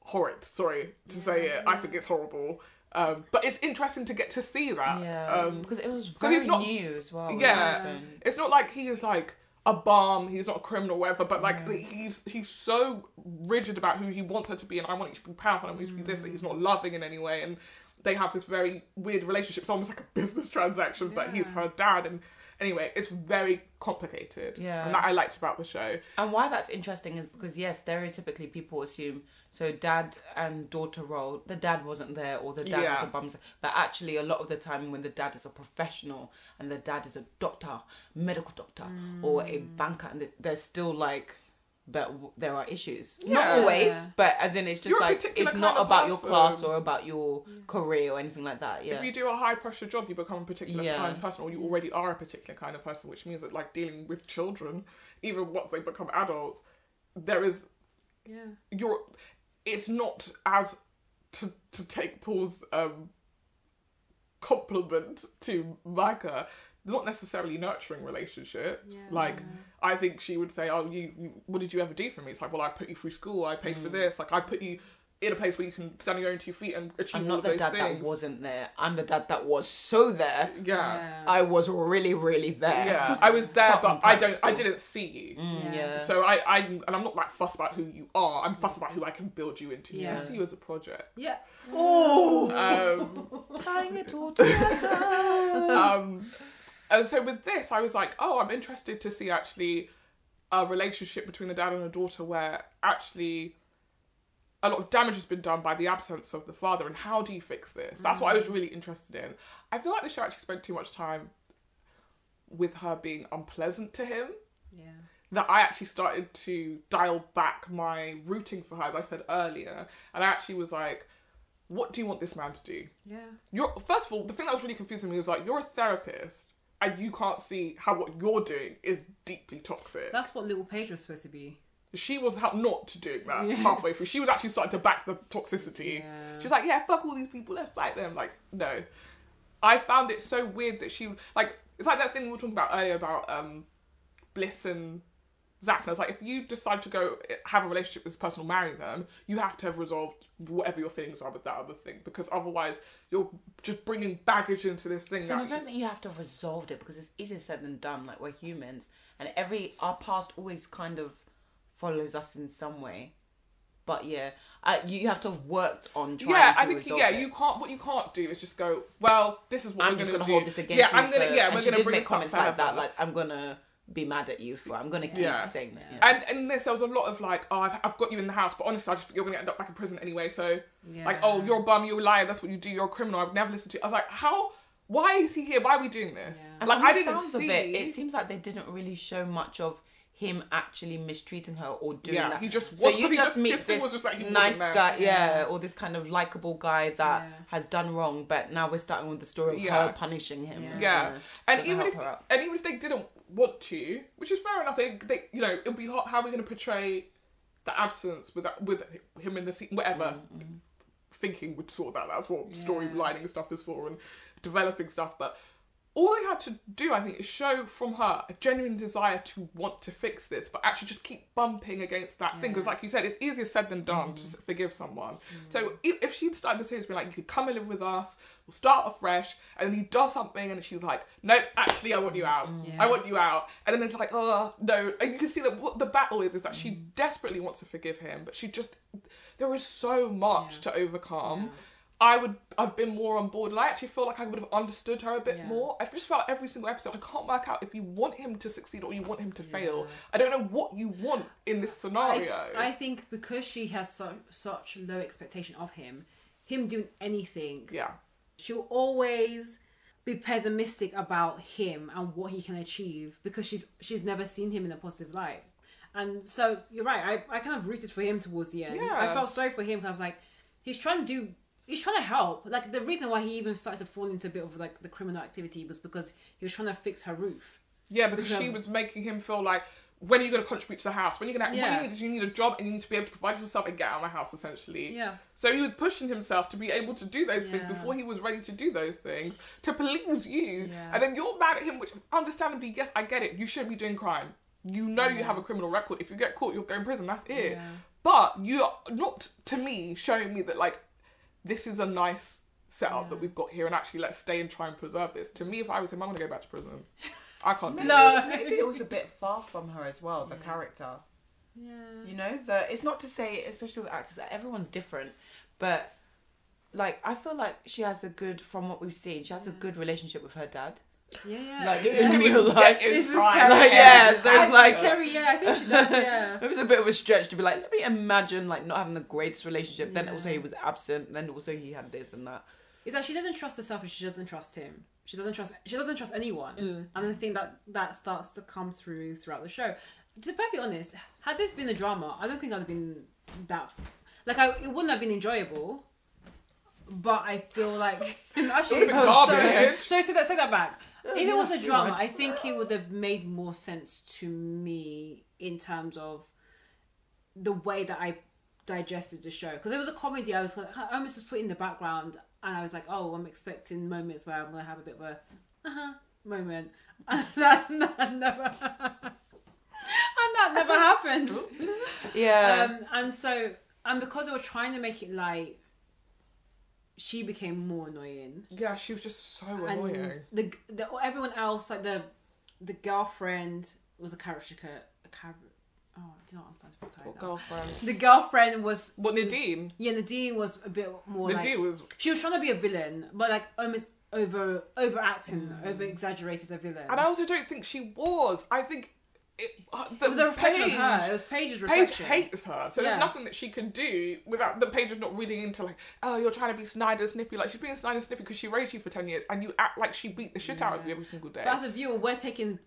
B: horrid. Sorry to say it, I think it's horrible. Um, but it's interesting to get to see that.
C: Yeah,
B: Um,
C: because it was
B: 'cause
C: very
B: he's not-
C: new as well. when it
B: yeah.
C: happened.
B: it's not like he is like a bomb he's not a criminal whatever but like he's he's so rigid about who he wants her to be and i want you to be powerful i want you to be this that he's
C: Mm.
B: not loving in any way and they have this very weird relationship it's almost like a business transaction but he's
A: Yeah.
B: her dad and Anyway, it's very complicated.
C: Yeah.
B: And that I liked about the show.
C: And why that's interesting is because yes, stereotypically people assume so dad and daughter role the dad wasn't there or the dad was
B: Yeah.
C: a bum, but actually a lot of the time when the dad is a professional and the dad is a doctor, medical doctor or a
B: Mm.
C: banker, and th- they're still like. But w- there are issues, not
B: Yeah.
C: always, but as in it's just
B: You're a
C: like
B: particular
C: it's not
B: kind of
C: about your
B: person.
C: class or about your career or anything like that. Yeah,
B: If you do a high pressure job, you become a particular
C: Yeah.
B: kind of person, or you already are a particular kind of person, which means that like dealing with children, even once they become adults, there is
A: Yeah.
B: you're it's not as to to take Paul's um compliment to Micah, not necessarily nurturing relationships.
A: Yeah.
B: Like I think she would say, "Oh, you, you, what did you ever do for me?" It's like, "Well, I put you through school. I paid for
C: Mm.
B: this. Like I put you in a place where you can stand on your own two feet and achieve
C: I'm
B: all
C: not
B: of
C: the
B: those
C: dad that
B: things."
C: wasn't there. I'm the dad that was so there.
B: yeah.
A: Yeah.
C: I was really, really there.
B: Yeah, I was there,
C: Apart
B: but
C: from
B: I
C: private
B: don't. I
C: school.
B: didn't see you.
C: Mm,
A: Yeah.
C: yeah.
B: So I, I, and I'm not like fussed about who you are. I'm fussed about who I can build you into.
A: Yeah.
B: I see you as a project.
A: Yeah.
B: Um,
C: tying it all together.
B: um, and so with this, I was like, oh, I'm interested to see actually a relationship between a dad and a daughter where actually a lot of damage has been done by the absence of the father, and how do you fix this? That's what I was really interested in. I feel like the show actually spent too much time with her being unpleasant to him
A: Yeah.
B: that I actually started to dial back my rooting for her, as I said earlier, and I actually was like, what do you want this man to do?
A: Yeah.
B: you're first of all the thing that was really confusing me was like you're a therapist and you can't see how what you're doing is deeply toxic.
A: That's what little Paige was supposed to be.
B: she was help not doing that halfway through. She was actually starting to back the toxicity.
A: Yeah.
B: She was like, "Yeah, fuck all these people. Let's fight them." Like, no. I found it so weird that she like it's like that thing we were talking about earlier about um Bliss and Zach. And I was like, if you decide to go have a relationship with this person or marry them, you have to have resolved whatever your feelings are with that other thing because otherwise you're just bringing baggage into this thing.
C: And I
B: that-
C: don't think you have to have resolved it because it's easier said than done. Like we're humans, and every our past always kind of follows us in some way. But yeah, uh, you have to have worked on trying
B: yeah,
C: to
B: I think
C: resolve
B: yeah,
C: it.
B: you can't. What you can't do is just go. Well, this is what
C: I'm
B: we're
C: just
B: gonna,
C: gonna
B: do.
C: hold this against
B: yeah,
C: you.
B: I'm gonna
C: for-
B: yeah,
C: and
B: we're
C: she
B: gonna
C: did
B: bring
C: make
B: this up
C: comments
B: to
C: like that.
B: her.
C: Like I'm gonna be mad at you for. I'm gonna keep
B: Yeah.
C: saying that. Yeah.
B: And and this, there was a lot of like, oh, I've, I've got you in the house, but honestly, I just think you're gonna end up back in prison anyway. So,
A: Yeah.
B: like, oh, you're a bum, you're a liar, that's what you do, you're a criminal. I've never listened to. you. I was like, how? Why is he here? Why are we doing this?
A: Yeah.
C: And
B: Like,
C: from the
B: I didn't
C: sounds
B: see.
C: of it, it seems like they didn't really show much of him actually mistreating her or doing
B: Yeah,
C: that.
B: he just
C: so
B: was- 'cause
C: you
B: he
C: just
B: just-
C: meet
B: his thing
C: this
B: was just like he wasn't
C: nice
B: there.
C: guy, yeah, or this kind of likable guy that
A: Yeah.
C: has done wrong, but now we're starting with the story of
B: Yeah.
C: her punishing him.
A: Yeah.
B: yeah, and
C: doesn't
B: even
C: help
B: if
C: her out.
B: and even if they didn't want to, which is fair enough, they, they you know it'd be hard, how are we going to portray the absence with that, with him in the scene, whatever.
C: Mm-hmm.
B: Thinking would sort that. That's what
A: Yeah.
B: storylining stuff is for and developing stuff. But all they had to do, I think, is show from her a genuine desire to want to fix this, but actually just keep bumping against that thing. Because,
A: Yeah. Mm-hmm.
B: like you said, it's easier said than done to s- forgive someone. So if, if she'd started the series being like, you could come and live with us, we'll start afresh, and he does something, and she's like, nope, actually, I want you out.
A: Mm. Yeah.
B: I want you out. And then it's like, oh, no. And you can see that what the battle is, is that she
A: Mm.
B: desperately wants to forgive him, but she just, there is so much
A: Yeah.
B: to overcome.
A: Yeah.
B: I would I've been more on board and I actually feel like I would have understood her a bit
A: Yeah.
B: more. Oh, I've just felt every single episode I can't work out if you want him to succeed or you want him to fail. I don't know what you want in this
C: Oh,
B: scenario.
A: I, I think because she has so, such low expectation of him, him doing anything,
B: yeah.
A: she'll always be pessimistic about him and what he can achieve because she's she's never seen him in a positive light. And so you're right. I, I kind of rooted for him towards the end.
B: Yeah.
A: I felt sorry for him because I was like, he's trying to do, he's trying to help. Like the reason why he even started to fall into a bit of like the criminal activity was because he was trying to fix her roof.
B: Yeah, because she
A: Because-
B: was making him feel like when are you gonna contribute to the house? When are you gonna when
A: Yeah.
B: you need is you need a job and you need to be able to provide for yourself and get out of my house essentially.
A: Yeah.
B: So he was pushing himself to be able to do those things
A: Yeah.
B: before he was ready to do those things to please you.
A: Yeah.
B: And then you're mad at him, which understandably, yes, I get it. You shouldn't be doing crime. You know you have a criminal record. If you get caught, you'll go in prison. That's it.
A: Yeah.
B: But you're not, to me, showing me that, like, this is a nice setup that we've got here and actually let's stay and try and preserve this. To me, if I was him, I'm going to go back to prison. I can't do
A: No.
B: this.
C: Maybe it was a bit far from her as well, the character.
A: Yeah.
C: You know, the it's not to say, especially with actors, that everyone's different, but Mm. like I feel like she has a good, from what we've seen, she has a good relationship with her dad.
A: Yeah, yeah.
C: like
A: yeah.
C: in real life.
A: This is
C: Like,
A: Carrie.
C: yeah, so
A: I-
C: it's like
A: Carrie. Yeah, I think she does. Yeah.
C: it was a bit of a stretch to be like, let me imagine like not having the greatest relationship. Then
A: Yeah.
C: also he was absent. Then also he had this and that.
A: It's like she doesn't trust herself and she doesn't trust him. She doesn't trust she doesn't trust anyone. And I think that that starts to come through throughout the show. To be perfectly honest, had this been a drama, I don't think I'd have been that like I it wouldn't have been enjoyable. But I feel like actually
B: It would've been garbage.
A: sorry, sorry, say that say that back. If it was a drama, I think it would have made more sense to me in terms of the way that I digested the show because it was a comedy. I was like, I almost just put in the background, and I was like, oh, I'm expecting moments where I'm gonna have a bit of a uh-huh moment, and that, that never, and that never happened.
C: Yeah.
A: Um, and so, and because they were trying to make it light, she became more annoying
B: Yeah, she was just so
A: and
B: annoying.
A: the, the everyone else like the the girlfriend was a caricature a car- oh do you know what I'm starting to feel tired
B: What
A: now.
B: girlfriend?
A: the girlfriend was
B: What Nadine?
A: yeah Nadine was a bit more
B: Nadine
A: like
B: was,
A: she was trying to be a villain but like almost over overacting over exaggerated a villain
B: and I also don't think she was. I think it, uh, the
A: it was a reflection
B: Paige-
A: of her it was Paige's
B: Paige
A: reflection
B: hates her, so
A: Yeah.
B: there's nothing that she can do without the Paige is not reading into like, oh, you're trying to be Snyder Snippy. Like she's being Snyder Snippy because she raised you for ten years, and you act like she beat the shit out of you every single day.
A: but as a viewer we're taking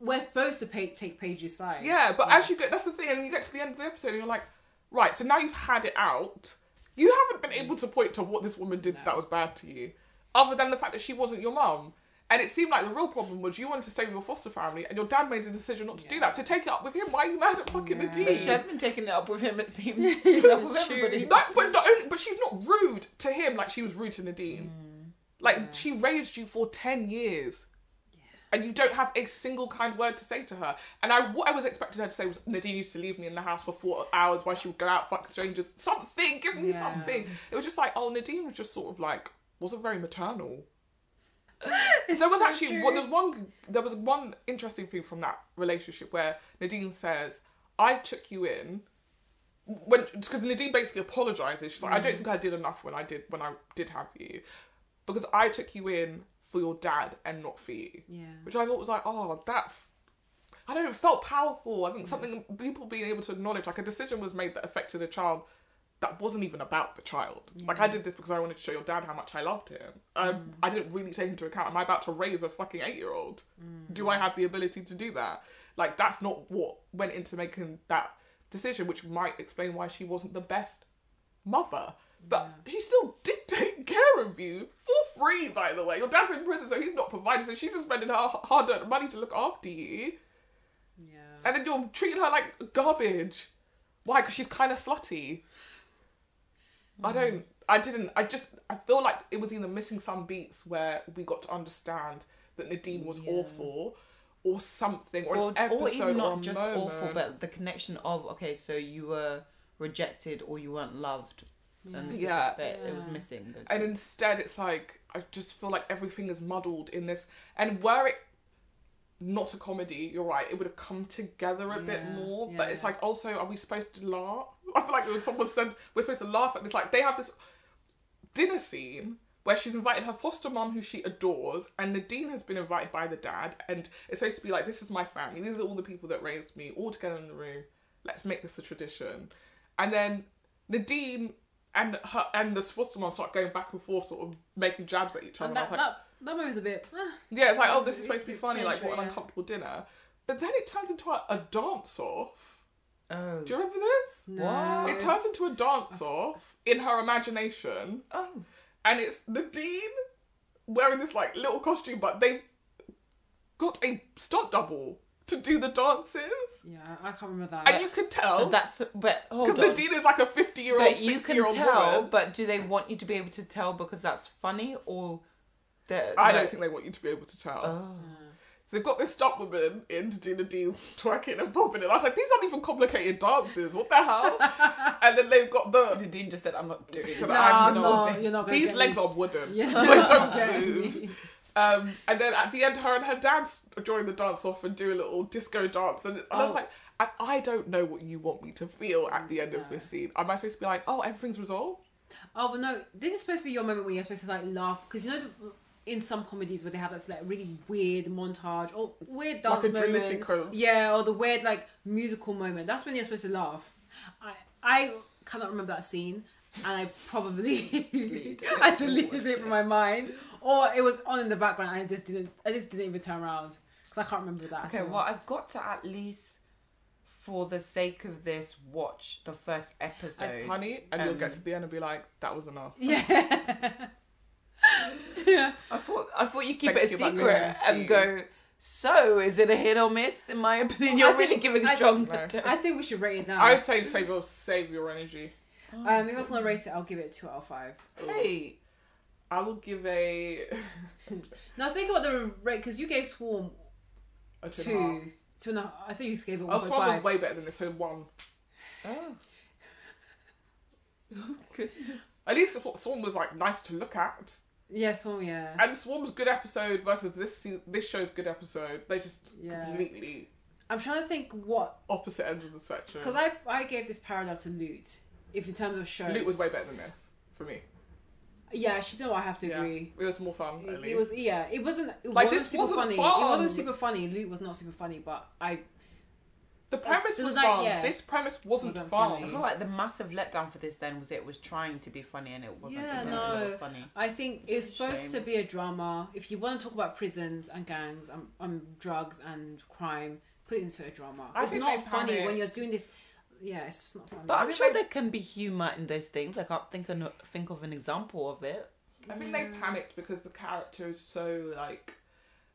A: we're supposed to pay, take Paige's side
B: Yeah, but as you get, that's the thing, and you get to the end of the episode, and you're like, right, so now you've had it out. You haven't been able to point to what this woman did that was bad to you, other than the fact that she wasn't your mum. And it seemed like the real problem was you wanted to stay with your foster family, and your dad made a decision not to do that. So take it up with him. Why are you mad at fucking Nadine?
C: But she has been taking it up with him. It seems in love with everybody.
B: Like, but not only, but she's not rude to him like she was rude to Nadine. Like she raised you for ten years, and you don't have a single kind word to say to her. And I, what I was expecting her to say was, Nadine used to leave me in the house for four hours while she would go out fuck strangers. Something, give me
A: Yeah.
B: something. It was just like, oh, Nadine was just sort of like wasn't very maternal.
A: It's
B: There was
A: so
B: actually
A: true.
B: what there's one there was one interesting thing from that relationship where Nadine says, "I took you in." When because Nadine basically apologizes, she's like, "I don't think I did enough when I did when I did have you, because I took you in for your dad and not for you."
A: yeah
B: Which I thought was like, "Oh, that's." I don't know, it felt powerful. I think something people being able to acknowledge, like a decision was made that affected a child that wasn't even about the child. Like I did this because I wanted to show your dad how much I loved him. I I didn't really take into account. Am I about to raise a fucking eight year old? Do I have the ability to do that? Like that's not what went into making that decision, which might explain why she wasn't the best mother. But she still did take care of you for free, by the way. Your dad's in prison, so he's not providing. So she's just spending her hard earned money to look after you,
A: yeah
B: and then you're treating her like garbage. Why? Because she's kind of slutty. I don't.
C: Hmm.
B: I didn't. I just. I feel like it was either missing some beats where we got to understand that Nadine was awful, or something, or,
C: Or,
B: an episode,
C: or even
B: or
C: not
B: a
C: just
B: moment.
C: awful, but the connection of okay, so you were rejected or you weren't loved, and this is
B: Yeah.
C: the bit, it was
A: Yeah.
C: missing. those
B: and
C: bits.
B: instead it's like i just feel like everything is muddled in this and were it not a comedy you're right it would have come together a bit
A: Yeah,
B: more but it's
A: yeah.
B: like also are we supposed to laugh i feel like when someone said we're supposed to laugh at this like they have this dinner scene where she's invited her foster mom who she adores and nadine has been invited by the dad and it's supposed to be like this is my family these are all the people that raised me all together in the room let's make this a tradition and then nadine and her and this foster mom start going back and forth sort of making jabs at each other
A: and
B: and I
A: that,
B: was like,
A: that that moment was a bit ah.
B: yeah it's like oh this is supposed to be funny like
A: Potential,
B: what an
A: yeah.
B: uncomfortable dinner but then it turns into a, a dance off
C: oh,
B: do you remember this
A: No.
B: it turns into a dance off in her imagination
C: oh,
B: and it's Nadine wearing this like little costume, but they've got a stunt double to do the dances,
A: yeah I can't remember that
B: and you could tell
C: but that's but hold
B: because
C: on.
B: Nadine is like a fifty-year-old,
C: But you can
B: sixty-year-old
C: tell,
B: woman.
C: but do they want you to be able to tell because that's funny or that
B: I don't think they want you to be able to tell.
C: Oh.
B: So they've got this stunt woman in to do Nadine twerking and popping, and I was like, these aren't even complicated dances. What the hell? and then they've got the
C: The dean just said, "I'm not doing
B: So
C: it."
A: Nah,
B: the eyes
A: I'm
B: don't
A: not-
B: move.
A: you're not gonna
B: These
A: get
B: legs
A: me.
B: are wooden.
A: Yeah.
B: They don't
A: Get me.
B: move. Um, and then at the end, her and her dad s- join the dance off and do a little disco dance. And, it's, and I was
A: Oh.
B: like, I, I don't know what you want me to feel at the end of this scene. Am I supposed to be like, oh, everything's resolved?
A: Oh, but no, this is supposed to be your moment when you're supposed to like laugh because you know the, in some comedies where they have that like really weird montage or weird
B: Like
A: dance
B: a dream
A: moment.
B: sequence.
A: Yeah, or the weird like musical moment. That's when you're supposed to laugh. I I cannot remember that scene. And I probably I deleted it from my mind, or it was on in the background. And I just didn't. I just didn't even turn around because I can't remember that.
C: Okay,
A: at all.
C: well, I've got to at least, for the sake of this, watch the first episode.
B: honey, and you'll
C: Um,
B: get to the end and be like, that was enough.
A: Yeah. yeah.
C: I thought I thought you keep
B: Thank
C: it
B: you,
C: a
B: but
C: secret
B: no,
C: and
B: you-
C: go. So is it a hit or miss? In my opinion, you're
A: I
C: really
A: think-
C: giving
A: I-
C: strong.
B: No.
C: return.
A: I think we should rate it now.
B: I'd say save your save your energy.
A: um, if I was gonna rate it, I'll give it two out of five.
C: hey,
B: I will give a
A: Now think about the rate because you gave Swarm
B: a two. and a half.
A: two, two and a half. I think you gave it
B: Oh,
A: one point
B: Swan
A: five.
B: was way better than this. So one.
C: oh,
B: At least Swan was like nice to look at.
A: yeah, Swarm. Yeah.
B: And Swarm's good episode versus this se- this show's good episode. They just
A: Yeah.
B: completely
A: I'm trying to think what
B: opposite ends of the spectrum.
A: because I I gave this parallel to Loot. If in terms of shows,
B: Luke was way better than this for me.
A: yeah, she did. I have to
B: Yeah,
A: agree.
B: it was more fun. At
A: It,
B: least.
A: it was yeah. It wasn't. It
B: Like,
A: wasn't
B: this
A: super
B: wasn't
A: funny.
B: fun.
A: It wasn't super funny. Loot was not super funny, but I
B: the premise
A: it
B: was
A: was like,
B: fun.
A: yeah.
B: This premise wasn't,
A: Wasn't
B: fun.
C: I
A: funny.
C: feel like the massive letdown for this then was it was trying to be funny and it wasn't.
A: Yeah,
C: it didn't
A: no.
C: look funny.
A: I think it's
C: a
A: supposed to
C: shame.
A: be a drama. If you want to talk about prisons and gangs and, and drugs and crime, put it into a drama.
B: I
A: it's
B: think
A: not
B: they
A: funny when
B: panicked.
A: you're doing this. Yeah, it's just not funny.
C: But I'm
B: Maybe
C: sure
B: they-
C: there can be humor in those things. I can't think of, think of an example of it.
B: I think they panicked because the character is so like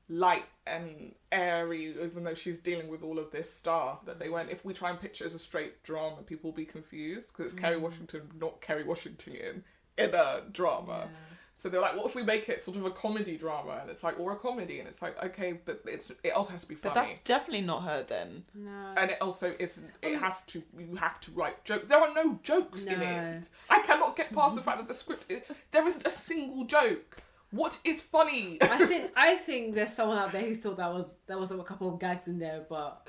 B: light and airy, even though she's dealing with all of this stuff. That they went, if we try and picture it as a straight drama, people will be confused because it's Kerry
A: Mm.
B: Washington, not Kerry Washington in in a drama. So they're like, what if we make it sort of a comedy drama? And it's like, or a comedy, and it's like, okay, but it's it also has to be
C: But
B: funny.
C: that's definitely not her then.
A: no.
B: and it also is it
A: Um,
B: has to you have to write jokes there are no jokes in
A: No.
B: it i cannot get past the fact that the script is, there isn't a single joke what is funny
A: I think I think there's someone out there who thought that was there was a couple of gags in there, but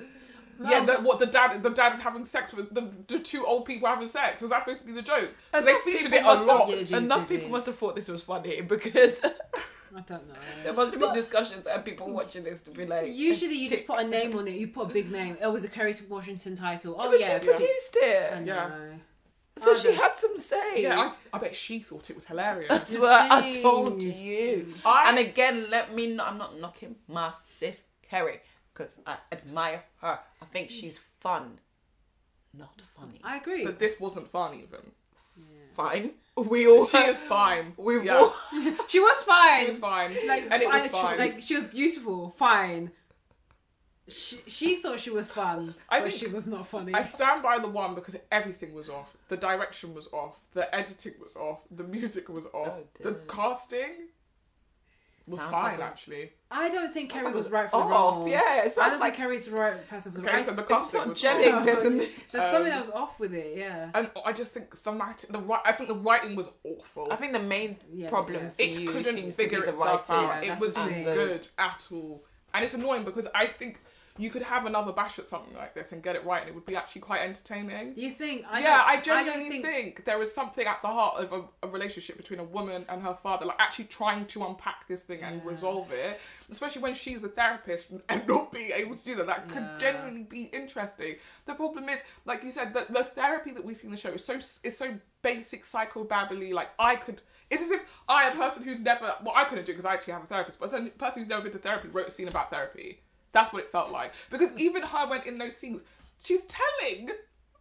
B: yeah the, what the dad the dad having sex with the, the two old people having sex was that supposed to be the joke they featured it a lot
A: Yeah, they
C: Enough
A: did.
C: people must have thought this was funny because
A: I don't know.
C: there must have been
A: But-
C: discussions and people watching this to be like.
A: Usually, you just
C: Dick.
A: put a name on it. You put a big name. It was a Kerry Washington title. Oh
C: but
A: yeah,
C: she produced
A: I
C: it,
B: Yeah.
A: know.
C: so
A: I
C: she
A: don't-
C: had some say.
B: yeah I, I bet she thought it was hilarious
C: That's what I
A: Same.
C: told you.
B: I-
C: and again, let me know. I'm not knocking my sis Kerry because I admire her. I think she's fun, not funny.
A: I agree.
B: but this wasn't fun even
C: Fine. We all.
B: she is fine
C: We've
B: yeah,
C: all.
A: she was fine.
B: she was fine
A: like
B: and it was
A: I-
B: fine
A: Like she was beautiful, fine. She, she thought she was fun,
B: I
A: but
B: think-
A: she was not funny.
B: I stand by the one because everything was off. The direction was off. The editing was off. The music was off.
C: Oh,
B: the
C: dear.
B: casting was
C: Soundtrack
B: fine,
C: was-
B: actually.
A: I don't think
B: Oh
A: Kerry
C: think
A: was
C: it was
A: right for the
C: off,
A: role.
C: yeah, it sounds
A: I don't
C: like-
A: think Kerry's the right person for the
B: Okay,
A: role.
B: so the
C: It's
B: casting
C: not
B: was
C: gelling.
B: off.
C: There's an-
A: There's
B: um,
A: something that was off with it, yeah.
B: And I just think thematic, the right. I think the writing was awful.
C: I think the main
A: Yeah,
C: problem
A: yeah.
C: for
B: it
C: you
B: couldn't
C: seems to be
B: figure
C: the
B: itself
C: writing.
B: out.
A: Yeah,
B: it
A: that's
B: wasn't
A: the thing.
B: good at all, and it's annoying because I think you could have another bash at something like this and get it right, and it would be actually quite entertaining.
A: Do you think? I
B: yeah,
A: don't,
B: I
A: I don't
B: genuinely
A: think,
B: think... there is something at the heart of a, a relationship between a woman and her father, like actually trying to unpack this thing and
A: Yeah.
B: resolve it, especially when she's a therapist and not being able to do that. That could
A: Yeah.
B: genuinely be interesting. The problem is, like you said, the, the therapy that we see in the show is so is so basic psychobabbly. Like I could. It's as if I, a person who's never, well, I couldn't do because I actually have a therapist, but a person who's never been to therapy wrote a scene about therapy. That's what it felt like. Because even her, when in those scenes, she's telling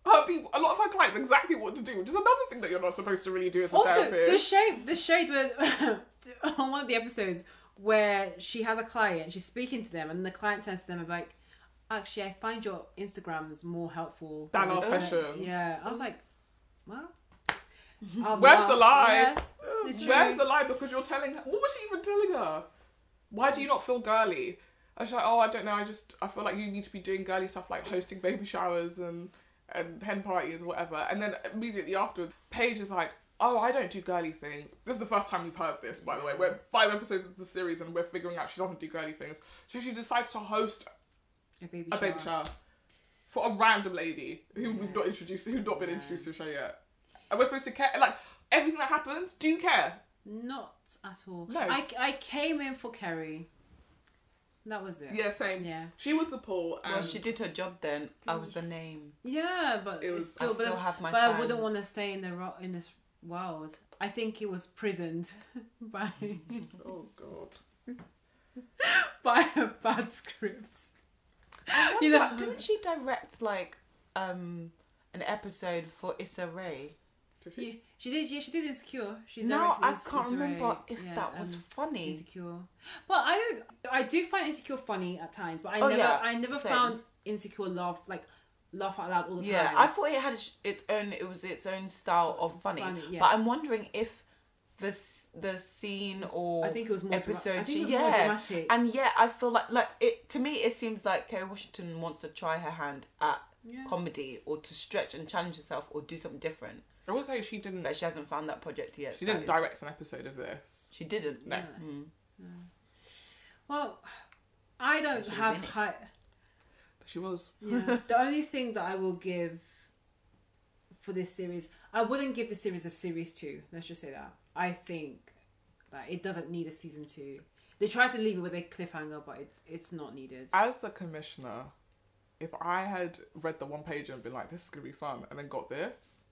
B: her people, a lot of her clients exactly what to do, which is another thing that you're not supposed to really do as a
A: Also, the
B: therapist.
A: shade, the shade where on one of the episodes where she has a client, she's speaking to them, and the client turns to them and like, actually, I find your Instagrams more helpful
B: Than
A: this
B: our
A: one."
B: sessions.
A: Yeah, I was like, well, I'll be
B: Where's the
A: asked.
B: lie?
A: Yeah, it's
B: Where's
A: true.
B: the lie? Because you're telling her, what was she even telling her? Why do you not feel girly? And she's like, oh, I don't know. I just, I feel like you need to be doing girly stuff like hosting baby showers and and hen parties, whatever. And then immediately afterwards, Paige is like, oh, I don't do girly things. This is the first time we've heard this, by the way. We're five episodes into the series and we're figuring out she doesn't do girly things. So she decides to host
A: a baby
B: a
A: shower.
B: baby shower Mm. for a random lady who we've not introduced, who's not been introduced to the show yet. And we're supposed to care. Like everything that happens, do you care?
A: Not at all.
B: No.
A: I, I came in for Kerry. That was it.
B: Yeah, same.
A: Yeah.
B: She was the pull, and
C: Well, she did her job then. I was the name.
A: Yeah, but
B: It
A: it's
B: was-
A: still,
C: I
A: but,
C: still
A: it's-
C: have my
A: but I wouldn't
C: fans.
A: want to stay in the ro- in this world. I think it was prisoned by
B: oh god,
A: by her bad scripts.
C: I
A: You
C: wonder-
A: know-
C: didn't she direct like um an episode for Issa Rae?
B: did she?
A: She, she did. Yeah, she did Insecure. She
C: No,
A: directed
C: I
A: Ins-
C: can't
A: Issa Rae.
C: remember if
A: Yeah,
C: that was
A: um,
C: funny.
A: Insecure. But I don't. I do find Insecure funny at times, but I
C: Oh,
A: never.
C: yeah,
A: I never
C: same.
A: found Insecure laugh like laugh out loud all the
C: Yeah,
A: time.
C: I thought it had its- its own. It was its own style of funny.
A: funny, yeah.
C: But I'm wondering if the s- the scene or
A: I think it was more. Dra-
C: episode
A: I think
C: she-
A: it was more
C: yeah.
A: dramatic.
C: and yeah, I feel like like it to me. It seems like Kerry Washington wants to try her hand at
A: Yeah.
C: comedy or to stretch and challenge herself or do something different.
B: I will say she didn't.
C: But she hasn't found that project yet.
B: She
C: That
B: didn't
C: is-
B: direct an episode of this.
C: She didn't.
B: No.
A: Yeah. Well, I don't
C: Actually,
A: have
C: really.
A: high.
B: But she was.
A: Yeah. the only thing that I will give for this series, I wouldn't give the series a series two. Let's just say that. I think that it doesn't need a season two. They tried to leave it with a cliffhanger, but it, it's not needed.
B: As the commissioner, if I had read the one page and been like, this is going to be fun, and then got this,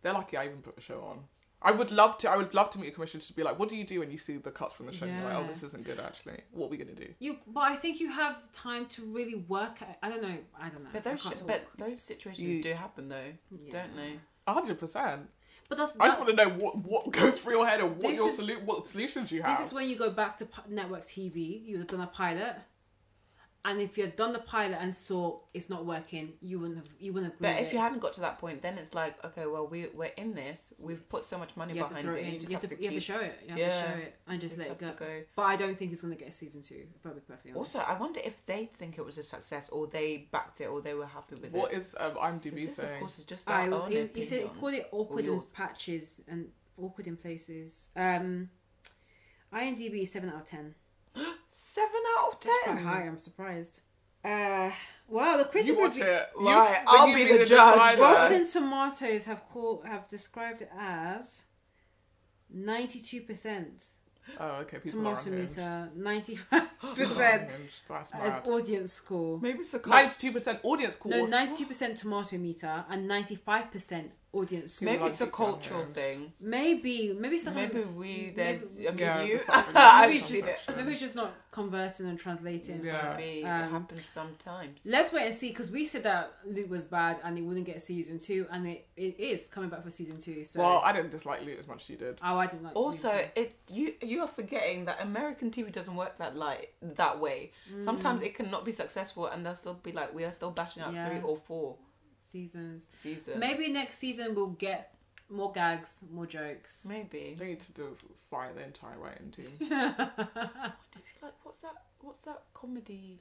B: they're lucky I even put the show on. I would love to. I would love to meet a commissioner to be like, "What do you do when you see the cuts from the show? And You're like, oh,
A: Yeah.
B: this isn't good. Actually, what are we gonna do?
A: You, but I think you have time to really work. At, I don't know. I don't know.
C: But
A: I
C: those
A: can't
C: sh-
A: talk.
C: but those situations
B: You-
C: do happen though, don't they?
B: hundred percent.
A: But that's
B: I just
A: that-
B: want to know what what goes through your head and what
A: This
B: your
A: is-
B: solu- what solutions you have.
A: This is when you go back to pi- network TV. You had done a pilot, and if you had done the pilot and saw it's not working, you wouldn't have. You wouldn't. Have
C: But
A: greenlit
C: if you haven't got to that point, then it's like, okay, well, we we're in this. We've put so much money
A: you have to
C: behind
A: throw
C: it.
A: it in.
C: You just
A: You have to, you have to
C: keep-
A: show it. You have
C: Yeah.
A: to show it and just
C: You
A: let it
C: just
A: go.
C: have to go.
A: But I don't think it's going to get a season two. If I'll be perfectly honest.
C: Also, I wonder if they think it was a success, or they backed it, or they were happy with
B: What
C: it.
B: is um, IMDb
C: This, of
B: saying?
C: course, is just our
A: I was.
C: own
A: He, he said he
C: opinions,
A: called it
C: or
A: awkward in
C: yours.
A: patches and awkward in places. Um, IMDb is seven out of ten.
C: Seven out of ten.
A: That's quite high. I'm surprised. Uh, wow, the critical
B: You watch it. You-
C: Right,
B: but
C: I'll
B: you
C: be the judge. Rotten-
B: decider.
A: Rotten Tomatoes have called have described it as ninety two percent
B: Oh, okay. People are
A: tomato
B: unhinged.
A: meter, ninety five
B: People are
A: percent
B: unhinged. That's
A: as
B: mad.
A: audience score.
C: Maybe it's a cult.
B: Ninety-two percent audience call.
A: No, ninety-two percent tomato meter and ninety-five percent audience. score.
C: Maybe it's a
B: Logic
C: cultural
B: behind.
C: thing.
A: Maybe, maybe something.
C: Maybe we there's. I mean,
B: Yeah,
C: you.
B: it's something
C: I've
A: maybe
B: different.
C: seen
A: just,
C: it.
A: maybe it's just not conversing and translating.
B: Yeah.
C: Maybe it
A: Um,
C: happens sometimes.
A: Let's wait and see because we said that Luke was bad and it wouldn't get season two, and it, it is coming back for season two. So,
B: Well, I didn't dislike Luke as much as you did.
A: oh, I didn't like. Luke,
C: Also,
A: so-
C: it you you are forgetting that American TV doesn't work that light that way. Sometimes it cannot be successful, and they'll still be like, we are still bashing out
A: Mm. Yeah.
C: three or four
A: seasons.
C: seasons.
A: Maybe next season we'll get more gags, more jokes.
C: maybe.
B: They need to do fire the entire writing team.
C: Like, what's that? What's that comedy?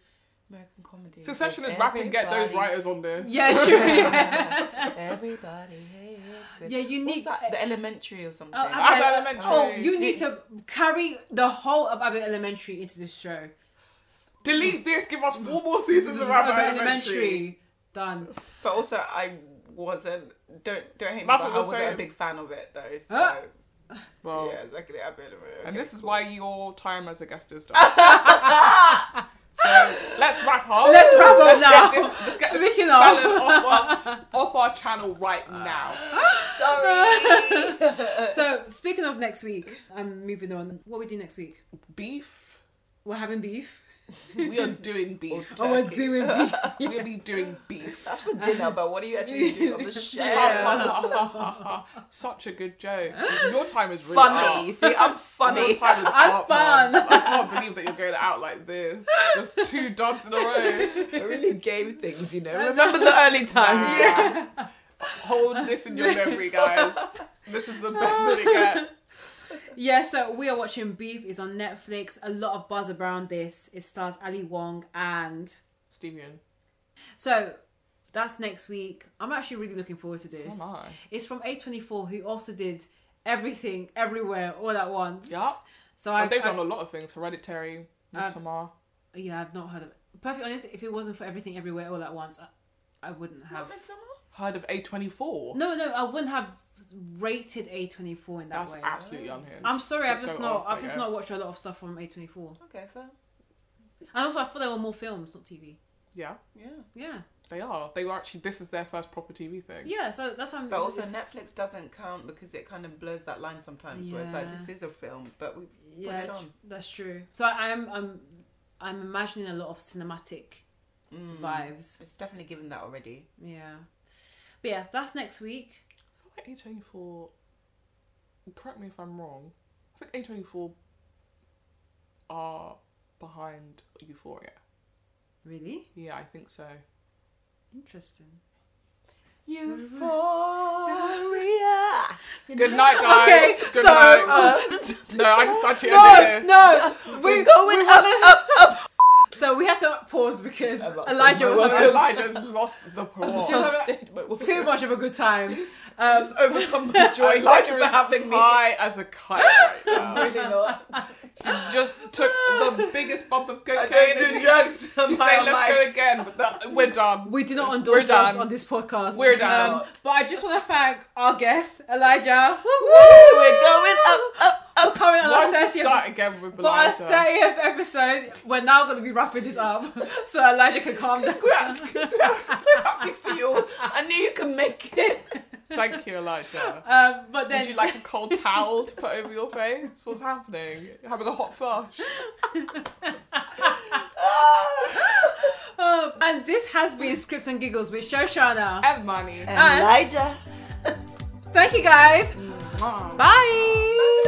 C: American comedy.
B: Succession
C: Like,
B: is rapping. Get those
C: everybody-
B: writers on this.
A: Yeah, sure. Yeah,
C: Everybody hates. Chris.
A: Yeah, you
C: What's
A: need-
C: that? the elementary or something.
A: Oh,
B: Abbott
A: okay.
B: Elementary.
A: Oh, you need to carry the whole of Abbott Elementary into this show.
B: Delete this. Give us four more seasons of Abbott
A: Abbott
B: Elementary.
A: Done.
C: But also, I wasn't. Don't don't hate me.
B: That's
C: but
B: what
C: I
B: we're
C: wasn't
B: saying.
C: a big fan of it though. So
A: Huh?
B: Well,
C: yeah, exactly. I bit of it.
B: and
C: Okay,
B: this is
C: cool.
B: why your time as a guest is done. so let's wrap up.
A: Let's wrap up
B: Let's
A: now.
B: Get this, let's get this
A: Speaking
B: balance
A: of,
B: off, our, off our channel right now.
C: Sorry.
A: so speaking of next week, I'm moving on. What we do next week?
B: Beef.
A: We're having beef.
B: We are doing beef.
A: Oh, we're doing beef.
B: We'll be doing beef.
C: That's for dinner, but what are you actually doing on the show?
B: Such a good joke. Your time is really up.
C: funny. See, I'm
B: Your
C: funny.
B: time is
A: I'm
B: up,
A: fun.
B: Mom. I can't believe that you're going out like this. Just two dogs in a row.
C: I really gave things, you know. Remember the early times.
B: Yeah. Hold this in your memory, guys. This is the best that it gets.
A: Yeah, so we are watching Beef. It's on Netflix. A lot of buzz around this. It stars Ali Wong and
B: Steven.
A: so that's next week. I'm actually really looking forward to this.
B: So am I.
A: It's from A24, who also did everything, everywhere, all at once.
B: Yup.
A: So I,
B: And they've
A: I- Uh,
B: done a lot of things. Hereditary, Midsommar.
A: yeah, I've not heard of. Perfectly honest, if it wasn't for everything, everywhere, all at once, I, I wouldn't have.
C: Midsummer?
B: heard of A24.
A: No, no, I wouldn't have rated A24 in that
B: That's
A: way.
B: absolutely unhinged.
A: I'm sorry, I've
B: Let's
A: just
B: go
A: not,
B: off,
A: I've
B: I
A: just not
B: guess.
A: watched a lot of stuff from A24.
C: Okay, fair.
A: And also, I thought there were more films, not TV.
B: Yeah,
C: Yeah.
A: Yeah,
B: they are. They were actually, this is their first proper TV thing.
A: yeah. So that's why I'm.
C: But
A: it's-
C: also,
A: it's-
C: Netflix doesn't count because it kind of blows that line sometimes, where it's like
A: Yeah.
C: this is a film, but we
A: yeah,
C: it
A: tr-
C: on.
A: that's true. So I am, I'm, I'm imagining a lot of cinematic
C: mm,
A: vibes.
C: It's definitely given that already.
A: Yeah, but yeah, that's next week.
B: I feel like A24, correct me if I'm wrong, I think A24 are behind Euphoria.
A: Really
B: Yeah, I think so.
A: interesting.
C: Mm-hmm. Euphoria.
B: Good night, guys.
A: Okay, uh,
B: Good
A: so,
B: night. no, I just actually
A: No,
B: ended it.
A: no,
C: We're going up, up, up.
A: So we had to pause because
C: About the
A: Elijah was
C: world.
A: having
B: Elijah's lost the plot.
A: Just- too much of a good time. Um,
C: Just overcome the joy. Thank
B: Elijah
C: you
B: is
C: for having me.
B: high as a kite right now.
C: Really not.
B: She just took the biggest bump
C: I
B: of cocaine.
C: don't
B: and
C: do
B: she-
C: drugs.
B: She said, "Let's go again," but that, we're done.
A: we do not
B: We're
A: endorse drugs
B: done.
A: on this podcast. Um,
B: We're done.
A: but I just want to thank our guest, Elijah. Woo, woo.
C: We're going up, up,
A: We're
C: up.
A: coming on
B: Why
A: our
B: don't we
A: 30th
B: start again with
A: But our
B: Elijah?
A: thirtieth episode, we're now going to be wrapping this up, so Elijah can calm down.
C: Congrats, congrats. I'm so happy for you. I knew you could make it.
B: Thank you, Elijah.
A: Um, but then,
B: Would you like a cold towel to put over your face? What's happening? You're having a hot flush.
A: um, and this has been Scripts and Giggles with Shoshana.
B: And money.
A: And-
C: Elijah.
A: Thank you guys.
B: Mwah.
A: Bye.